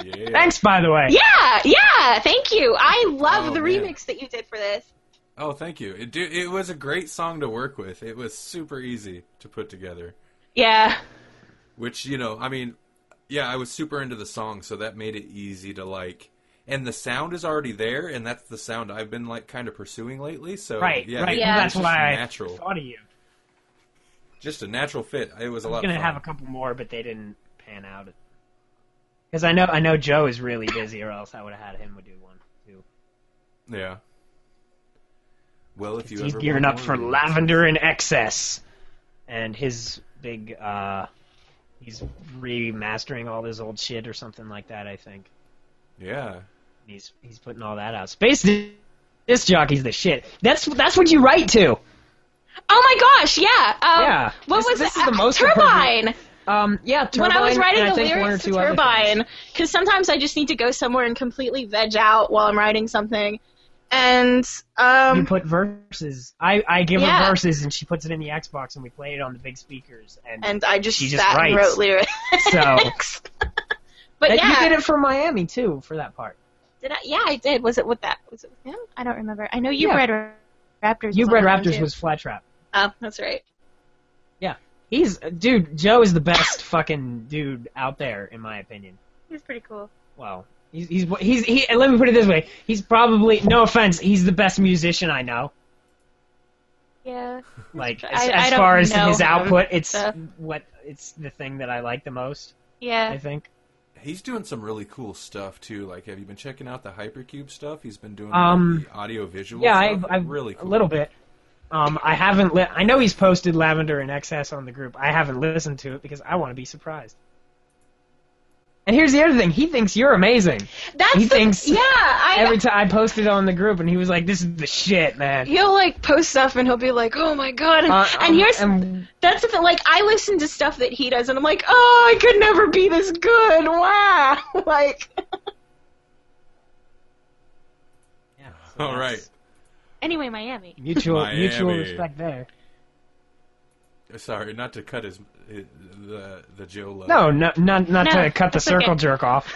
[SPEAKER 1] Yeah.
[SPEAKER 3] Thanks, by the way.
[SPEAKER 2] Yeah, yeah. Thank you. I love
[SPEAKER 1] Oh,
[SPEAKER 2] the
[SPEAKER 1] man.
[SPEAKER 2] remix that you did for this.
[SPEAKER 1] Oh, thank you. It do, it was a great song to work with. It was super easy to put together.
[SPEAKER 2] Yeah,
[SPEAKER 1] Which, you know, I mean, yeah, I was super into the song, so that made it easy to like and the sound is already there and that's the sound I've been like kind of pursuing lately, so
[SPEAKER 3] Right,
[SPEAKER 1] yeah,
[SPEAKER 3] right.
[SPEAKER 1] it
[SPEAKER 2] Yeah.
[SPEAKER 1] was
[SPEAKER 3] That's
[SPEAKER 1] just
[SPEAKER 3] why I
[SPEAKER 1] natural.
[SPEAKER 3] thought of you.
[SPEAKER 1] Just a natural fit. It was a
[SPEAKER 3] I was
[SPEAKER 1] lot of
[SPEAKER 3] gonna
[SPEAKER 1] fun.
[SPEAKER 3] have a couple more, but they didn't pan out. Because I know I know Joe is really busy, or else I would have had him do one too.
[SPEAKER 1] Yeah. Well, if you
[SPEAKER 3] He's
[SPEAKER 1] ever
[SPEAKER 3] gearing
[SPEAKER 1] want
[SPEAKER 3] up
[SPEAKER 1] more
[SPEAKER 3] for
[SPEAKER 1] remixes-
[SPEAKER 3] Lavender in Excess, and his big uh, he's remastering all this old shit or something like that. I think
[SPEAKER 1] Yeah.
[SPEAKER 3] he's he's putting all that out. Space this jockey's the shit. That's that's what you write to.
[SPEAKER 2] Oh my gosh, yeah. Um,
[SPEAKER 3] Yeah.
[SPEAKER 2] What
[SPEAKER 3] This-
[SPEAKER 2] was
[SPEAKER 3] this
[SPEAKER 2] it?
[SPEAKER 3] is the
[SPEAKER 2] Uh,
[SPEAKER 3] most
[SPEAKER 2] Turbine.
[SPEAKER 3] Um, yeah,
[SPEAKER 2] When I was
[SPEAKER 3] Turbine,
[SPEAKER 2] writing
[SPEAKER 3] and I
[SPEAKER 2] the
[SPEAKER 3] think one or
[SPEAKER 2] lyrics to
[SPEAKER 3] two other
[SPEAKER 2] Turbine, because sometimes I just need to go somewhere and completely veg out while I'm writing something, and
[SPEAKER 3] you
[SPEAKER 2] um,
[SPEAKER 3] put verses. I, I give her
[SPEAKER 2] Yeah.
[SPEAKER 3] verses, and she puts it in the Xbox, and we play it on the big speakers. And,
[SPEAKER 2] and I just
[SPEAKER 3] She
[SPEAKER 2] sat
[SPEAKER 3] just
[SPEAKER 2] and
[SPEAKER 3] writes.
[SPEAKER 2] wrote lyrics.
[SPEAKER 3] so
[SPEAKER 2] but
[SPEAKER 3] That-
[SPEAKER 2] yeah,
[SPEAKER 3] you did it for Miami too for that part.
[SPEAKER 2] Did I? Yeah, I did. Was it with that? Was it with him?
[SPEAKER 4] I don't remember. I know you
[SPEAKER 3] Yeah.
[SPEAKER 4] read Raptors.
[SPEAKER 3] You
[SPEAKER 4] was
[SPEAKER 3] Red
[SPEAKER 4] on that one,
[SPEAKER 3] Raptors
[SPEAKER 4] too.
[SPEAKER 3] was Flat Trap.
[SPEAKER 2] Oh, that's right.
[SPEAKER 3] He's dude. Joe is the best fucking dude out there, in my opinion.
[SPEAKER 4] He was pretty cool.
[SPEAKER 3] Well, he's he's he's he. and Let me put it this way: he's probably no offense. He's the best musician I know.
[SPEAKER 4] Yeah.
[SPEAKER 3] Like
[SPEAKER 4] I-
[SPEAKER 3] as,
[SPEAKER 4] I
[SPEAKER 3] as
[SPEAKER 4] don't
[SPEAKER 3] far as
[SPEAKER 4] know
[SPEAKER 3] his
[SPEAKER 4] him,
[SPEAKER 3] output, it's
[SPEAKER 4] so-
[SPEAKER 3] what it's the thing that I like the most. I
[SPEAKER 4] Yeah.
[SPEAKER 3] think.
[SPEAKER 1] He's doing some really cool stuff too. Like, have you been checking out the Hypercube stuff? He's been doing
[SPEAKER 3] Um,
[SPEAKER 1] like, the audio visual.
[SPEAKER 3] Yeah,
[SPEAKER 1] stuff.
[SPEAKER 3] I've, I've
[SPEAKER 1] really cool.
[SPEAKER 3] a little bit. Um, I haven't. Li- I know he's posted Lavender and Excess on the group. I haven't listened to it because I want to be surprised. And here's the other thing: he thinks you're amazing.
[SPEAKER 2] That's
[SPEAKER 3] He
[SPEAKER 2] the,
[SPEAKER 3] thinks-
[SPEAKER 2] Yeah, I.
[SPEAKER 3] Every time I posted on the group, and he was like, "This is the shit, man."
[SPEAKER 2] He'll like post stuff and he'll be like, "Oh my god!" And,
[SPEAKER 3] Uh,
[SPEAKER 2] and
[SPEAKER 3] um,
[SPEAKER 2] here's
[SPEAKER 3] and
[SPEAKER 2] that's the thing. Like I listen to stuff that he does, and I'm like, "Oh, I could never be this good." Wow. like,
[SPEAKER 3] yeah, so
[SPEAKER 1] All right.
[SPEAKER 4] Anyway, Miami.
[SPEAKER 3] mutual
[SPEAKER 1] Miami.
[SPEAKER 3] mutual respect there.
[SPEAKER 1] Sorry, not to cut his, his the the Joe love.
[SPEAKER 3] No, no, not not
[SPEAKER 4] No,
[SPEAKER 3] to cut the
[SPEAKER 4] that's
[SPEAKER 3] circle
[SPEAKER 4] okay.
[SPEAKER 3] jerk off.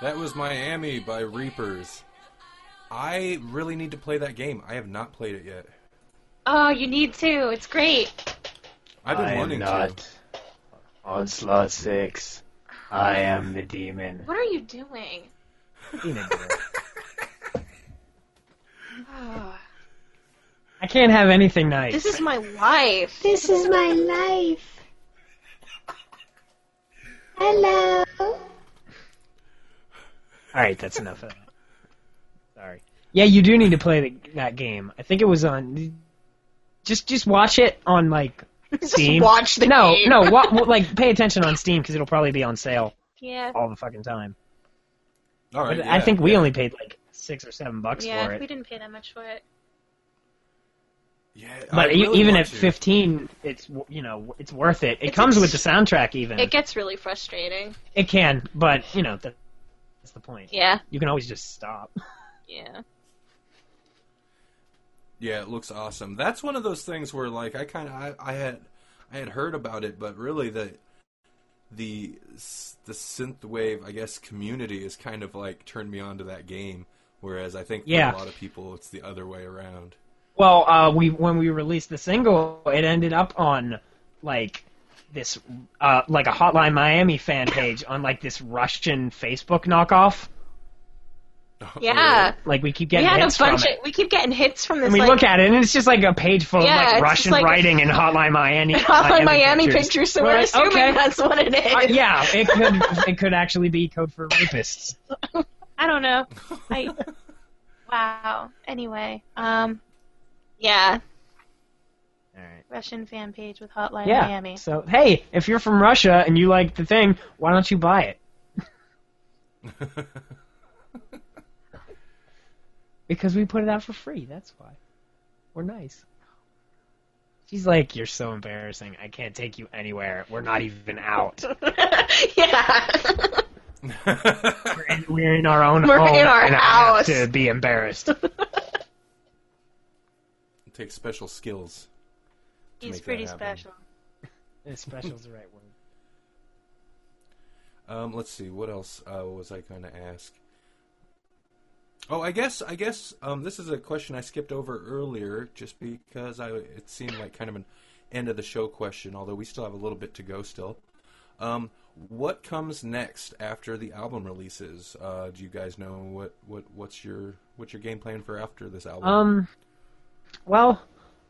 [SPEAKER 6] That was Miami by Reapers. I really need to play that game. I have not played it yet.
[SPEAKER 2] Oh, you need to. It's great.
[SPEAKER 6] I've been wanting to.
[SPEAKER 7] Onslaught 6. I am the demon.
[SPEAKER 2] What are you doing?
[SPEAKER 3] Peanut butter. I can't have anything nice.
[SPEAKER 2] This is my life.
[SPEAKER 8] This is my life. Hello.
[SPEAKER 3] All right, that's enough of that. Sorry. Yeah, you do need to play the, that game. I think it was on. Just just watch it on like Steam.
[SPEAKER 2] watch the
[SPEAKER 3] no,
[SPEAKER 2] game.
[SPEAKER 3] no, wa- wa- like pay attention on Steam because it'll probably be on sale
[SPEAKER 2] Yeah.
[SPEAKER 3] all the fucking time.
[SPEAKER 6] All right,
[SPEAKER 3] I
[SPEAKER 6] yeah,
[SPEAKER 3] think we
[SPEAKER 6] yeah.
[SPEAKER 3] only paid like six or seven bucks for
[SPEAKER 2] Oh, Yeah,
[SPEAKER 3] it.
[SPEAKER 2] we didn't pay that much for it.
[SPEAKER 6] Yeah, I
[SPEAKER 3] but e-
[SPEAKER 6] really
[SPEAKER 3] even
[SPEAKER 6] want
[SPEAKER 3] at
[SPEAKER 6] to.
[SPEAKER 3] 15, it's w- you know it's worth it. It
[SPEAKER 2] It's
[SPEAKER 3] comes
[SPEAKER 2] ex-
[SPEAKER 3] with the soundtrack even.
[SPEAKER 2] It gets really frustrating.
[SPEAKER 3] It can, but you know that, that's the point.
[SPEAKER 2] Yeah.
[SPEAKER 3] You can always just stop.
[SPEAKER 2] Yeah.
[SPEAKER 6] Yeah, it looks awesome. That's one of those things where like I kind of I, I had I had heard about it, but really the the s- the synthwave I guess community is kind of like turned me on to that game. Whereas I think
[SPEAKER 3] Yeah.
[SPEAKER 6] for a lot of people it's the other way around.
[SPEAKER 3] Well, uh, we when we released the single, it ended up on like this uh, like a Hotline Miami fan page on like this Russian Facebook knockoff.
[SPEAKER 2] Yeah.
[SPEAKER 3] Like we keep
[SPEAKER 2] We
[SPEAKER 3] getting
[SPEAKER 2] had a
[SPEAKER 3] hits
[SPEAKER 2] bunch
[SPEAKER 3] from
[SPEAKER 2] of
[SPEAKER 3] it.
[SPEAKER 2] we keep getting hits from this
[SPEAKER 3] And we
[SPEAKER 2] like
[SPEAKER 3] look at it, and it's just like a page full
[SPEAKER 2] Yeah,
[SPEAKER 3] of
[SPEAKER 2] it's
[SPEAKER 3] like
[SPEAKER 2] just
[SPEAKER 3] Russian
[SPEAKER 2] like-
[SPEAKER 3] writing and Hotline Miami.
[SPEAKER 2] Hotline Miami pictures, so we're,
[SPEAKER 3] like,
[SPEAKER 2] assuming
[SPEAKER 3] okay.
[SPEAKER 2] that's what it is.
[SPEAKER 3] Uh, yeah, it could it could actually be code for rapists.
[SPEAKER 4] I don't know. I wow. Anyway, um,
[SPEAKER 2] Yeah.
[SPEAKER 3] All right.
[SPEAKER 4] Russian fan page with Hotline
[SPEAKER 3] Yeah.
[SPEAKER 4] Miami.
[SPEAKER 3] So hey, if you're from Russia and you like the thing, why don't you buy it? Because we put it out for free. That's why. We're nice. She's like, you're so embarrassing. I can't take you anywhere. We're not even out.
[SPEAKER 2] yeah.
[SPEAKER 3] We're in, we're in our own
[SPEAKER 2] We're
[SPEAKER 3] home.
[SPEAKER 2] in our
[SPEAKER 3] and I have
[SPEAKER 2] house."
[SPEAKER 3] to be embarrassed.
[SPEAKER 1] Takes special skills. to
[SPEAKER 4] He's
[SPEAKER 1] make that
[SPEAKER 4] pretty
[SPEAKER 1] happen.
[SPEAKER 4] special.
[SPEAKER 3] Special's the right word.
[SPEAKER 1] Um, let's see, what else uh, was I going to ask? Oh, I guess I guess um, this is a question I skipped over earlier, just because I it seemed like kind of an end of the show question. Although we still have a little bit to go still. Um, what comes next after the album releases? Uh, do you guys know what, what what's your what's your game plan for after this album?
[SPEAKER 3] Um, well,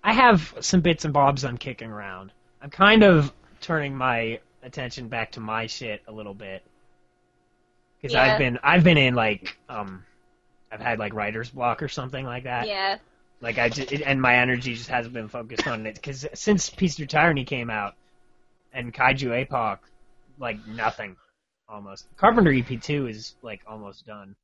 [SPEAKER 3] I have some bits and bobs I'm kicking around. I'm kind of turning my attention back to my shit a little bit because I've
[SPEAKER 2] Yeah.
[SPEAKER 3] been I've been in like um, I've had like writer's block or something like that.
[SPEAKER 2] Yeah.
[SPEAKER 3] Like I just, and my energy just hasn't been focused on it because since Peace Through Tyranny came out and Kaiju Apoc, like nothing, almost. Carpenter EP two is like almost done,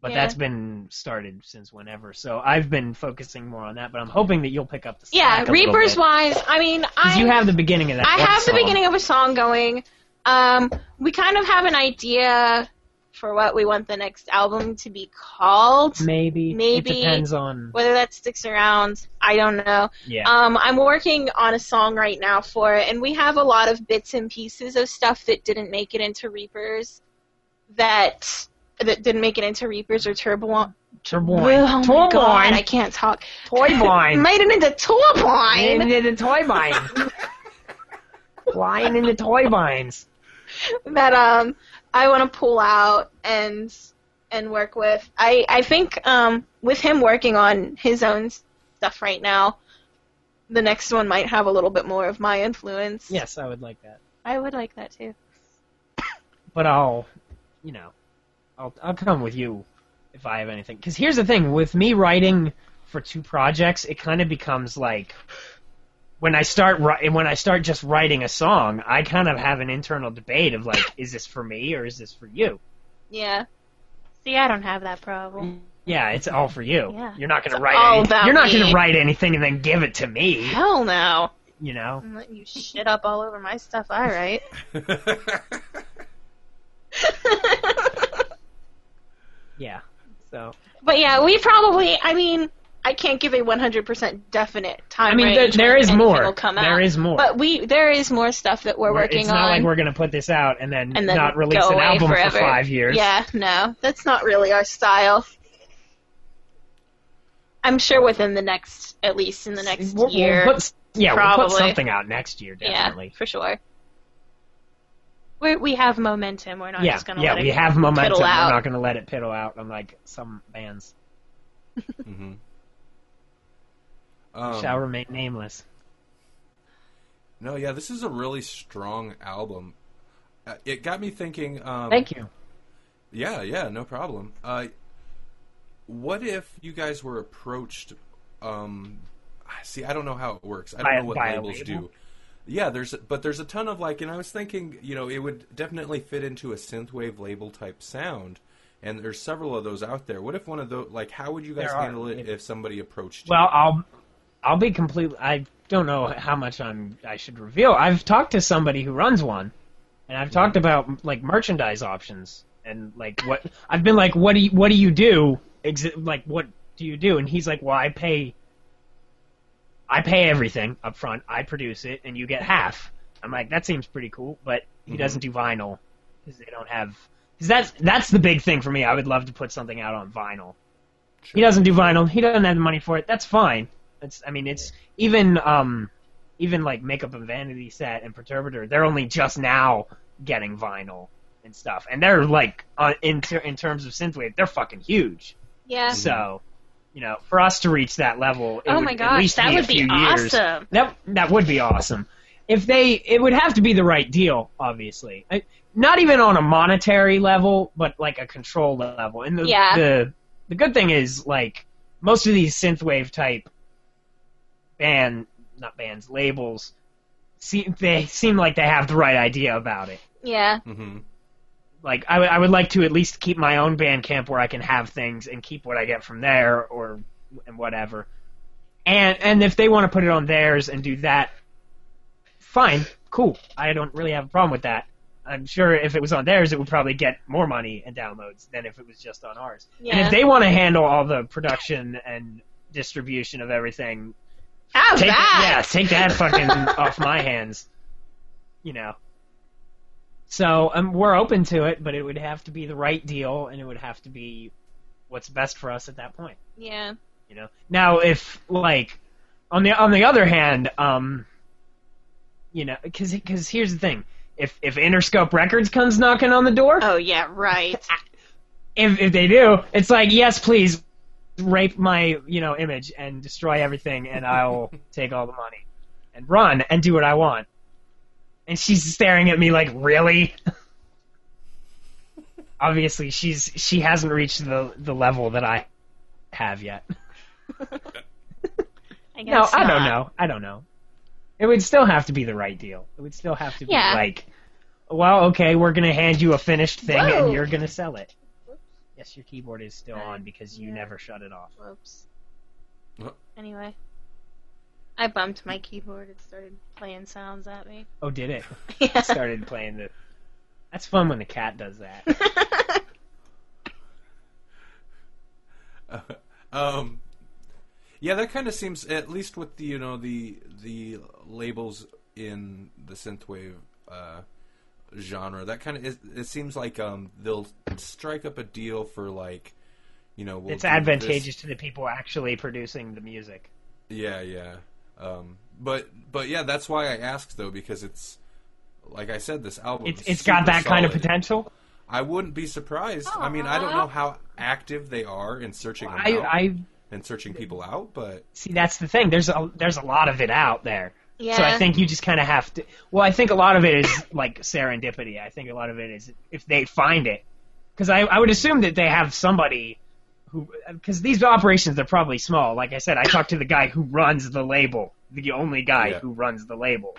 [SPEAKER 3] but
[SPEAKER 2] Yeah.
[SPEAKER 3] that's been started since whenever. So I've been focusing more on that, but I'm hoping that you'll pick up the
[SPEAKER 2] Yeah,
[SPEAKER 3] slack a little
[SPEAKER 2] Reapers
[SPEAKER 3] bit.
[SPEAKER 2] wise, I mean,
[SPEAKER 3] Because
[SPEAKER 2] I
[SPEAKER 3] you have the beginning of that.
[SPEAKER 2] I
[SPEAKER 3] one
[SPEAKER 2] have
[SPEAKER 3] song.
[SPEAKER 2] the beginning of a song going. Um, we kind of have an idea for what we want the next album to be called.
[SPEAKER 3] Maybe.
[SPEAKER 2] Maybe.
[SPEAKER 3] It depends on.
[SPEAKER 2] Whether that sticks around, I don't know.
[SPEAKER 3] Yeah.
[SPEAKER 2] Um, I'm working on a song right now for it, and we have a lot of bits and pieces of stuff that didn't make it into Reapers, that that didn't make it into Reapers or Turbo.
[SPEAKER 3] Turboy.
[SPEAKER 2] Oh my
[SPEAKER 3] Turboy.
[SPEAKER 2] God, I can't talk.
[SPEAKER 3] Toyboy.
[SPEAKER 2] Made it into Turbine.
[SPEAKER 3] in the toy mine. Flying in the toy mines.
[SPEAKER 2] that um I want to pull out and and work with. I I think um with him working on his own stuff right now, the next one might have a little bit more of my influence.
[SPEAKER 3] Yes, I would like that.
[SPEAKER 2] I would like that too.
[SPEAKER 3] but I'll, you know, I'll I'll come with you if I have anything. Because here's the thing: with me writing for two projects, it kind of becomes like when I start wri- when I start just writing a song, I kind of have an internal debate of like, is this for me or is this for you?
[SPEAKER 2] Yeah.
[SPEAKER 4] See, I don't have that problem.
[SPEAKER 3] Yeah, it's all for you.
[SPEAKER 4] Yeah.
[SPEAKER 3] You're not gonna
[SPEAKER 2] It's
[SPEAKER 3] write.
[SPEAKER 2] all
[SPEAKER 3] any-
[SPEAKER 2] about
[SPEAKER 3] you're not
[SPEAKER 2] me.
[SPEAKER 3] gonna write anything and then give it to me.
[SPEAKER 2] Hell no.
[SPEAKER 3] You know.
[SPEAKER 2] I'm letting you shit up all over my stuff. All right.
[SPEAKER 3] Yeah. So
[SPEAKER 2] but yeah, we probably. I mean. I can't give a 100% definite time.
[SPEAKER 3] I mean, there,
[SPEAKER 2] range
[SPEAKER 3] there
[SPEAKER 2] when
[SPEAKER 3] is
[SPEAKER 2] anything
[SPEAKER 3] more.
[SPEAKER 2] Will come
[SPEAKER 3] There
[SPEAKER 2] out.
[SPEAKER 3] is more.
[SPEAKER 2] But we there is more stuff that we're
[SPEAKER 3] We're-
[SPEAKER 2] working
[SPEAKER 3] it's
[SPEAKER 2] on.
[SPEAKER 3] not like we're gonna put this out and then,
[SPEAKER 2] and then
[SPEAKER 3] not release
[SPEAKER 2] go
[SPEAKER 3] an
[SPEAKER 2] away
[SPEAKER 3] album
[SPEAKER 2] forever.
[SPEAKER 3] for five years.
[SPEAKER 2] Yeah, no, that's not really our style. I'm sure within the next, at least in the next
[SPEAKER 3] We'll- we'll
[SPEAKER 2] year.
[SPEAKER 3] put- yeah, we'll put
[SPEAKER 2] probably.
[SPEAKER 3] something out next year,
[SPEAKER 2] yeah,
[SPEAKER 3] definitely.
[SPEAKER 2] for sure.
[SPEAKER 4] we we have momentum. We're not
[SPEAKER 3] Yeah,
[SPEAKER 4] just gonna
[SPEAKER 3] yeah,
[SPEAKER 4] let
[SPEAKER 3] we
[SPEAKER 4] it.
[SPEAKER 3] have momentum.
[SPEAKER 2] piddle
[SPEAKER 3] We're
[SPEAKER 2] out.
[SPEAKER 3] not going to let it piddle out unlike some bands
[SPEAKER 1] hmm um,
[SPEAKER 3] shall remain nameless.
[SPEAKER 1] No, yeah, this is a really strong album. Uh, it got me thinking. Um,
[SPEAKER 3] Thank you.
[SPEAKER 1] Yeah, yeah, no problem. Uh, what if you guys were approached? Um, see, I don't know how it works. I don't
[SPEAKER 3] By a-
[SPEAKER 1] know what
[SPEAKER 3] by a
[SPEAKER 1] labels
[SPEAKER 3] label?
[SPEAKER 1] do. Yeah, there's but there's a ton of like, and I was thinking, you know, it would definitely fit into a synthwave label type sound. And there's several of those out there. What if one of those, like, how would you guys
[SPEAKER 3] There are.
[SPEAKER 1] handle it if somebody approached
[SPEAKER 3] Well, I'll I'll be completely. I don't know how much I'm I should reveal. I've talked to somebody who runs one, and I've talked about like merchandise options and like what I've been like. What do you What do you do? Exi- like what do you do? And he's like, Well, I pay. I pay everything up front. I produce it, and you get half. I'm like, that seems pretty cool, but he doesn't do vinyl because they don't have. Because that's that's the big thing for me. I would love to put something out on vinyl. He doesn't do vinyl. He doesn't have the money for it. That's fine. That's I mean, it's even um, even like makeup and vanity set and perturbator. They're only just now getting vinyl and stuff, and they're like on, in ter- in terms of synthwave, they're fucking huge.
[SPEAKER 2] Yeah,
[SPEAKER 3] So, you know, for us to reach that level, it
[SPEAKER 4] Oh
[SPEAKER 3] would
[SPEAKER 4] my
[SPEAKER 3] at
[SPEAKER 4] gosh,
[SPEAKER 3] least
[SPEAKER 4] that
[SPEAKER 3] be a
[SPEAKER 4] would be
[SPEAKER 3] few years.
[SPEAKER 4] awesome.
[SPEAKER 3] That that would be awesome. If they, it would have to be the right deal, obviously. I, not even on a monetary level, but like a control level. And the
[SPEAKER 2] Yeah.
[SPEAKER 3] the, the good thing is like most of these synthwave type band, not bands, labels. See, they seem like they have the right idea about it.
[SPEAKER 2] yeah,
[SPEAKER 1] hmm
[SPEAKER 3] Like I would- I would like to at least keep my own band camp where I can have things and keep what I get from there or and whatever. And and if they want to put it on theirs and do that, fine, cool. I don't really have a problem with that. I'm sure if it was on theirs, it would probably get more money and downloads than if it was just on ours. And
[SPEAKER 2] Yeah.
[SPEAKER 3] if they want to handle all the production and distribution of everything
[SPEAKER 2] How's
[SPEAKER 3] Take
[SPEAKER 2] that?
[SPEAKER 3] yeah, take that fucking off my hands. You know. So um, we're open to it, but it would have to be the right deal, and it would have to be what's best for us at that point.
[SPEAKER 2] Yeah.
[SPEAKER 3] You know. Now, if like on the on the other hand, um, you know, because because here's the thing: if if Interscope Records comes knocking on the door,
[SPEAKER 2] Oh yeah, right.
[SPEAKER 3] if if they do, it's like yes, please rape my you know image and destroy everything, and I'll take all the money and run and do what I want. And she's staring at me like, really? Obviously, she's she hasn't reached the the level that I have yet.
[SPEAKER 4] I
[SPEAKER 3] No,
[SPEAKER 4] guess
[SPEAKER 3] I don't
[SPEAKER 4] not.
[SPEAKER 3] know. I don't know. It would still have to be the right deal. It would still have to be
[SPEAKER 4] Yeah.
[SPEAKER 3] like, well, okay, we're gonna hand you a finished thing
[SPEAKER 2] Whoa.
[SPEAKER 3] and you're gonna sell it. Yes, your keyboard is still on because you never shut it off.
[SPEAKER 4] Whoops.
[SPEAKER 1] What?
[SPEAKER 4] Anyway, I bumped my keyboard. It started playing sounds at me.
[SPEAKER 3] Oh, did it?
[SPEAKER 4] Yeah.
[SPEAKER 3] Started playing the. That's fun when the cat does that.
[SPEAKER 1] Um, yeah, that kind of seems at least with the you know the the labels in the synthwave uh, genre. That kind of it, it seems like um they'll strike up a deal for like you know we'll
[SPEAKER 3] it's
[SPEAKER 1] do this-
[SPEAKER 3] advantageous to the people actually producing the music.
[SPEAKER 1] Yeah, yeah. Um, but but yeah, that's why I asked though because it's like I said, this album
[SPEAKER 3] It's
[SPEAKER 1] is
[SPEAKER 3] it's got
[SPEAKER 1] super
[SPEAKER 3] that kind of
[SPEAKER 1] solid.
[SPEAKER 3] potential.
[SPEAKER 1] I wouldn't be surprised. I mean, I don't know how active they are in searching them
[SPEAKER 3] I
[SPEAKER 1] out
[SPEAKER 3] I
[SPEAKER 1] and searching people out, but
[SPEAKER 3] see that's the thing. There's a there's a lot of it out there.
[SPEAKER 4] Yeah.
[SPEAKER 3] So I think you just kind of have to. Well, I think a lot of it is like serendipity. I think a lot of it is if they find it, because I, I would assume that they have somebody who because these operations they're probably small. Like I said, I talked to the guy who runs the label, the only guy
[SPEAKER 1] Yeah.
[SPEAKER 3] who runs the label.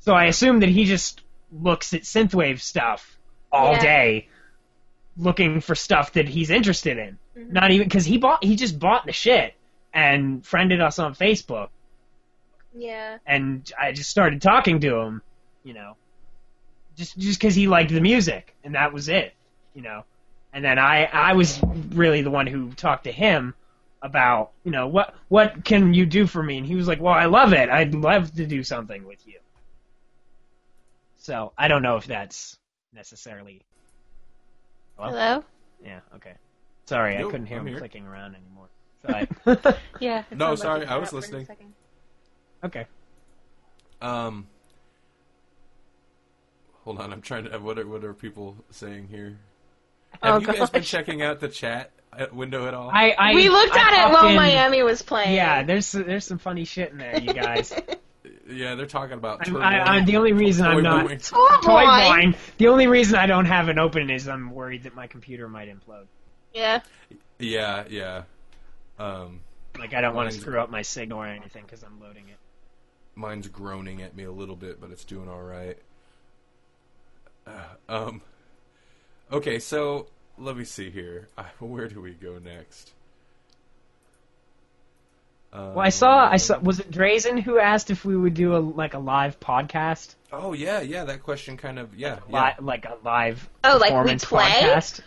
[SPEAKER 3] So I assume that he just looks at synthwave stuff all
[SPEAKER 4] Yeah.
[SPEAKER 3] day, looking for stuff that he's interested in. Not even because he bought he just bought the shit and friended us on Facebook
[SPEAKER 4] Yeah.
[SPEAKER 3] and I just started talking to him, you know, just just because he liked the music, and that was it, you know. And then I I was really the one who talked to him about you know what what can you do for me, and he was like, well, I love it, I'd love to do something with you. So I don't know if that's necessarily.
[SPEAKER 4] Hello.
[SPEAKER 3] Yeah. Okay. Sorry,
[SPEAKER 1] Nope,
[SPEAKER 3] I couldn't hear
[SPEAKER 1] I'm
[SPEAKER 3] him
[SPEAKER 1] here.
[SPEAKER 3] clicking around anymore. So I,
[SPEAKER 4] Yeah. it
[SPEAKER 1] No, sorry,
[SPEAKER 4] sounded it
[SPEAKER 1] I was
[SPEAKER 4] cut out for a
[SPEAKER 1] listening.
[SPEAKER 4] second.
[SPEAKER 3] okay.
[SPEAKER 1] Um, hold on, I'm trying to. What are what are people saying here? Have
[SPEAKER 4] Oh,
[SPEAKER 1] you guys been
[SPEAKER 4] gosh.
[SPEAKER 1] checking out the chat uh, window at all?
[SPEAKER 3] I, I
[SPEAKER 4] we looked
[SPEAKER 3] I
[SPEAKER 4] at it
[SPEAKER 3] popped
[SPEAKER 4] while uh,
[SPEAKER 3] in-
[SPEAKER 4] Miami was playing.
[SPEAKER 3] Yeah, there's there's some funny shit in there, you guys.
[SPEAKER 1] yeah, they're talking about.
[SPEAKER 3] I'm,
[SPEAKER 1] Turmoil.
[SPEAKER 3] I, I'm the only reason I'm
[SPEAKER 1] Turmoil.
[SPEAKER 3] not
[SPEAKER 4] Oh,
[SPEAKER 3] toy
[SPEAKER 4] boy.
[SPEAKER 3] wine. The only reason I don't have it open is I'm worried that my computer might implode.
[SPEAKER 4] Yeah.
[SPEAKER 1] Yeah, yeah. Um,
[SPEAKER 3] Like I don't want to
[SPEAKER 1] Mine's-
[SPEAKER 3] screw up my signal or anything because I'm loading it.
[SPEAKER 1] mine's groaning at me a little bit, but it's doing all right. Uh, um, okay, so let me see here. I, where do we go next? Um,
[SPEAKER 3] Well, I saw I saw was it Drazen who asked if we would do a like a live podcast,
[SPEAKER 1] Oh yeah, yeah. That question kind of yeah.
[SPEAKER 3] li-
[SPEAKER 1] yeah.
[SPEAKER 3] like a live
[SPEAKER 4] Oh, like we
[SPEAKER 3] performance
[SPEAKER 4] play.
[SPEAKER 3] podcast.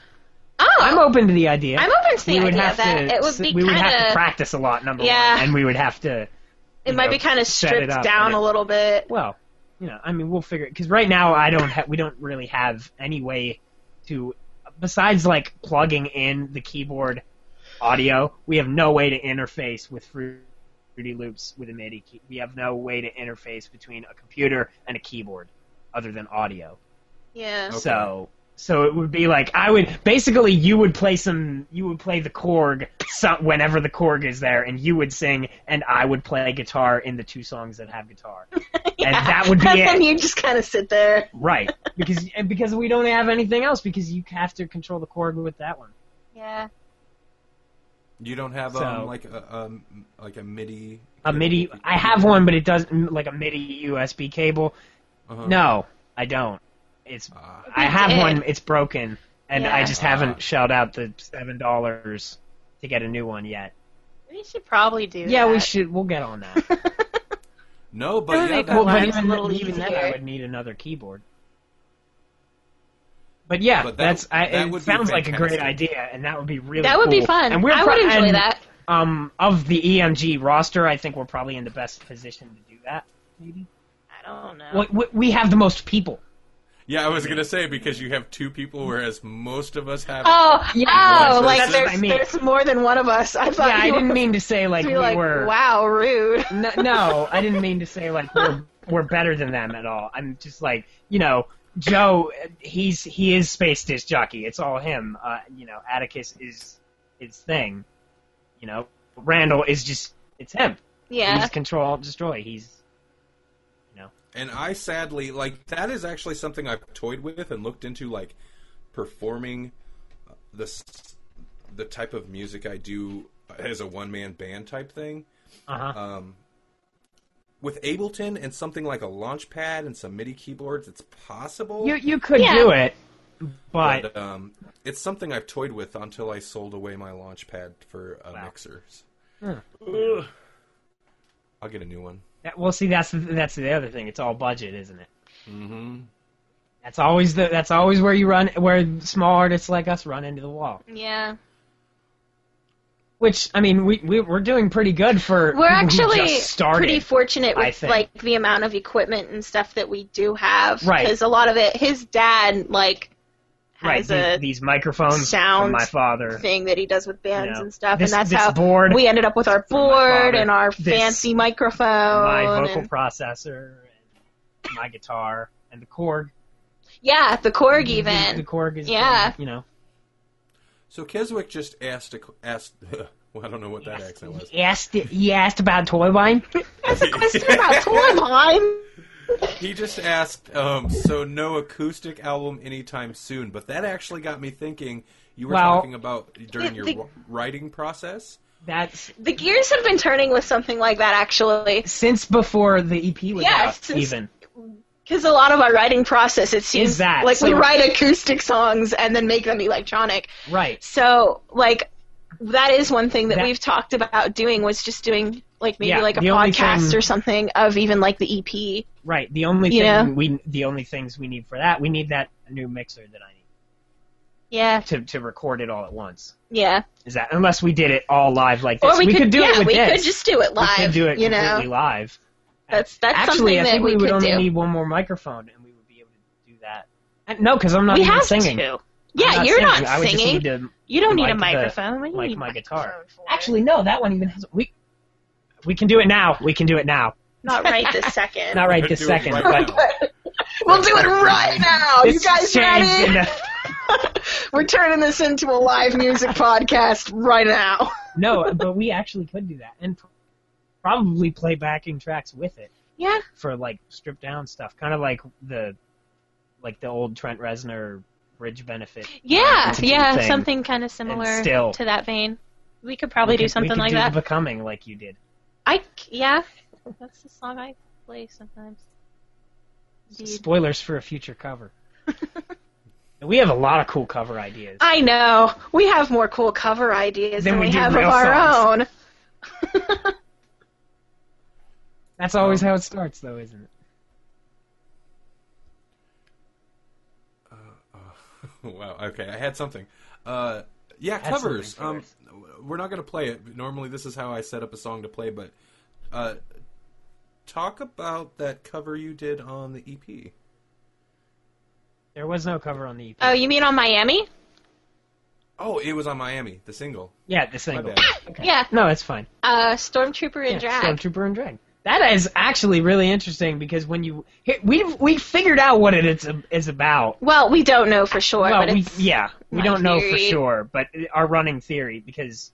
[SPEAKER 4] Oh,
[SPEAKER 3] I'm open to the idea.
[SPEAKER 4] I'm open to the
[SPEAKER 3] we would
[SPEAKER 4] idea
[SPEAKER 3] have
[SPEAKER 4] that
[SPEAKER 3] to
[SPEAKER 4] it would
[SPEAKER 3] s-
[SPEAKER 4] be
[SPEAKER 3] we would have to
[SPEAKER 4] kinda-
[SPEAKER 3] practice a lot number
[SPEAKER 4] Yeah.
[SPEAKER 3] one, and we would have to
[SPEAKER 4] it
[SPEAKER 3] you
[SPEAKER 4] might
[SPEAKER 3] know,
[SPEAKER 4] be kind of
[SPEAKER 3] set it
[SPEAKER 4] stripped
[SPEAKER 3] up
[SPEAKER 4] down
[SPEAKER 3] and-
[SPEAKER 4] a little bit.
[SPEAKER 3] well, you know, I mean, we'll figure it because right now I don't have we don't really have any way to besides like plugging in the keyboard audio. We have no way to interface with Fruity Loops with a MIDI. Key. We have no way to interface between a computer and a keyboard other than audio.
[SPEAKER 4] Yeah.
[SPEAKER 1] Okay.
[SPEAKER 3] So so it would be like I would basically you would play some you would play the Korg so, whenever the Korg is there and you would sing and I would play guitar in the two songs that have guitar. And that would be
[SPEAKER 4] and
[SPEAKER 3] it.
[SPEAKER 4] then you just kind of sit there.
[SPEAKER 3] Right. Because and because we don't have anything else because you have to control the Korg with that one.
[SPEAKER 4] Yeah.
[SPEAKER 1] You don't have
[SPEAKER 3] So-
[SPEAKER 1] um like a um like a MIDI.
[SPEAKER 3] A MIDI I have one but it doesn't like a MIDI USB cable.
[SPEAKER 1] Uh-huh.
[SPEAKER 3] No, I don't. It's
[SPEAKER 1] Ah.
[SPEAKER 3] I have
[SPEAKER 4] did.
[SPEAKER 3] one, it's broken and I
[SPEAKER 4] Yeah.
[SPEAKER 3] just
[SPEAKER 1] Ah.
[SPEAKER 3] haven't shelled out the $7 to get a new one yet.
[SPEAKER 4] We should probably do.
[SPEAKER 3] Yeah,
[SPEAKER 4] that.
[SPEAKER 3] we should. We'll get on that.
[SPEAKER 1] no, but
[SPEAKER 4] Doesn't
[SPEAKER 1] yeah,
[SPEAKER 4] make
[SPEAKER 1] that-
[SPEAKER 4] a
[SPEAKER 3] well,
[SPEAKER 4] lot
[SPEAKER 3] but
[SPEAKER 4] Mine's
[SPEAKER 3] even,
[SPEAKER 4] little
[SPEAKER 3] even then, I
[SPEAKER 4] easier.
[SPEAKER 3] would need another keyboard. But yeah,
[SPEAKER 1] But that-
[SPEAKER 3] that's. I,
[SPEAKER 1] that
[SPEAKER 3] it
[SPEAKER 1] would be
[SPEAKER 3] sounds like a great
[SPEAKER 1] fantastic.
[SPEAKER 3] idea, and that would be really.
[SPEAKER 4] That would be
[SPEAKER 3] cool.
[SPEAKER 4] fun.
[SPEAKER 3] And we're
[SPEAKER 4] I
[SPEAKER 3] pro-
[SPEAKER 4] would enjoy
[SPEAKER 3] and
[SPEAKER 4] that.
[SPEAKER 3] um, of the EMG roster, I think we're probably in the best position to do that. Maybe
[SPEAKER 2] I don't know.
[SPEAKER 3] we, we- we have the most people.
[SPEAKER 1] Yeah, I was gonna say because you have two people, whereas most of us have.
[SPEAKER 2] Oh,
[SPEAKER 1] that's
[SPEAKER 2] oh,
[SPEAKER 1] what I
[SPEAKER 2] like
[SPEAKER 1] said.
[SPEAKER 2] there's,
[SPEAKER 3] I mean-
[SPEAKER 2] there's more than one of us. I thought
[SPEAKER 3] Yeah, I
[SPEAKER 2] you
[SPEAKER 3] didn't
[SPEAKER 2] were
[SPEAKER 3] mean to say like
[SPEAKER 2] to
[SPEAKER 3] we
[SPEAKER 2] be like,
[SPEAKER 3] were.
[SPEAKER 2] wow, rude.
[SPEAKER 4] Mm,
[SPEAKER 3] No, no, I didn't mean to say like we're we're better than them at all. I'm just like you know Joe. He's he is space disc jockey. It's all him. Uh, you know Atticus is his thing. You know Randall is just it's him.
[SPEAKER 2] Yeah,
[SPEAKER 3] He's control alt, destroy. He's you know
[SPEAKER 1] And I sadly like that is actually something I've toyed with and looked into, like performing uh, the s- the type of music I do as a one man band type thing.
[SPEAKER 3] uh huh
[SPEAKER 1] Um, with Ableton and something like a Launchpad and some MIDI keyboards, it's possible.
[SPEAKER 3] you you could
[SPEAKER 2] Yeah.
[SPEAKER 3] do it, but
[SPEAKER 1] but um, it's something I've toyed with until I sold away my Launchpad for uh,
[SPEAKER 3] Wow.
[SPEAKER 1] mixers.
[SPEAKER 3] Huh.
[SPEAKER 1] Ugh. I'll get a new one.
[SPEAKER 3] that- well see that's the, that's the other thing. It's all budget, isn't it?
[SPEAKER 1] Mm-hmm.
[SPEAKER 3] That's always the that's always where you run where small artists like us run into the wall.
[SPEAKER 2] yeah.
[SPEAKER 3] Which I mean, we, we we're doing pretty good for
[SPEAKER 2] We're
[SPEAKER 3] people who
[SPEAKER 2] actually
[SPEAKER 3] just started.
[SPEAKER 2] pretty fortunate
[SPEAKER 3] I
[SPEAKER 2] with
[SPEAKER 3] think.
[SPEAKER 2] like the amount of equipment and stuff that we do have.
[SPEAKER 3] Right.
[SPEAKER 2] Because a lot of it, his dad like
[SPEAKER 3] right?
[SPEAKER 2] has
[SPEAKER 3] These,
[SPEAKER 2] a
[SPEAKER 3] these microphones from
[SPEAKER 2] sound
[SPEAKER 3] my father.
[SPEAKER 2] thing that he does with bands
[SPEAKER 3] Yeah.
[SPEAKER 2] and stuff,
[SPEAKER 3] This-
[SPEAKER 2] and that's
[SPEAKER 3] this
[SPEAKER 2] how
[SPEAKER 3] board
[SPEAKER 2] we ended up with our
[SPEAKER 3] from my
[SPEAKER 2] board
[SPEAKER 3] father.
[SPEAKER 2] and our
[SPEAKER 3] This-
[SPEAKER 2] fancy microphone.
[SPEAKER 3] my vocal
[SPEAKER 2] and-
[SPEAKER 3] processor and my guitar and the Korg.
[SPEAKER 2] yeah, the Korg even.
[SPEAKER 3] The, the Korg is
[SPEAKER 2] Yeah.
[SPEAKER 3] from, you know.
[SPEAKER 1] So Keswick just asked a, qu- asked. well, I don't know what that accent was.
[SPEAKER 3] He asked he asked about toy wine.
[SPEAKER 2] That's a question about toy line.
[SPEAKER 1] He just asked. Um, so no acoustic album anytime soon. But that actually got me thinking. You were
[SPEAKER 3] Well-
[SPEAKER 1] talking about during your
[SPEAKER 2] The-
[SPEAKER 1] wr- writing process.
[SPEAKER 3] That's
[SPEAKER 2] The gears have been turning with something like that actually,
[SPEAKER 3] since before the EP was
[SPEAKER 2] Yeah,
[SPEAKER 3] out,
[SPEAKER 2] since-
[SPEAKER 3] even.
[SPEAKER 2] because a lot of our writing process it seems
[SPEAKER 3] Is that,
[SPEAKER 2] like we
[SPEAKER 3] so-
[SPEAKER 2] write acoustic songs and then make them electronic.
[SPEAKER 3] Right.
[SPEAKER 2] So like that is one thing that,
[SPEAKER 3] That-
[SPEAKER 2] we've talked about doing was just doing like maybe
[SPEAKER 3] Yeah,
[SPEAKER 2] like a
[SPEAKER 3] the only
[SPEAKER 2] podcast
[SPEAKER 3] thing-
[SPEAKER 2] or something of even like the E EP.
[SPEAKER 3] Right. The only thing
[SPEAKER 2] Yeah.
[SPEAKER 3] we the only things we need for that, we need that new mixer that I need
[SPEAKER 2] Yeah,
[SPEAKER 3] to to record it all at once.
[SPEAKER 2] yeah.
[SPEAKER 3] Is that unless we did it all live like this?
[SPEAKER 2] or we, could,
[SPEAKER 3] do
[SPEAKER 2] yeah,
[SPEAKER 3] it with
[SPEAKER 2] we
[SPEAKER 3] this.
[SPEAKER 2] could just do it live.
[SPEAKER 3] we could do it
[SPEAKER 2] you know,
[SPEAKER 3] completely live.
[SPEAKER 2] that's that's
[SPEAKER 3] Actually,
[SPEAKER 2] something
[SPEAKER 3] I
[SPEAKER 2] that
[SPEAKER 3] think
[SPEAKER 2] we,
[SPEAKER 3] would
[SPEAKER 2] could
[SPEAKER 3] only
[SPEAKER 2] do.
[SPEAKER 3] need one more microphone, and we would be able to do that. And- No, because I'm not
[SPEAKER 2] we
[SPEAKER 3] even
[SPEAKER 2] have
[SPEAKER 3] singing.
[SPEAKER 2] to.
[SPEAKER 3] I'm
[SPEAKER 2] Yeah,
[SPEAKER 3] not
[SPEAKER 2] you're
[SPEAKER 3] singing.
[SPEAKER 2] not
[SPEAKER 3] I would just
[SPEAKER 2] singing.
[SPEAKER 3] need to-
[SPEAKER 2] you don't need a
[SPEAKER 3] like the-
[SPEAKER 2] microphone. What do you
[SPEAKER 3] like
[SPEAKER 2] need
[SPEAKER 3] my
[SPEAKER 2] a
[SPEAKER 3] guitar.
[SPEAKER 2] microphone for?
[SPEAKER 3] Actually, no, that one even has. We we can do it now. We can do it now.
[SPEAKER 2] not right this second.
[SPEAKER 3] Not right
[SPEAKER 1] We're
[SPEAKER 3] this
[SPEAKER 1] doing it
[SPEAKER 3] second,
[SPEAKER 1] right
[SPEAKER 3] but
[SPEAKER 1] now.
[SPEAKER 2] We'll do it right now. You
[SPEAKER 3] this
[SPEAKER 2] guys
[SPEAKER 3] changed
[SPEAKER 2] ready?
[SPEAKER 3] into-
[SPEAKER 2] We're turning this into a live music podcast right now.
[SPEAKER 3] no, but we actually could do that, and pr- probably play backing tracks with it
[SPEAKER 2] Yeah,
[SPEAKER 3] for like stripped down stuff, kind of like the like the old Trent Reznor bridge benefit.
[SPEAKER 4] Yeah,
[SPEAKER 3] It's a
[SPEAKER 4] yeah,
[SPEAKER 3] thing.
[SPEAKER 4] something kind of similar
[SPEAKER 3] still-
[SPEAKER 4] to that vein. We could probably
[SPEAKER 3] We
[SPEAKER 4] do
[SPEAKER 3] could- we
[SPEAKER 4] something
[SPEAKER 3] could
[SPEAKER 4] like
[SPEAKER 3] do
[SPEAKER 4] that.
[SPEAKER 3] Becoming like you did.
[SPEAKER 4] I c- yeah, that's the song I play sometimes. Indeed.
[SPEAKER 3] Spoilers for a future cover. we have a lot of cool cover ideas.
[SPEAKER 2] I know. We have more cool cover ideas
[SPEAKER 3] Then
[SPEAKER 2] than
[SPEAKER 3] we
[SPEAKER 2] we,
[SPEAKER 3] do
[SPEAKER 2] have of
[SPEAKER 3] real
[SPEAKER 2] our
[SPEAKER 3] songs.
[SPEAKER 2] own.
[SPEAKER 3] That's always how it starts, though, isn't it?
[SPEAKER 1] Wow. Okay, I had something. Uh, yeah,
[SPEAKER 3] Had
[SPEAKER 1] covers.
[SPEAKER 3] something,
[SPEAKER 1] Um, we're not gonna play it. Normally, this is how I set up a song to play, but uh, talk about that cover you did on the E EP.
[SPEAKER 3] There was no cover on the E EP.
[SPEAKER 4] Oh, you mean on Miami?
[SPEAKER 1] Oh, it was on Miami, the single.
[SPEAKER 3] yeah, the
[SPEAKER 1] My
[SPEAKER 3] single.
[SPEAKER 1] bad.
[SPEAKER 4] Yeah,
[SPEAKER 3] No, it's fine.
[SPEAKER 4] uh, Stormtrooper in
[SPEAKER 3] Yeah,
[SPEAKER 4] Drag.
[SPEAKER 3] Stormtrooper and drag. That is actually really interesting because when you here- we we figured out what it is is about.
[SPEAKER 2] Well, we don't know for sure,
[SPEAKER 3] well,
[SPEAKER 2] but
[SPEAKER 3] we,
[SPEAKER 2] it's
[SPEAKER 3] yeah, we
[SPEAKER 2] my
[SPEAKER 3] don't know for
[SPEAKER 2] theory.
[SPEAKER 3] sure, but our running theory because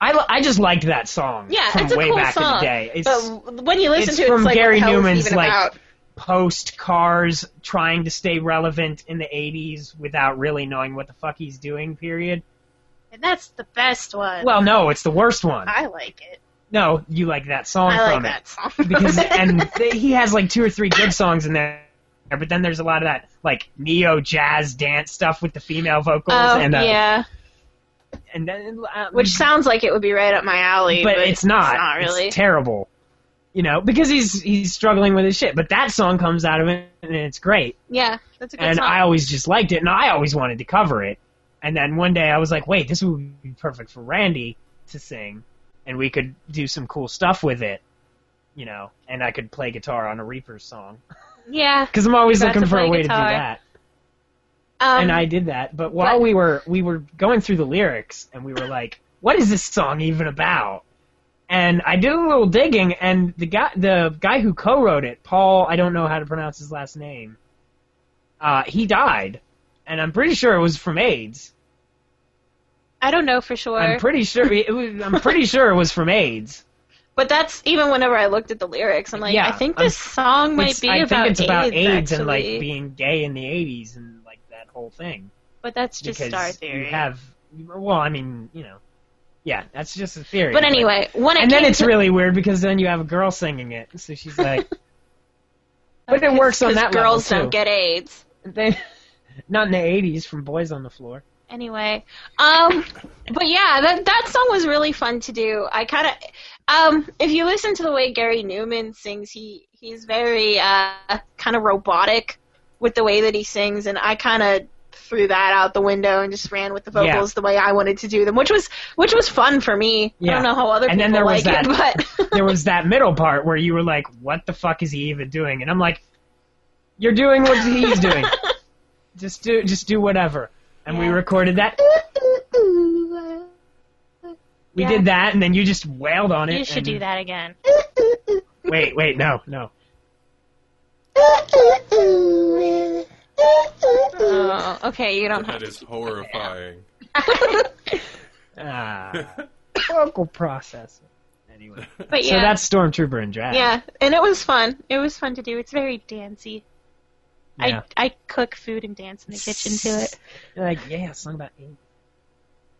[SPEAKER 3] I, li- I just liked that song
[SPEAKER 2] Yeah,
[SPEAKER 3] from
[SPEAKER 2] it's a
[SPEAKER 3] way
[SPEAKER 2] cool
[SPEAKER 3] back in the
[SPEAKER 2] song,
[SPEAKER 3] day. It's
[SPEAKER 2] But when you listen
[SPEAKER 3] it's
[SPEAKER 2] to it,
[SPEAKER 3] from
[SPEAKER 2] it's like
[SPEAKER 3] Gary
[SPEAKER 2] what the hell is it
[SPEAKER 3] Newman's,
[SPEAKER 2] even
[SPEAKER 3] like,
[SPEAKER 2] about?
[SPEAKER 3] post cars trying to stay relevant in the 80s without really knowing what the fuck he's doing period.
[SPEAKER 4] And that's the best one.
[SPEAKER 3] Well, no, it's the worst one.
[SPEAKER 4] I like it.
[SPEAKER 3] No, you like that song
[SPEAKER 4] I like
[SPEAKER 3] from
[SPEAKER 4] that song.
[SPEAKER 3] it because and th- he has like two or three good songs in there, but then there's a lot of that like neo jazz dance stuff with the female vocals
[SPEAKER 2] Oh,
[SPEAKER 3] and uh, the,
[SPEAKER 2] yeah.
[SPEAKER 3] and then uh,
[SPEAKER 2] Which sounds like it would be right up my alley,
[SPEAKER 3] but it's not.
[SPEAKER 2] It's not really.
[SPEAKER 3] It's terrible. You know, because he's he's struggling with his shit, but that song comes out of it and it's great.
[SPEAKER 4] yeah, that's a good
[SPEAKER 3] and
[SPEAKER 4] song.
[SPEAKER 3] I always just liked it, and I always wanted to cover it. And then one day I was like, wait, this would be perfect for Randy to sing, and we could do some cool stuff with it, you know. And I could play guitar on a Reapers song
[SPEAKER 2] Yeah.
[SPEAKER 3] because I'm always
[SPEAKER 2] You're about
[SPEAKER 3] looking
[SPEAKER 2] to
[SPEAKER 3] for a
[SPEAKER 2] play
[SPEAKER 3] way to
[SPEAKER 2] guitar.
[SPEAKER 3] do that.
[SPEAKER 2] Um,
[SPEAKER 3] and I did that, but while
[SPEAKER 2] what-
[SPEAKER 3] we were we were going through the lyrics, and we were like, "What is this song even about?" And I did a little digging, and the guy the guy who co-wrote it, Paul, I don't know how to pronounce his last name, uh, he died, and I'm pretty sure it was from AIDS.
[SPEAKER 2] I don't know for sure.
[SPEAKER 3] I'm pretty sure it was, I'm pretty sure it was from AIDS.
[SPEAKER 2] But that's even whenever I looked at the lyrics, I'm like,
[SPEAKER 3] Yeah,
[SPEAKER 2] I think
[SPEAKER 3] I'm-
[SPEAKER 2] this song might
[SPEAKER 3] It's-
[SPEAKER 2] be
[SPEAKER 3] I think
[SPEAKER 2] about
[SPEAKER 3] it's about
[SPEAKER 2] AIDS,
[SPEAKER 3] AIDS and like
[SPEAKER 2] actually.
[SPEAKER 3] being gay in the 80s and like that whole thing.
[SPEAKER 2] But that's just
[SPEAKER 3] because
[SPEAKER 2] star theory.
[SPEAKER 3] you have well, I mean, you know, yeah, that's just a theory.
[SPEAKER 2] but anyway, when it
[SPEAKER 3] and then
[SPEAKER 2] came
[SPEAKER 3] it's
[SPEAKER 2] to-
[SPEAKER 3] really weird because then you have a girl singing it, so she's like, but it works on
[SPEAKER 2] 'cause
[SPEAKER 3] that
[SPEAKER 2] girls
[SPEAKER 3] level,
[SPEAKER 2] don't get AIDS.
[SPEAKER 3] too. They- not in the '80s from Boys on the Floor.
[SPEAKER 2] Anyway, um, but yeah, that that song was really fun to do. I kind of, um, if you listen to the way Gary Newman sings, he he's very uh kind of robotic with the way that he sings, and I kind of threw that out the window and just ran with the
[SPEAKER 3] Yeah.
[SPEAKER 2] vocals the way I wanted to do them, which was which was fun for me. I
[SPEAKER 3] Yeah.
[SPEAKER 2] don't know how other
[SPEAKER 3] And
[SPEAKER 2] people
[SPEAKER 3] then there was
[SPEAKER 2] like it, but
[SPEAKER 3] There was that middle part where you were like, "What the fuck is he even doing?" And I'm like, "You're doing what he's doing. just do, just do whatever." And we
[SPEAKER 2] Yeah.
[SPEAKER 3] recorded that. We
[SPEAKER 2] Yeah.
[SPEAKER 3] did that, and then you just wailed on it.
[SPEAKER 2] you should
[SPEAKER 3] and-
[SPEAKER 2] do that again.
[SPEAKER 3] Wait, wait, no, no.
[SPEAKER 2] Oh, okay, you don't have
[SPEAKER 1] That is horrifying.
[SPEAKER 3] Ah, vocal processor. Anyway,
[SPEAKER 2] But
[SPEAKER 3] so
[SPEAKER 2] yeah,
[SPEAKER 3] that's Stormtrooper and Dragon.
[SPEAKER 2] yeah, and it was fun. It was fun to do. It's very dancey.
[SPEAKER 3] Yeah.
[SPEAKER 2] I I cook food and dance in the kitchen to it.
[SPEAKER 3] You're like, yeah, song about eight.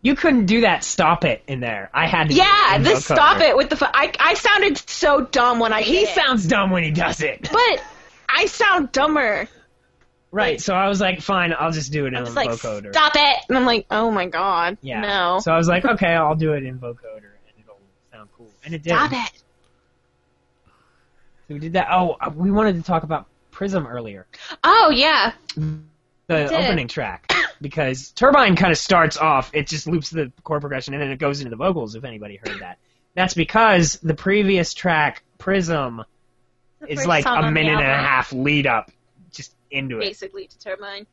[SPEAKER 3] You couldn't do that. Stop it in there. I had to. do
[SPEAKER 2] Yeah,
[SPEAKER 3] it in
[SPEAKER 2] this
[SPEAKER 3] vocoder.
[SPEAKER 2] stop it with the fu- I I sounded so dumb when I
[SPEAKER 3] He
[SPEAKER 2] did it.
[SPEAKER 3] sounds dumb when he does it.
[SPEAKER 2] but I sound dumber.
[SPEAKER 3] right. So I was like, fine, I'll just do it in
[SPEAKER 2] I
[SPEAKER 3] a
[SPEAKER 2] was like,
[SPEAKER 3] vocoder.
[SPEAKER 2] stop it, and I'm like, oh my god,
[SPEAKER 3] yeah.
[SPEAKER 2] no,
[SPEAKER 3] So I was like, okay, I'll do it in vocoder, and it'll sound cool. And it did.
[SPEAKER 2] stop it.
[SPEAKER 3] So we did that. Oh, uh, we wanted to talk about Prism earlier.
[SPEAKER 2] Oh yeah,
[SPEAKER 3] the
[SPEAKER 2] did.
[SPEAKER 3] opening track because Turbine kind of starts off, it just loops the chord progression and then it goes into the vocals if anybody heard that. That's because the previous track, Prism, is
[SPEAKER 2] first
[SPEAKER 3] like
[SPEAKER 2] song
[SPEAKER 3] a
[SPEAKER 2] on the
[SPEAKER 3] minute and a
[SPEAKER 2] album.
[SPEAKER 3] half lead up just into it.
[SPEAKER 2] basically to turbine.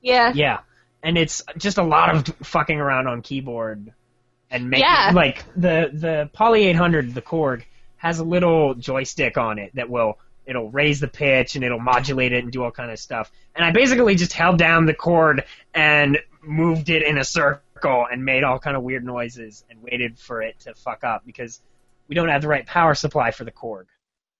[SPEAKER 2] Yeah,
[SPEAKER 3] Yeah. And it's just a lot of fucking around on keyboard and making
[SPEAKER 2] Yeah.
[SPEAKER 3] like the the Poly 800 the Korg has a little joystick on it that will it'll raise the pitch and it'll modulate it and do all kind of stuff. And I basically just held down the chord and moved it in a circle and made all kind of weird noises and waited for it to fuck up because we don't have the right power supply for the Korg.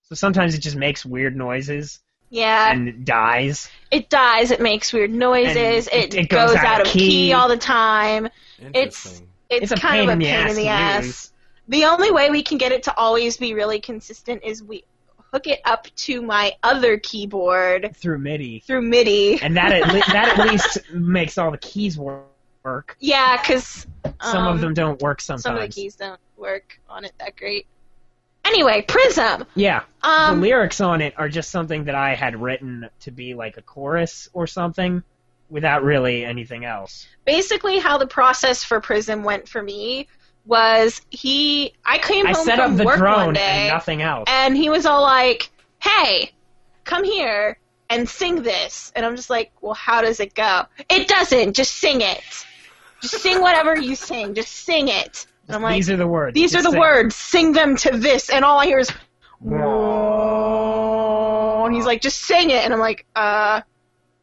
[SPEAKER 3] So sometimes it just makes weird noises
[SPEAKER 2] yeah.
[SPEAKER 3] and dies.
[SPEAKER 2] It dies. It makes weird noises.
[SPEAKER 3] And
[SPEAKER 2] It,
[SPEAKER 3] it
[SPEAKER 2] goes, out of key. all the time. It's
[SPEAKER 1] Interesting.
[SPEAKER 2] it's,
[SPEAKER 3] a
[SPEAKER 2] kind
[SPEAKER 3] pain
[SPEAKER 2] of a
[SPEAKER 3] in the
[SPEAKER 2] pain
[SPEAKER 3] ass
[SPEAKER 2] in the
[SPEAKER 3] to
[SPEAKER 2] ass.
[SPEAKER 3] use.
[SPEAKER 2] The only way we can get it to always be really consistent is we hook it up to my other keyboard
[SPEAKER 3] through MIDI,
[SPEAKER 2] through MIDI.
[SPEAKER 3] and that at le- that at least makes all the keys wor- work.
[SPEAKER 2] Yeah, because
[SPEAKER 3] Some of them don't work sometimes.
[SPEAKER 2] Um, some of the keys don't work on it that great. Anyway, Prism.
[SPEAKER 3] Yeah,
[SPEAKER 2] Um,
[SPEAKER 3] the lyrics on it are just something that I had written to be like a chorus or something, without really anything else.
[SPEAKER 2] basically, how the process for Prism went for me was he. I came
[SPEAKER 3] I
[SPEAKER 2] home
[SPEAKER 3] set
[SPEAKER 2] from
[SPEAKER 3] up the
[SPEAKER 2] work one
[SPEAKER 3] drone
[SPEAKER 2] day.
[SPEAKER 3] and nothing else.
[SPEAKER 2] and he was all like, "Hey, come here and sing this." And I'm just like, "Well, how does it go?" It doesn't. Just sing it. Just sing whatever you sing. Just sing it. And I'm like,
[SPEAKER 3] these are the words.
[SPEAKER 2] "These are
[SPEAKER 3] Just
[SPEAKER 2] the
[SPEAKER 3] sing.
[SPEAKER 2] words. Sing them to this." And all I hear is, "Whoa." and he's like, "Just sing it." And I'm like, "Uh."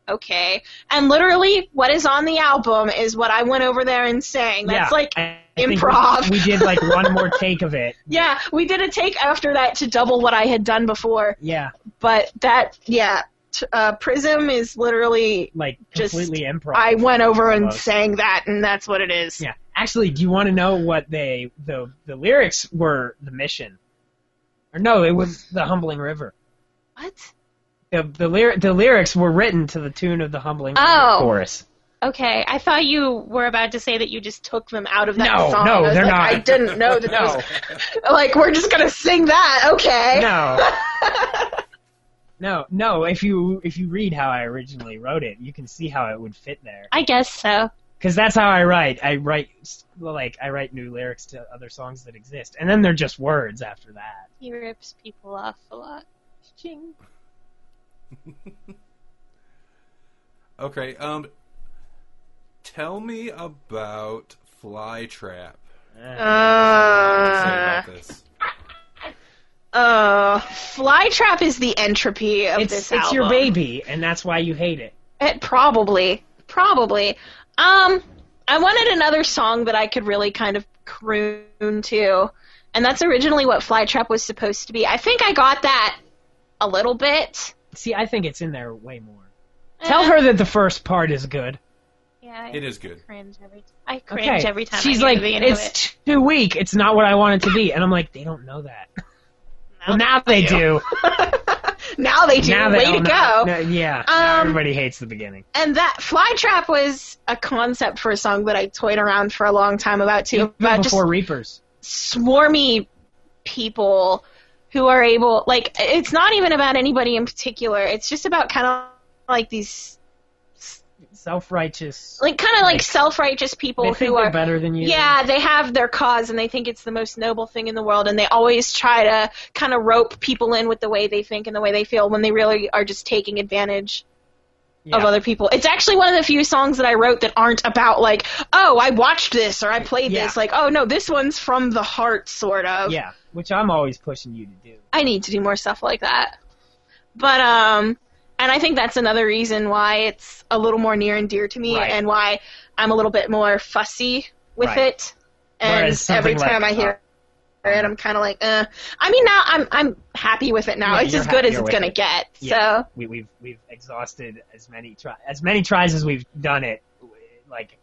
[SPEAKER 2] Okay, and literally, what is on the album is what I went over there and sang. That's
[SPEAKER 3] yeah,
[SPEAKER 2] like,
[SPEAKER 3] I- I think we-
[SPEAKER 2] improv.
[SPEAKER 3] We, did like one more take of it.
[SPEAKER 2] yeah, we did a take after that to double what I had done before.
[SPEAKER 3] Yeah,
[SPEAKER 2] but that yeah t- uh, prism is literally
[SPEAKER 3] like
[SPEAKER 2] Just-
[SPEAKER 3] completely improv.
[SPEAKER 2] i went over and
[SPEAKER 3] Almost.
[SPEAKER 2] sang that and that's what it is
[SPEAKER 3] Yeah. Actually, do you want to know what they the the lyrics were? The mission, or no, it was the humbling river.
[SPEAKER 2] what
[SPEAKER 3] The the, lyri- the lyrics were written to the tune of the humbling
[SPEAKER 2] Oh.
[SPEAKER 3] river chorus.
[SPEAKER 2] okay i thought you were about to say that you just took them out of that
[SPEAKER 3] No,
[SPEAKER 2] song
[SPEAKER 3] no,
[SPEAKER 2] I was
[SPEAKER 3] they're
[SPEAKER 2] like,
[SPEAKER 3] not.
[SPEAKER 2] i didn't know that
[SPEAKER 3] No,
[SPEAKER 2] was, like we're just gonna sing that okay
[SPEAKER 3] no. No, no. If you if you read how I originally wrote it, you can see how it would fit there.
[SPEAKER 2] i guess so
[SPEAKER 3] because that's how I write. I write well, like I write new lyrics to other songs that exist, and then they're just words after that.
[SPEAKER 4] He rips people off a lot. Ching.
[SPEAKER 1] Okay. Um, tell me about Flytrap.
[SPEAKER 2] Uh,
[SPEAKER 1] About this.
[SPEAKER 2] uh, Flytrap is the entropy of
[SPEAKER 3] It's
[SPEAKER 2] this
[SPEAKER 3] it's
[SPEAKER 2] album.
[SPEAKER 3] your baby, and that's why you hate it.
[SPEAKER 2] It probably, probably. Um, I wanted another song that I could really kind of croon to, and that's originally what Flytrap was supposed to be. I think I got that a little bit.
[SPEAKER 3] See, I think it's in there way more.
[SPEAKER 2] Uh-huh.
[SPEAKER 3] Tell her that the first part is good.
[SPEAKER 4] Yeah, I
[SPEAKER 1] It is good.
[SPEAKER 4] cringe every time. I
[SPEAKER 3] Okay.
[SPEAKER 4] cringe every time.
[SPEAKER 3] She's
[SPEAKER 4] I hear
[SPEAKER 3] like,
[SPEAKER 4] the beginning of
[SPEAKER 3] it's
[SPEAKER 4] it.
[SPEAKER 3] too weak. It's not what I want it to be, and I'm like, they don't know that. Well, now they do.
[SPEAKER 2] Now they do.
[SPEAKER 3] Now they
[SPEAKER 2] Way
[SPEAKER 3] all
[SPEAKER 2] to
[SPEAKER 3] know.
[SPEAKER 2] go.
[SPEAKER 3] No, yeah.
[SPEAKER 2] Um,
[SPEAKER 3] everybody hates the beginning.
[SPEAKER 2] And that Flytrap was a concept for a song that I toyed around for a long time about too.
[SPEAKER 3] Even
[SPEAKER 2] about just
[SPEAKER 3] before Reapers.
[SPEAKER 2] swarmy people who are able like it's not even about anybody in particular it's just about kind of like these
[SPEAKER 3] Self righteous.
[SPEAKER 2] like kind of like self-righteous people
[SPEAKER 3] They think
[SPEAKER 2] who
[SPEAKER 3] they're
[SPEAKER 2] are
[SPEAKER 3] better than you.
[SPEAKER 2] yeah they have their cause and they think it's the most noble thing in the world and they always try to kind of rope people in with the way they think and the way they feel when they really are just taking advantage
[SPEAKER 3] Yeah.
[SPEAKER 2] of other people it's actually one of the few songs that i wrote that aren't about like oh i watched this or i played
[SPEAKER 3] Yeah.
[SPEAKER 2] this like oh no this one's from the heart sort of
[SPEAKER 3] Yeah, which I'm always pushing you to do.
[SPEAKER 2] I need to do more stuff like that. But um and I think that's another reason why it's a little more near and dear to me
[SPEAKER 3] Right.
[SPEAKER 2] and why I'm a little bit more fussy with
[SPEAKER 3] Right.
[SPEAKER 2] it. And
[SPEAKER 3] Whereas something
[SPEAKER 2] every time
[SPEAKER 3] like,
[SPEAKER 2] I hear it I'm kind of like, uh I mean now I'm I'm happy with it now.
[SPEAKER 3] Yeah,
[SPEAKER 2] it's
[SPEAKER 3] you're
[SPEAKER 2] as good as
[SPEAKER 3] happier
[SPEAKER 2] it's
[SPEAKER 3] with
[SPEAKER 2] going to
[SPEAKER 3] it.
[SPEAKER 2] get.
[SPEAKER 3] Yeah.
[SPEAKER 2] So,
[SPEAKER 3] We, we've we've exhausted as many try as many tries as we've done it. Like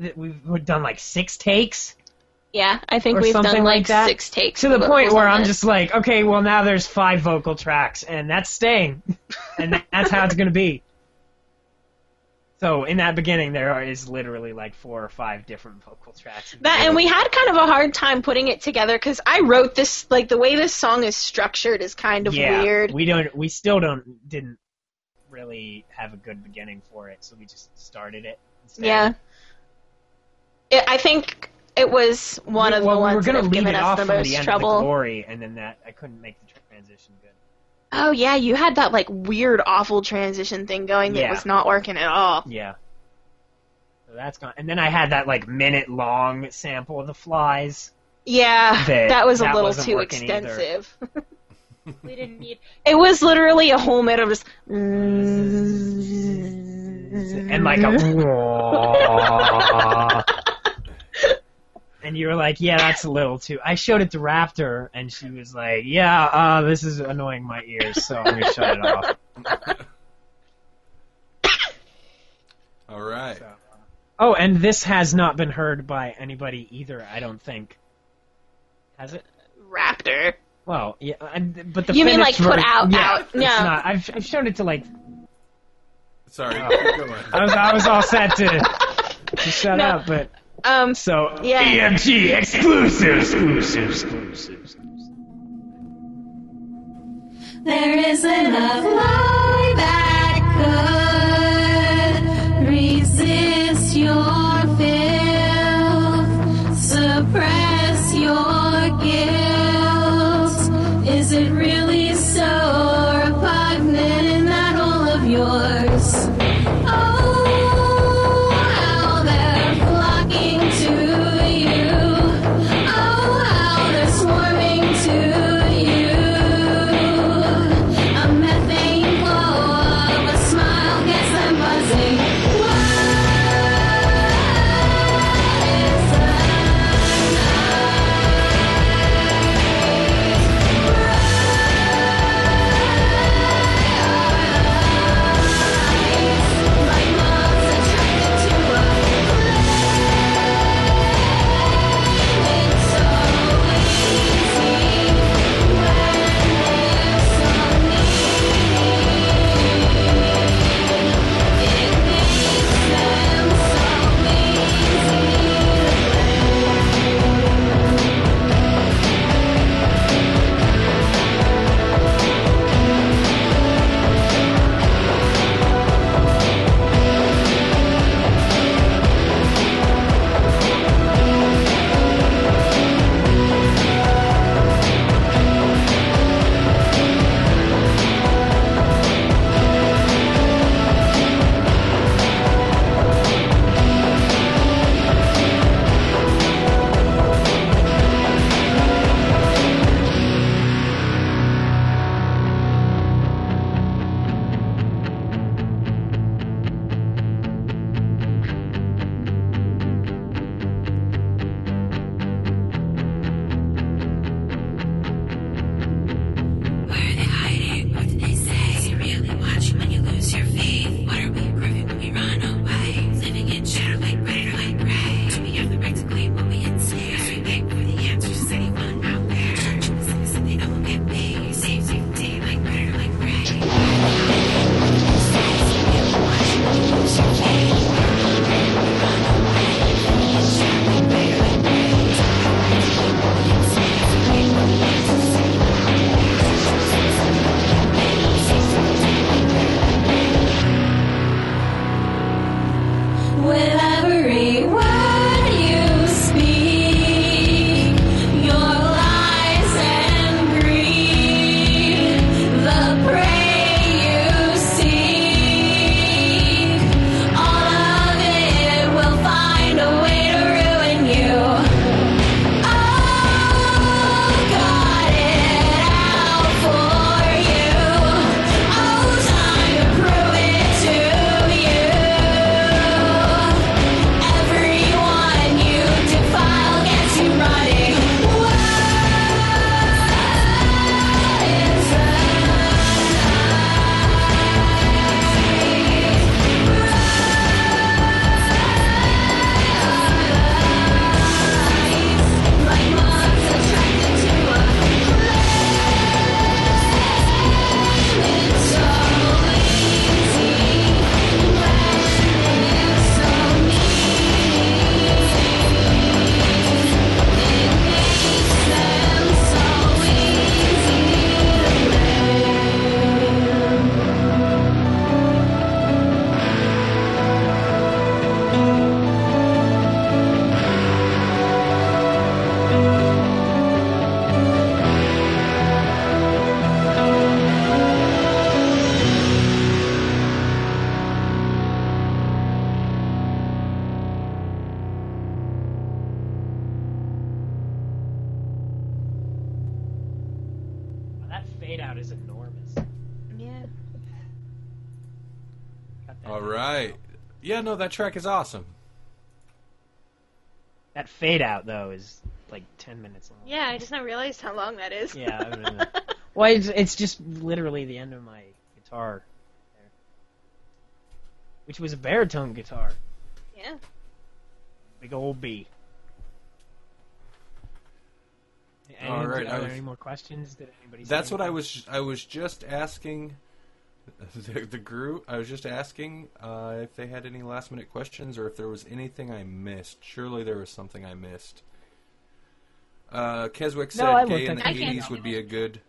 [SPEAKER 3] th- we've, we've done like six takes
[SPEAKER 2] yeah, I think
[SPEAKER 3] Or
[SPEAKER 2] we've done
[SPEAKER 3] something like that.
[SPEAKER 2] six takes
[SPEAKER 3] to the
[SPEAKER 2] of
[SPEAKER 3] point
[SPEAKER 2] vocals
[SPEAKER 3] where
[SPEAKER 2] on
[SPEAKER 3] I'm
[SPEAKER 2] it.
[SPEAKER 3] just like, okay, well now there's five vocal tracks, and that's staying, and tha- that's how it's gonna be. So in that beginning, there are, is literally like four or five different vocal tracks.
[SPEAKER 2] That and we had kind of a hard time putting it together cuz I wrote this like the way this song is structured is kind of
[SPEAKER 3] yeah,
[SPEAKER 2] weird.
[SPEAKER 3] We don't. We still don't. Didn't really have a good beginning for it, so we just started it. Instead.
[SPEAKER 2] Yeah. It, I think it was one of the
[SPEAKER 3] well,
[SPEAKER 2] ones
[SPEAKER 3] we were
[SPEAKER 2] that
[SPEAKER 3] gonna
[SPEAKER 2] have
[SPEAKER 3] leave
[SPEAKER 2] given
[SPEAKER 3] it
[SPEAKER 2] us
[SPEAKER 3] off
[SPEAKER 2] the
[SPEAKER 3] for
[SPEAKER 2] most
[SPEAKER 3] the end of the
[SPEAKER 2] trouble.
[SPEAKER 3] glory, and then that I couldn't make the transition good.
[SPEAKER 2] Oh yeah, you had that like weird, awful transition thing going that
[SPEAKER 3] Yeah.
[SPEAKER 2] was not working at all.
[SPEAKER 3] Yeah. So that's gone. And then I had that like minute long sample of the flies.
[SPEAKER 2] Yeah,
[SPEAKER 3] That-
[SPEAKER 2] that was a
[SPEAKER 3] that
[SPEAKER 2] little
[SPEAKER 3] wasn't
[SPEAKER 2] too
[SPEAKER 3] working either.
[SPEAKER 2] extensive.
[SPEAKER 4] We didn't need.
[SPEAKER 2] it was literally a whole minute of just. mm,
[SPEAKER 3] And like a And you were like, yeah, that's a little too. I showed it to Raptor, and she was like, yeah, uh, this is annoying my ears, so I'm gonna shut it off.
[SPEAKER 1] All right.
[SPEAKER 3] So. Oh, and this has not been heard by anybody either. I don't think. Has it?
[SPEAKER 2] Raptor.
[SPEAKER 3] Well, yeah, and, but the
[SPEAKER 2] You mean,
[SPEAKER 3] finished
[SPEAKER 2] like, put
[SPEAKER 3] version-
[SPEAKER 2] out,
[SPEAKER 3] yeah,
[SPEAKER 2] out?
[SPEAKER 3] it's
[SPEAKER 2] No.
[SPEAKER 3] not. I've, I've shown it to like
[SPEAKER 1] Sorry.
[SPEAKER 3] Oh.
[SPEAKER 1] keep going.
[SPEAKER 3] I was I was all set to, to shut
[SPEAKER 2] No.
[SPEAKER 3] up, but
[SPEAKER 2] Um.
[SPEAKER 3] so
[SPEAKER 2] Yeah.
[SPEAKER 9] EMG E exclusive, exclusive, exclusive. exclusive.
[SPEAKER 6] There isn't a fly that could resist your filth, suppress your guilt. Is it really so repugnant in that all of yours? Oh, how they're flocking to you. Oh, how they're swarming to you. A methane glow of a smile gets them buzzing. What is
[SPEAKER 3] fade out is enormous.
[SPEAKER 4] Yeah.
[SPEAKER 3] Cut that
[SPEAKER 1] All
[SPEAKER 3] down.
[SPEAKER 1] right. Yeah, no, that track is awesome.
[SPEAKER 3] That fade out though is like ten minutes long.
[SPEAKER 4] Yeah, I just now realized how long that is.
[SPEAKER 3] Yeah, I don't know. Well, it's, it's just literally the end of my guitar, there. which was a baritone guitar,
[SPEAKER 4] yeah.
[SPEAKER 3] big old B. Any-
[SPEAKER 1] All right, I
[SPEAKER 3] Are there
[SPEAKER 1] was-
[SPEAKER 3] any more questions? Did anybody? say
[SPEAKER 1] That's what I
[SPEAKER 3] anything?
[SPEAKER 1] was. I was just asking the, the group. I was just asking uh, if they had any last minute questions or if there was anything I missed. Surely there was something I missed. Uh, Keswick said
[SPEAKER 3] I
[SPEAKER 1] gay
[SPEAKER 3] looked
[SPEAKER 1] in the
[SPEAKER 3] at it. I can't
[SPEAKER 1] eighties would be a good.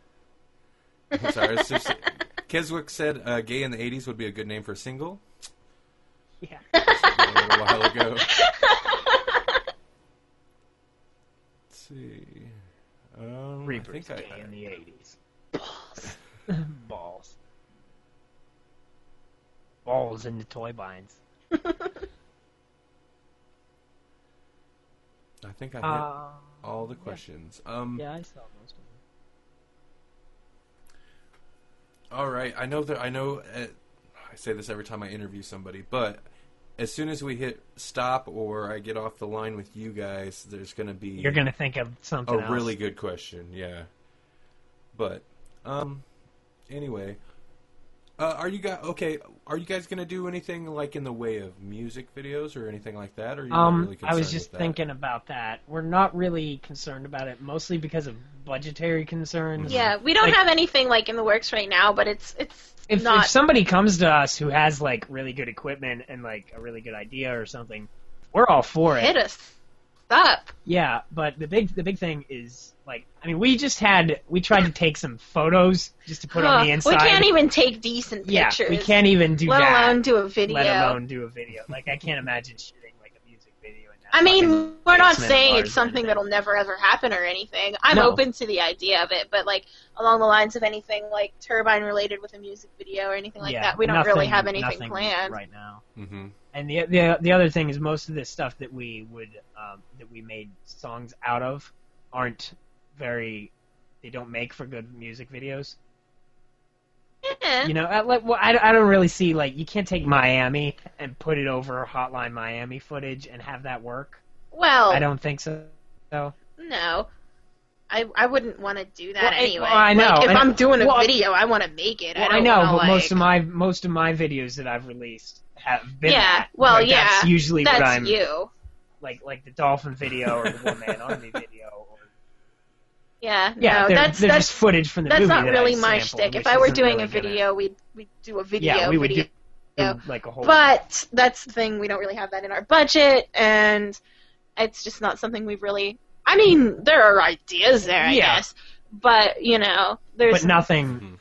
[SPEAKER 1] I'm sorry. it's just- Keswick said uh, "Gay in the '80s" would be a good name for a single. uh,
[SPEAKER 3] Yeah.
[SPEAKER 1] a little while ago. Let's see. Um,
[SPEAKER 3] Reapers
[SPEAKER 1] I think
[SPEAKER 3] gay
[SPEAKER 1] I,
[SPEAKER 3] in the eighties. Balls. Balls. Balls in the toy binds.
[SPEAKER 1] I think I hit
[SPEAKER 3] Uh,
[SPEAKER 1] all the questions. Um,
[SPEAKER 3] yeah, I saw most of them.
[SPEAKER 1] All right. I know that I know. Uh, I say this every time I interview somebody, but as soon as we hit stop or I get off the line with you guys, there's going to be
[SPEAKER 3] You're gonna think of something.
[SPEAKER 1] a
[SPEAKER 3] else.
[SPEAKER 1] Oh, really good question. Yeah. But um, anyway. Uh, are you guys okay? Are you guys gonna do anything like in the way of music videos or anything like that? Or are you not
[SPEAKER 3] Um,
[SPEAKER 1] really
[SPEAKER 3] I
[SPEAKER 1] concerned
[SPEAKER 3] was just
[SPEAKER 1] with that?
[SPEAKER 3] thinking about that. We're not really concerned about it, mostly because of budgetary
[SPEAKER 1] Mm-hmm.
[SPEAKER 3] concerns.
[SPEAKER 2] Uh,
[SPEAKER 4] Yeah, we don't
[SPEAKER 3] Like-
[SPEAKER 4] have anything like in the works right now, but it's it's
[SPEAKER 3] If, if
[SPEAKER 4] not.
[SPEAKER 3] somebody comes to us who has like really good equipment and like a really good idea or something, we're all for
[SPEAKER 4] hit
[SPEAKER 3] it.
[SPEAKER 4] us up.
[SPEAKER 3] Yeah, but the big the big thing is like I mean we just had we tried to take some photos just to put
[SPEAKER 4] Huh,
[SPEAKER 3] on the inside.
[SPEAKER 4] We can't even take decent
[SPEAKER 3] yeah,
[SPEAKER 4] pictures.
[SPEAKER 3] we can't even do
[SPEAKER 4] let
[SPEAKER 3] that.
[SPEAKER 4] alone do a video.
[SPEAKER 3] Let alone do a video. Like I can't imagine shooting like a music video. In that
[SPEAKER 4] I mean,
[SPEAKER 3] fucking
[SPEAKER 4] we're not
[SPEAKER 3] basement
[SPEAKER 4] saying
[SPEAKER 3] large
[SPEAKER 4] it's something
[SPEAKER 3] room.
[SPEAKER 4] that'll never ever happen or anything. I'm
[SPEAKER 3] No.
[SPEAKER 4] open to the idea of it, but like along the lines of anything like turbine related with a music video or anything like
[SPEAKER 3] yeah,
[SPEAKER 4] that, we don't
[SPEAKER 3] nothing,
[SPEAKER 4] really have anything
[SPEAKER 3] nothing
[SPEAKER 4] planned.
[SPEAKER 3] right now.
[SPEAKER 1] Mhm.
[SPEAKER 3] And the, the the other thing is most of this stuff that we would um, that we made songs out of aren't very they don't make for good music videos.
[SPEAKER 4] Yeah.
[SPEAKER 3] You know, I, like, well, I, I don't really see like you can't take Miami and put it over Hotline Miami footage and have that work.
[SPEAKER 4] Well,
[SPEAKER 3] I don't think so. So
[SPEAKER 4] no. I, I wouldn't want to do that
[SPEAKER 3] Well, I-
[SPEAKER 4] anyway.
[SPEAKER 3] well, I know,
[SPEAKER 4] Like, if
[SPEAKER 3] and-
[SPEAKER 4] I'm doing a
[SPEAKER 3] well,
[SPEAKER 4] video, I want to make it.
[SPEAKER 3] Well,
[SPEAKER 4] I, don't
[SPEAKER 3] know,
[SPEAKER 4] wanna,
[SPEAKER 3] but
[SPEAKER 4] like,
[SPEAKER 3] most of my most of my videos that I've released have been
[SPEAKER 4] Yeah,
[SPEAKER 3] that.
[SPEAKER 4] well,
[SPEAKER 3] Like, that's
[SPEAKER 4] yeah,
[SPEAKER 3] usually
[SPEAKER 4] that's
[SPEAKER 3] what I'm
[SPEAKER 4] you.
[SPEAKER 3] like like the dolphin video or the one man army video. Or,
[SPEAKER 4] Yeah,
[SPEAKER 3] yeah,
[SPEAKER 4] no,
[SPEAKER 3] they're,
[SPEAKER 4] that's
[SPEAKER 3] they're
[SPEAKER 4] that's
[SPEAKER 3] just footage from the
[SPEAKER 4] that's
[SPEAKER 3] movie
[SPEAKER 4] not
[SPEAKER 3] that
[SPEAKER 4] really
[SPEAKER 3] I
[SPEAKER 4] my
[SPEAKER 3] sampled,
[SPEAKER 4] shtick. If
[SPEAKER 3] which
[SPEAKER 4] I were
[SPEAKER 3] isn't
[SPEAKER 4] doing
[SPEAKER 3] really gonna-
[SPEAKER 4] a video, we'd we'd do a video.
[SPEAKER 3] yeah, we would
[SPEAKER 4] video.
[SPEAKER 3] do do, like a whole.
[SPEAKER 4] but that's the thing we don't really have that in our budget and it's just not something we've really i mean there are ideas there i
[SPEAKER 3] Yeah.
[SPEAKER 4] guess but you know there's
[SPEAKER 3] but nothing.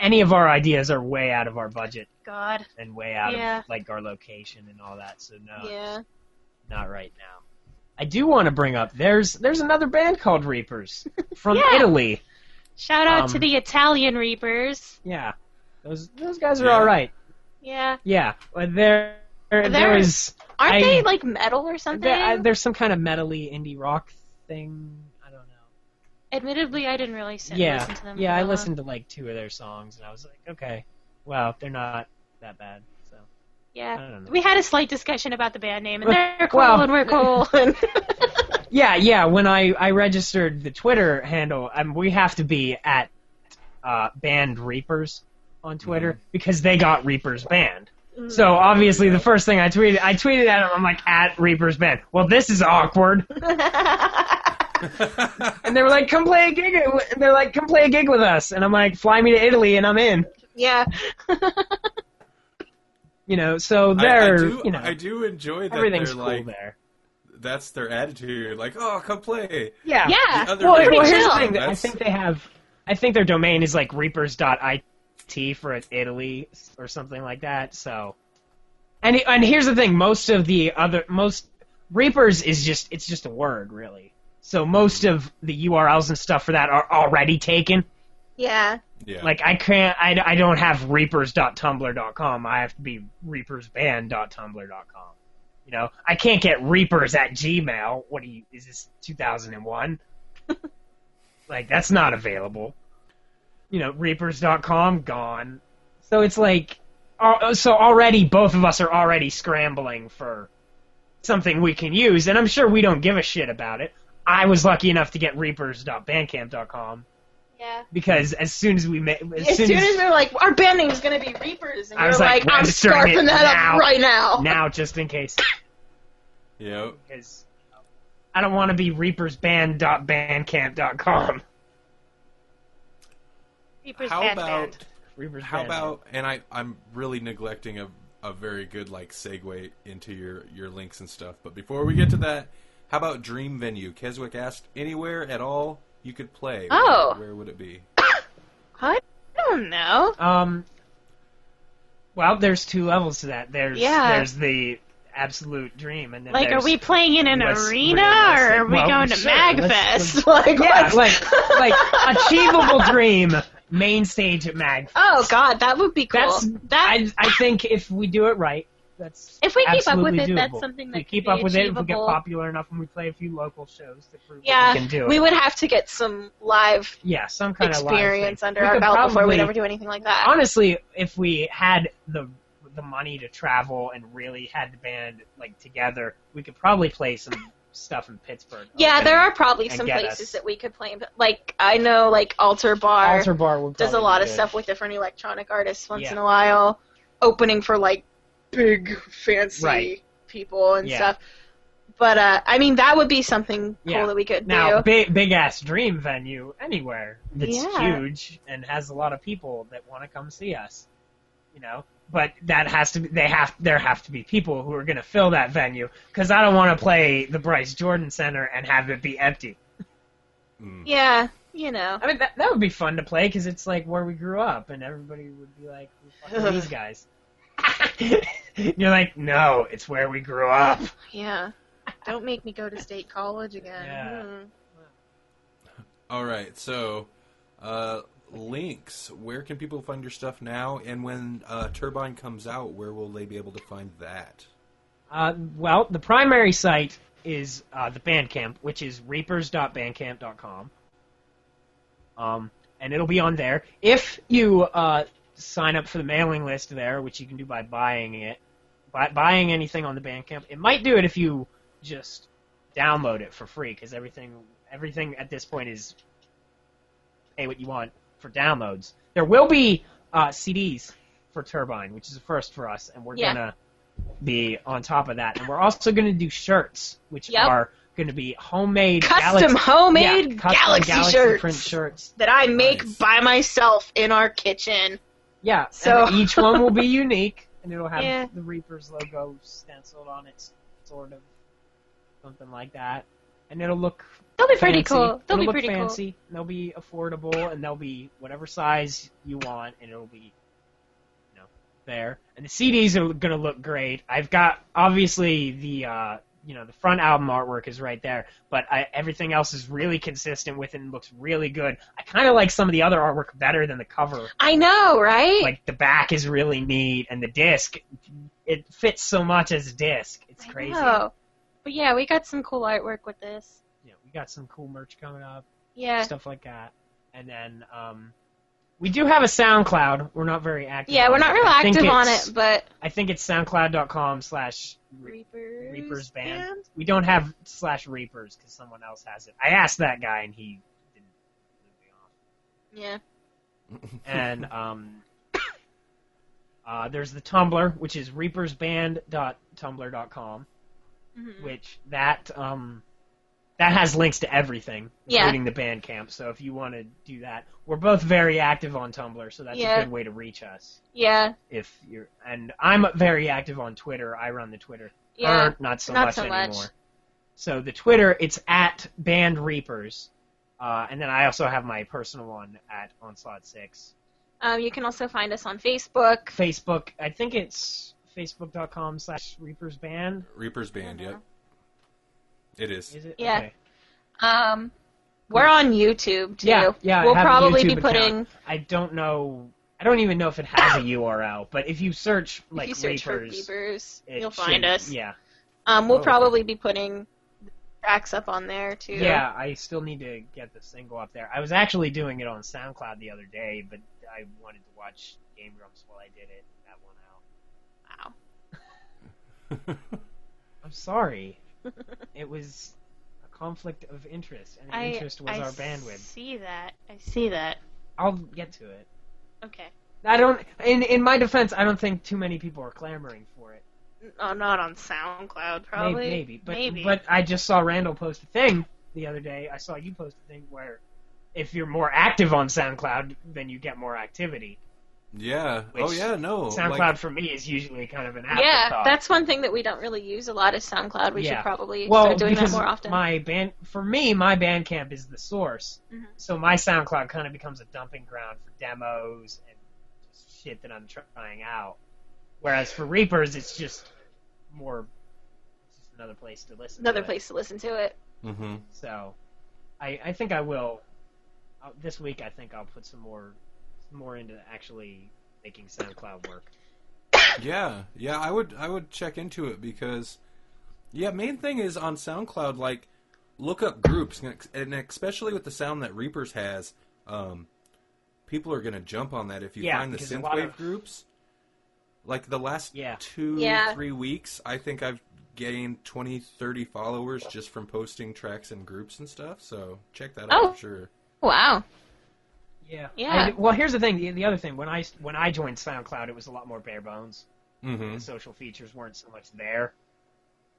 [SPEAKER 3] Any of our ideas are way out of our budget
[SPEAKER 4] god
[SPEAKER 3] and way out
[SPEAKER 4] Yeah.
[SPEAKER 3] of like our location and all that. So no,
[SPEAKER 4] yeah
[SPEAKER 3] not right now. I do want to bring up there's there's another band called Reapers from
[SPEAKER 4] Yeah.
[SPEAKER 3] Italy.
[SPEAKER 4] shout out to
[SPEAKER 3] Um,
[SPEAKER 4] the italian reapers
[SPEAKER 3] Yeah, those those guys are
[SPEAKER 1] Yeah.
[SPEAKER 3] all right.
[SPEAKER 4] yeah
[SPEAKER 3] Yeah, but there there, there
[SPEAKER 4] They're-
[SPEAKER 3] is
[SPEAKER 4] aren't
[SPEAKER 3] I-
[SPEAKER 4] they like metal or something
[SPEAKER 3] there, I, there's some kind of metally indie rock thing. I don't know.
[SPEAKER 4] admittedly i didn't really sit and
[SPEAKER 3] yeah,
[SPEAKER 4] listen to them
[SPEAKER 3] yeah.
[SPEAKER 4] for
[SPEAKER 3] I
[SPEAKER 4] that long.
[SPEAKER 3] listened to like two of their songs and I was like, okay, wow, they're not that bad. So I
[SPEAKER 4] yeah
[SPEAKER 3] don't know.
[SPEAKER 4] we had a slight discussion about the band name and they're cool
[SPEAKER 3] Well-
[SPEAKER 4] and we're cool and
[SPEAKER 3] Yeah, yeah. When I, I registered the Twitter handle, um, we have to be at uh, banned Reapers on Twitter because they got Reapers banned.
[SPEAKER 4] Mm.
[SPEAKER 3] So obviously, the first thing I tweeted, I tweeted at them. I'm like, at Reapers banned. Well, this is awkward. and they were like, come play a gig. And they're like, come play a gig with us. And I'm like, fly me to Italy, and I'm in.
[SPEAKER 4] yeah
[SPEAKER 3] You know,
[SPEAKER 1] I-
[SPEAKER 3] so
[SPEAKER 1] I,
[SPEAKER 3] they're,
[SPEAKER 1] do,
[SPEAKER 3] you know,
[SPEAKER 1] I do enjoy that.
[SPEAKER 3] everything's
[SPEAKER 1] they're
[SPEAKER 3] cool
[SPEAKER 1] like,
[SPEAKER 3] there.
[SPEAKER 1] That's their attitude. Like, oh, come play.
[SPEAKER 3] Yeah.
[SPEAKER 4] yeah
[SPEAKER 1] The other
[SPEAKER 3] Well,
[SPEAKER 1] day-
[SPEAKER 4] pretty
[SPEAKER 3] well, here's
[SPEAKER 4] chill.
[SPEAKER 3] the thing. that I
[SPEAKER 1] That's-
[SPEAKER 3] think they have. I think their domain is like reapers.it for Italy or something like that. So, and and here's the thing. Most of the other most reapers is just it's just a word really. So most of the URLs and stuff for that are already taken.
[SPEAKER 4] yeah
[SPEAKER 1] Yeah.
[SPEAKER 3] Like I can't. I, I don't have reapers.tumblr.com. I have to be reapersband.tumblr.com. You know, I can't get reapers at Gmail. What do you? Is this 2001? like that's not available. you know, Reapers.com gone. So it's like, al- so already both of us are already scrambling for something we can use, and I'm sure we don't give a shit about it. I was lucky enough to get Reapers.bandcamp.com
[SPEAKER 2] Yeah.
[SPEAKER 3] because as soon as we made, as,
[SPEAKER 2] As soon as we were like, our band name is going to be Reapers, and
[SPEAKER 3] I
[SPEAKER 2] we
[SPEAKER 3] was
[SPEAKER 2] were
[SPEAKER 3] like,
[SPEAKER 2] like, I'm
[SPEAKER 3] registering it
[SPEAKER 2] scarfing that
[SPEAKER 3] now.
[SPEAKER 2] up right now.
[SPEAKER 3] now, just in case,
[SPEAKER 1] Yep.
[SPEAKER 3] because I don't want to be Reapersband.bandcamp.com.
[SPEAKER 10] Reaper's
[SPEAKER 1] How
[SPEAKER 10] band
[SPEAKER 1] about
[SPEAKER 10] band.
[SPEAKER 3] Reapers
[SPEAKER 1] how
[SPEAKER 3] Band.
[SPEAKER 1] about and I I'm really neglecting a a very good like segue into your your links and stuff. But before we get to that, how about dream venue? Keswick asked anywhere at all you could play.
[SPEAKER 2] Oh.
[SPEAKER 1] where, would it be?
[SPEAKER 2] I don't know.
[SPEAKER 3] Um, well, there's two levels to that. There's
[SPEAKER 2] Yeah.
[SPEAKER 3] there's the absolute dream, and then
[SPEAKER 10] Like, are
[SPEAKER 3] there's-
[SPEAKER 10] we playing in an
[SPEAKER 3] Let's-
[SPEAKER 10] arena
[SPEAKER 3] let's-
[SPEAKER 10] or are we
[SPEAKER 3] well,
[SPEAKER 10] going to
[SPEAKER 3] sure, let's-
[SPEAKER 10] Magfest?
[SPEAKER 3] let's-
[SPEAKER 2] like,
[SPEAKER 3] Yeah,
[SPEAKER 2] what?
[SPEAKER 3] like like achievable dream main stage at Mag.
[SPEAKER 2] oh god, that would be cool.
[SPEAKER 3] That's
[SPEAKER 2] that
[SPEAKER 3] I I think if we do it right, that's
[SPEAKER 2] If we keep up with
[SPEAKER 3] absolutely
[SPEAKER 2] it, that's
[SPEAKER 3] doable.
[SPEAKER 2] something
[SPEAKER 3] If
[SPEAKER 2] that
[SPEAKER 3] we
[SPEAKER 2] could
[SPEAKER 3] keep
[SPEAKER 2] be
[SPEAKER 3] up with it. If we get
[SPEAKER 2] achievable.
[SPEAKER 3] popular enough, and we play a few local shows to prove that
[SPEAKER 2] yeah,
[SPEAKER 3] we can do it.
[SPEAKER 2] would have to get some live
[SPEAKER 3] yeah, some kind of live thing.
[SPEAKER 2] experience under
[SPEAKER 3] We
[SPEAKER 2] our
[SPEAKER 3] could
[SPEAKER 2] belt before we'd
[SPEAKER 3] probably-
[SPEAKER 2] ever do anything like that.
[SPEAKER 3] honestly, if we had the the money to travel and really had the band like together, we could probably play some stuff in Pittsburgh.
[SPEAKER 2] yeah, there are probably
[SPEAKER 3] and
[SPEAKER 2] some
[SPEAKER 3] get
[SPEAKER 2] places
[SPEAKER 3] us.
[SPEAKER 2] that we could play, in, but like I know like Alter Bar
[SPEAKER 3] Alter Bar would
[SPEAKER 2] does a
[SPEAKER 3] probably
[SPEAKER 2] lot
[SPEAKER 3] be
[SPEAKER 2] of
[SPEAKER 3] good.
[SPEAKER 2] stuff with different electronic artists once
[SPEAKER 3] Yeah.
[SPEAKER 2] in a while, opening for like big fancy
[SPEAKER 3] Right.
[SPEAKER 2] people and
[SPEAKER 3] Yeah.
[SPEAKER 2] stuff. But uh, I mean, that would be something
[SPEAKER 3] Yeah.
[SPEAKER 2] cool that we could
[SPEAKER 3] Now,
[SPEAKER 2] do.
[SPEAKER 3] big big ass dream venue anywhere that's
[SPEAKER 2] Yeah.
[SPEAKER 3] huge and has a lot of people that want to come see us. You know, but that has to be they have there have to be people who are going to fill that venue because I don't want to play the Bryce Jordan Center and have it be empty.
[SPEAKER 1] Mm.
[SPEAKER 2] Yeah, you know.
[SPEAKER 3] I mean, that, that would be fun to play because it's like where we grew up, and everybody would be like, Who the fuck are "These guys." You're like, no, it's where we grew up.
[SPEAKER 2] Yeah. Don't make me go to state college again.
[SPEAKER 3] Yeah.
[SPEAKER 2] Hmm.
[SPEAKER 1] All right, so uh, links. Where can people find your stuff now? And when uh, Turbine comes out, where will they be able to find that?
[SPEAKER 3] Uh, well, the primary site is uh, the Bandcamp, which is reapers.bandcamp.com. Um, and it'll be on there. If you uh, sign up for the mailing list there, which you can do by buying it, by buying anything on the Bandcamp, it might do it if you just download it for free, because everything everything at this point is pay what you want for downloads. There will be uh, CDs for Turbine, which is a first for us, and we're
[SPEAKER 2] Yeah.
[SPEAKER 3] gonna be on top of that. And we're also going to do shirts, which
[SPEAKER 2] Yep.
[SPEAKER 3] are going to be homemade
[SPEAKER 2] Custom
[SPEAKER 3] Galaxy, yeah,
[SPEAKER 2] homemade
[SPEAKER 3] custom
[SPEAKER 2] galaxy, shirts
[SPEAKER 3] print shirts.
[SPEAKER 2] that I make
[SPEAKER 1] Nice.
[SPEAKER 2] by myself in our kitchen.
[SPEAKER 3] Yeah,
[SPEAKER 2] So-
[SPEAKER 3] and each one will be unique, and it'll have
[SPEAKER 2] Yeah.
[SPEAKER 3] the Reaper's logo stenciled on it, sort of something like that. And it'll look
[SPEAKER 2] They'll be pretty
[SPEAKER 3] fancy.
[SPEAKER 2] cool. They'll
[SPEAKER 3] it'll
[SPEAKER 2] be
[SPEAKER 3] look
[SPEAKER 2] pretty
[SPEAKER 3] fancy. Cool. They'll be affordable, and they'll be whatever size you want, and it'll be, you know, there. And the CDs are gonna look great. I've got obviously the, uh, you know, the front album artwork is right there, but I, everything else is really consistent with it and looks really good. I kind of like some of the other artwork better than the cover.
[SPEAKER 2] cool. I know, right?
[SPEAKER 3] Like the back is really neat, and the disc, it fits so much as a disc. It's
[SPEAKER 2] I
[SPEAKER 3] crazy.
[SPEAKER 2] know. But yeah, we got some cool artwork with this.
[SPEAKER 3] You know, we got some cool merch coming up.
[SPEAKER 2] Yeah.
[SPEAKER 3] stuff like that. And then um, we do have a SoundCloud. We're not very active.
[SPEAKER 2] yeah,
[SPEAKER 3] on
[SPEAKER 2] we're not
[SPEAKER 3] it.
[SPEAKER 2] real
[SPEAKER 3] I think
[SPEAKER 2] active on
[SPEAKER 3] it's-
[SPEAKER 2] it, but
[SPEAKER 3] I think it's SoundCloud.com slash. Re-
[SPEAKER 2] Reapers,
[SPEAKER 3] Reapers band. We don't have slash Reapers because someone else has it. I asked that guy and he didn't. leave
[SPEAKER 2] Yeah.
[SPEAKER 3] me off. And um, uh, there's the Tumblr, which is reapersband.tumblr.com.
[SPEAKER 2] Mhm.
[SPEAKER 3] Mm-hmm.
[SPEAKER 4] Mm-hmm.
[SPEAKER 3] which that um that has links to everything,
[SPEAKER 2] Yeah.
[SPEAKER 3] including the Bandcamp. So if you want to do that, we're both very active on Tumblr, so that's a
[SPEAKER 2] Yeah.
[SPEAKER 3] good way to reach us.
[SPEAKER 2] Yeah.
[SPEAKER 3] If you're and I'm very active on Twitter. I run the Twitter.
[SPEAKER 2] Yeah.
[SPEAKER 3] Or not so
[SPEAKER 2] not
[SPEAKER 3] much
[SPEAKER 2] so much.
[SPEAKER 3] anymore. So the Twitter, it's at Band Reapers, uh, and then I also have my personal one at Onslaught Six.
[SPEAKER 2] Um, you can also find us on Facebook.
[SPEAKER 3] Facebook, I think it's facebook.com slash Reapers Band.
[SPEAKER 1] Reaper's Band. Yep, it is.
[SPEAKER 3] Is it?
[SPEAKER 2] Yeah.
[SPEAKER 3] Okay.
[SPEAKER 2] Um, we're on YouTube too.
[SPEAKER 3] Yeah, yeah. I
[SPEAKER 2] We'll
[SPEAKER 3] have a
[SPEAKER 2] probably
[SPEAKER 3] YouTube
[SPEAKER 2] be
[SPEAKER 3] account.
[SPEAKER 2] putting
[SPEAKER 3] I don't know. I don't even know if it has a URL, but if you search like
[SPEAKER 2] if you search
[SPEAKER 3] Reapers,
[SPEAKER 2] for Beavers,
[SPEAKER 3] it
[SPEAKER 2] you'll find
[SPEAKER 3] should-
[SPEAKER 2] us.
[SPEAKER 3] Yeah,
[SPEAKER 2] Um, we'll
[SPEAKER 1] Oh, okay.
[SPEAKER 2] probably be putting
[SPEAKER 4] tracks up on there too.
[SPEAKER 3] Yeah, I still need to get the single up there. I was actually doing it on SoundCloud the other day, but I wanted to watch Game Grumps while I did it. and That one out.
[SPEAKER 4] Wow.
[SPEAKER 3] I'm sorry. it was a conflict of interest, and the
[SPEAKER 4] I,
[SPEAKER 3] interest was
[SPEAKER 4] I
[SPEAKER 3] our bandwidth.
[SPEAKER 4] see that. I see that.
[SPEAKER 3] I'll get to it.
[SPEAKER 4] Okay.
[SPEAKER 3] I don't. In in my defense, I don't think too many people are clamoring for it.
[SPEAKER 4] No, not on SoundCloud,
[SPEAKER 3] May-
[SPEAKER 4] probably.
[SPEAKER 3] maybe, but
[SPEAKER 4] maybe.
[SPEAKER 3] but I just saw Randall post a thing the other day. I saw you post a thing where if you're more active on SoundCloud, then you get more activity.
[SPEAKER 1] Yeah.
[SPEAKER 3] Which
[SPEAKER 1] oh yeah. No.
[SPEAKER 3] SoundCloud
[SPEAKER 1] Like,
[SPEAKER 3] for me is usually kind of an
[SPEAKER 4] yeah,
[SPEAKER 3] afterthought.
[SPEAKER 4] that's one thing that we don't really use a lot is SoundCloud. We
[SPEAKER 3] Yeah.
[SPEAKER 4] should probably
[SPEAKER 3] well
[SPEAKER 4] start doing that
[SPEAKER 3] because
[SPEAKER 4] more often.
[SPEAKER 3] my band for me my Bandcamp is the source,
[SPEAKER 4] Mhm.
[SPEAKER 3] so my SoundCloud kind of becomes a dumping ground for demos and just shit that I'm trying out. Whereas for Reapers, it's just more it's just another place to listen.
[SPEAKER 4] Another
[SPEAKER 3] to it.
[SPEAKER 4] place to listen to it.
[SPEAKER 1] hmm
[SPEAKER 3] So, I I think I will uh, this week. I think I'll put some more some more into actually making SoundCloud work.
[SPEAKER 1] Yeah. Yeah. I would. I would check into it because, yeah. Main thing is on SoundCloud. Like, look up groups, and ex- and especially with the sound that Reapers has, um, people are gonna jump on that. If you
[SPEAKER 3] Yeah,
[SPEAKER 1] find the
[SPEAKER 3] because a lot
[SPEAKER 1] synthwave
[SPEAKER 3] of-
[SPEAKER 1] groups, like the last
[SPEAKER 3] Yeah.
[SPEAKER 1] two,
[SPEAKER 4] Yeah.
[SPEAKER 1] three weeks, I think I've gained 20, 30 followers just from posting tracks in groups and stuff. So check that
[SPEAKER 4] Oh.
[SPEAKER 1] out for sure.
[SPEAKER 4] Wow.
[SPEAKER 3] Yeah.
[SPEAKER 4] Yeah.
[SPEAKER 3] And- well, here's the thing. The, the other thing when I when I joined SoundCloud, it was a lot more bare bones.
[SPEAKER 1] Mm-hmm.
[SPEAKER 3] The social features weren't so much there.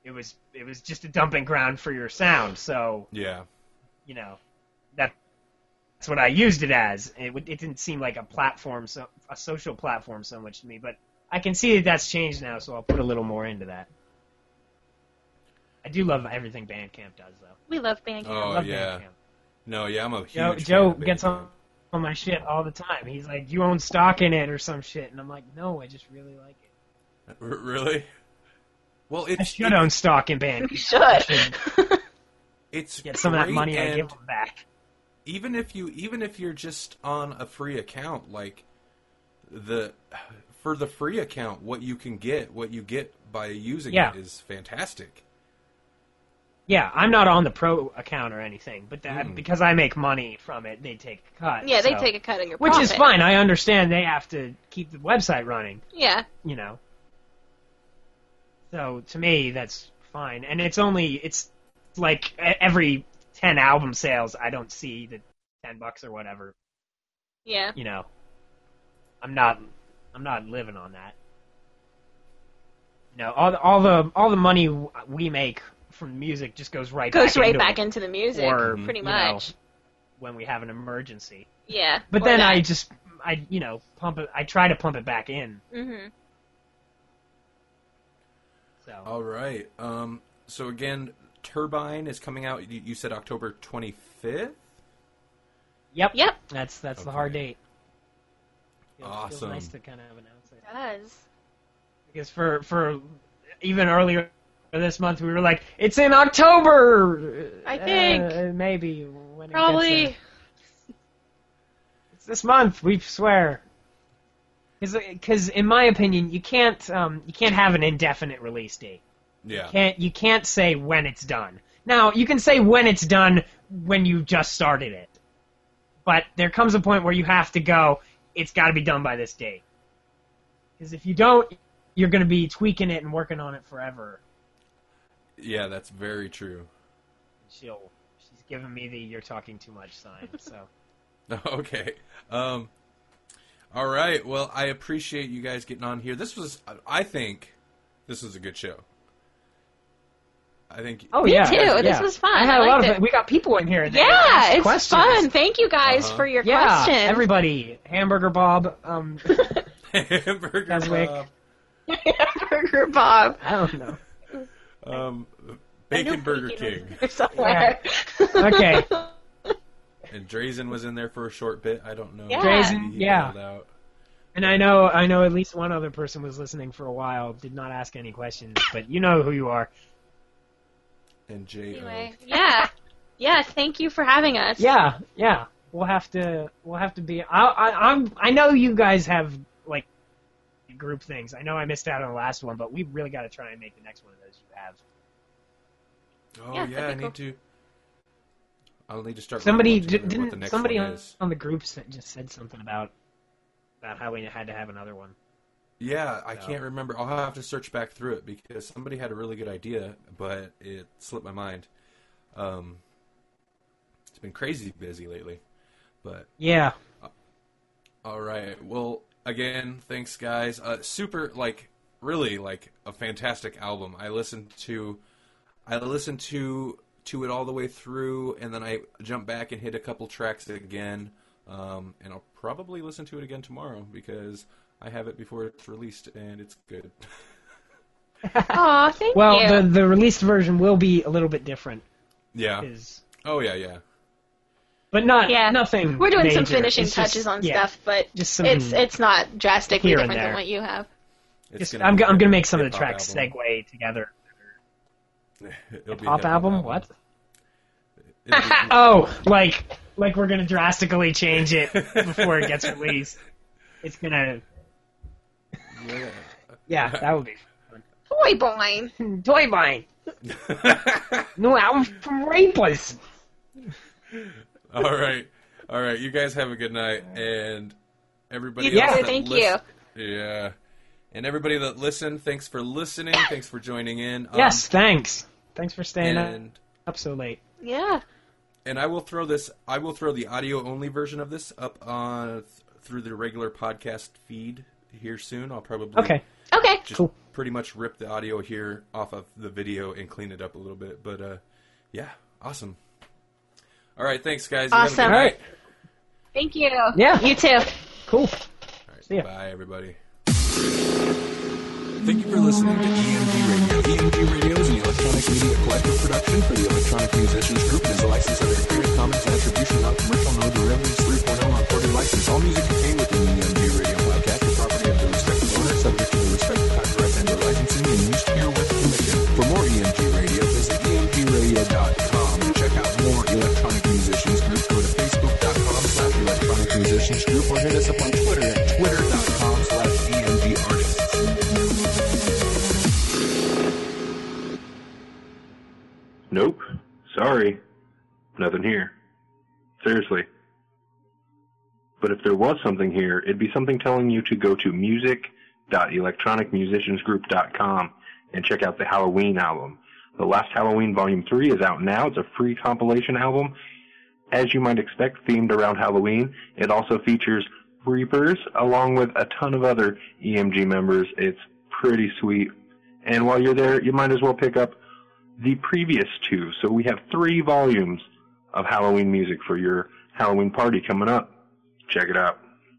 [SPEAKER 3] It was it was just a dumping ground for your sound. So
[SPEAKER 1] Yeah.
[SPEAKER 3] you know that that's what I used it as. It would- it didn't seem like a platform, so a social platform, so much to me. But I can see that that's changed now, so I'll put a little more into that. I do love everything Bandcamp does, though.
[SPEAKER 4] We love Bandcamp.
[SPEAKER 1] Oh,
[SPEAKER 3] I love
[SPEAKER 1] yeah.
[SPEAKER 3] Bandcamp.
[SPEAKER 1] No, yeah, I'm a huge.
[SPEAKER 3] Joe,
[SPEAKER 1] fan
[SPEAKER 3] Joe
[SPEAKER 1] of
[SPEAKER 3] gets
[SPEAKER 1] Bandcamp.
[SPEAKER 3] on, on my shit all the time. He's like, "You own stock in it or some shit," and I'm like, "No, I just really like it.
[SPEAKER 1] R- really? Well, it's
[SPEAKER 3] I should own stock in Bandcamp.
[SPEAKER 4] You
[SPEAKER 3] I
[SPEAKER 4] should.
[SPEAKER 3] should
[SPEAKER 1] it's
[SPEAKER 3] get some of that
[SPEAKER 1] great,
[SPEAKER 3] money I
[SPEAKER 1] and
[SPEAKER 3] give him back."
[SPEAKER 1] Even if you, even if you're just on a free account, like the for the free account, what you can get, what you get by using
[SPEAKER 3] Yeah.
[SPEAKER 1] it is fantastic.
[SPEAKER 3] Yeah, I'm not on the pro account or anything, but that
[SPEAKER 1] Mm.
[SPEAKER 3] because I make money from it, they take a cut.
[SPEAKER 4] Yeah, they
[SPEAKER 3] so-
[SPEAKER 4] take a cut of your
[SPEAKER 3] which
[SPEAKER 4] profit.
[SPEAKER 3] is fine. I understand they have to keep the website running.
[SPEAKER 4] Yeah.
[SPEAKER 3] you know. So to me, that's fine, and it's only it's like e- every ten album sales, I don't see the ten bucks or whatever.
[SPEAKER 4] Yeah.
[SPEAKER 3] You know, I'm not I'm not living on that. You know, all the, all the all the money w- we make from music just goes right
[SPEAKER 4] Goes
[SPEAKER 3] back
[SPEAKER 4] right
[SPEAKER 3] into
[SPEAKER 4] back
[SPEAKER 3] it
[SPEAKER 4] into the music.
[SPEAKER 3] Or,
[SPEAKER 1] Mm-hmm.
[SPEAKER 4] pretty
[SPEAKER 3] you know,
[SPEAKER 4] much.
[SPEAKER 3] when we have an emergency.
[SPEAKER 4] Yeah.
[SPEAKER 3] But then I just I you know pump it. I try to pump it back in.
[SPEAKER 4] hmm
[SPEAKER 3] So
[SPEAKER 1] All right. Um. So again, Turbine is coming out. You, you said October 25th.
[SPEAKER 3] yep,
[SPEAKER 4] Yep.
[SPEAKER 3] That's that's the hard
[SPEAKER 1] Okay.
[SPEAKER 3] date. Feels,
[SPEAKER 1] Awesome.
[SPEAKER 3] Feels nice to kind of announce it
[SPEAKER 4] Does.
[SPEAKER 3] because for for even earlier this month we were like it's in October.
[SPEAKER 4] I think.
[SPEAKER 3] Uh, maybe when it gets there.
[SPEAKER 4] Probably.
[SPEAKER 3] it's this month. We swear. Because in my opinion you can't um, you can't have an indefinite release date.
[SPEAKER 1] Yeah.
[SPEAKER 3] Can't you can't say when it's done. Now you can say when it's done when you just started it, but there comes a point where you have to go. It's got to be done by this date, because if you don't, you're going to be tweaking it and working on it forever.
[SPEAKER 1] Yeah, that's very true.
[SPEAKER 3] She'll she's giving me the "you're talking too much" sign. So
[SPEAKER 1] Okay. Um, all right. Well, I appreciate you guys getting on here. This was, I think, this was a good show. I think.
[SPEAKER 3] oh
[SPEAKER 4] Me
[SPEAKER 3] yeah,
[SPEAKER 4] too.
[SPEAKER 3] yeah.
[SPEAKER 4] This was fun.
[SPEAKER 3] I had
[SPEAKER 4] I
[SPEAKER 3] a lot
[SPEAKER 4] liked
[SPEAKER 3] of
[SPEAKER 4] it.
[SPEAKER 3] fun. We got people in here. that
[SPEAKER 4] Yeah,
[SPEAKER 3] asked
[SPEAKER 4] it's
[SPEAKER 3] questions.
[SPEAKER 4] fun. Thank you guys
[SPEAKER 1] Uh-huh.
[SPEAKER 4] for your
[SPEAKER 3] Yeah,
[SPEAKER 4] questions.
[SPEAKER 3] everybody, Hamburger Bob. Um,
[SPEAKER 1] Hamburger
[SPEAKER 3] Keswick.
[SPEAKER 1] Bob,
[SPEAKER 4] Burger Bob
[SPEAKER 3] I don't know.
[SPEAKER 1] um, Bacon Burger King,
[SPEAKER 4] or somewhere.
[SPEAKER 3] Okay.
[SPEAKER 1] and Drazen was in there for a short bit. I don't know.
[SPEAKER 4] Yeah.
[SPEAKER 3] Drazen,
[SPEAKER 1] He
[SPEAKER 3] yeah.
[SPEAKER 1] held out.
[SPEAKER 3] And I know, I know at least one other person was listening for a while, did not ask any questions, but you know who you are.
[SPEAKER 1] And J. O.
[SPEAKER 4] anyway, yeah, yeah. Thank you for having us.
[SPEAKER 3] Yeah, yeah. We'll have to, we'll have to be. I, I, I'm, I know you guys have like group things. I know I missed out on the last one, but we really got to try and make the next one of those you have.
[SPEAKER 1] Oh yeah,
[SPEAKER 4] Yeah, that'd
[SPEAKER 1] I
[SPEAKER 4] be
[SPEAKER 1] need to. I'll need to start.
[SPEAKER 3] Somebody
[SPEAKER 1] remembering
[SPEAKER 3] d-
[SPEAKER 1] what the
[SPEAKER 3] didn't.
[SPEAKER 1] next
[SPEAKER 3] Somebody
[SPEAKER 1] one
[SPEAKER 3] on,
[SPEAKER 1] is.
[SPEAKER 3] on the group s- just said something about about how we had to have another one.
[SPEAKER 1] Yeah, I
[SPEAKER 3] No.
[SPEAKER 1] can't remember. I'll have to search back through it because somebody had a really good idea, but it slipped my mind. Um, it's been crazy busy lately, but
[SPEAKER 3] Yeah,
[SPEAKER 1] All right. Well, again, thanks guys. Uh, super like really like a fantastic album. I listened to I listened to to it all the way through and then I jumped back and hit a couple tracks again. Um, and I'll probably listen to it again tomorrow because I have it before it's released and it's good.
[SPEAKER 4] Aw, thank
[SPEAKER 3] Well,
[SPEAKER 4] you.
[SPEAKER 3] the the released version will be a little bit different,
[SPEAKER 1] yeah.
[SPEAKER 3] is
[SPEAKER 1] Oh yeah, yeah.
[SPEAKER 3] but not
[SPEAKER 4] Yeah.
[SPEAKER 3] nothing.
[SPEAKER 4] We're doing some
[SPEAKER 3] major.
[SPEAKER 4] finishing
[SPEAKER 3] It's just-
[SPEAKER 4] touches on
[SPEAKER 3] yeah,
[SPEAKER 4] stuff, but
[SPEAKER 3] Just some.
[SPEAKER 4] it's it's not drastically
[SPEAKER 3] Here and
[SPEAKER 4] different
[SPEAKER 3] there.
[SPEAKER 4] than what you have.
[SPEAKER 1] It's
[SPEAKER 3] just-
[SPEAKER 1] gonna
[SPEAKER 3] I'm
[SPEAKER 1] be
[SPEAKER 3] go- I'm
[SPEAKER 1] a
[SPEAKER 3] gonna make some of the
[SPEAKER 1] hip-hop
[SPEAKER 3] tracks
[SPEAKER 1] album.
[SPEAKER 3] segue together.
[SPEAKER 1] It'll be a
[SPEAKER 3] Pop
[SPEAKER 1] hip-hop
[SPEAKER 3] album? What?
[SPEAKER 1] It'll be-
[SPEAKER 3] Oh, like like we're gonna drastically change it before it gets released. It's gonna. Yeah, that would be
[SPEAKER 4] Boy, boy.
[SPEAKER 3] fun. Toy Vine,
[SPEAKER 1] yeah.
[SPEAKER 3] new album from Rapeless.
[SPEAKER 1] All right. All right. You guys have a good night. And everybody
[SPEAKER 4] You
[SPEAKER 1] else.
[SPEAKER 4] too,
[SPEAKER 1] that
[SPEAKER 4] thank
[SPEAKER 1] lis- Yeah. And everybody that listened, thanks for listening. Thanks for joining in. Um,
[SPEAKER 3] yes, uh, thanks. Thanks for staying
[SPEAKER 1] And
[SPEAKER 3] up so late.
[SPEAKER 4] Yeah.
[SPEAKER 1] and I will throw this I will throw the audio only version of this up on th- through the regular podcast feed here soon. I'll probably
[SPEAKER 3] Okay.
[SPEAKER 4] Okay.
[SPEAKER 1] just
[SPEAKER 3] cool.
[SPEAKER 1] pretty much rip the audio here off of the video and clean it up a little bit. But uh yeah, awesome. All right, thanks guys. You have a good
[SPEAKER 4] Awesome.
[SPEAKER 1] night.
[SPEAKER 4] Thank you.
[SPEAKER 3] Yeah.
[SPEAKER 4] You too.
[SPEAKER 3] Cool. See ya.
[SPEAKER 1] Bye, everybody. Thank you for listening to EMG Radio. EMG Radio is an electronic media collective production for the Electronic Musicians Group and is a license under a Creative Commons Attribution Non-Commercial No Derivatives 3.0 Unported License. All music contained within the EMG Radio podcast is property of the respective owner, subject to the respective copyrights and or licensing and used here with permission. For more EMG Radio, visit emgradio.com and check out more Electronic Musicians Group. Go to facebook.com slash electronic musicians group or hit us up on Twitter at twitter.com slash EMG artists.
[SPEAKER 9] Nope. Sorry. Nothing here. Seriously. But if there was something here, it'd be something telling you to go to music.electronicmusiciansgroup.com and check out the Halloween album. The Last Halloween Volume 3 is out now. It's a free compilation album. As you might expect, themed around Halloween, it also features Reapers along with a ton of other EMG members. It's pretty sweet. And while you're there, you might as well pick up the previous two. So we have three volumes of Halloween music for your Halloween party coming up. Check it out.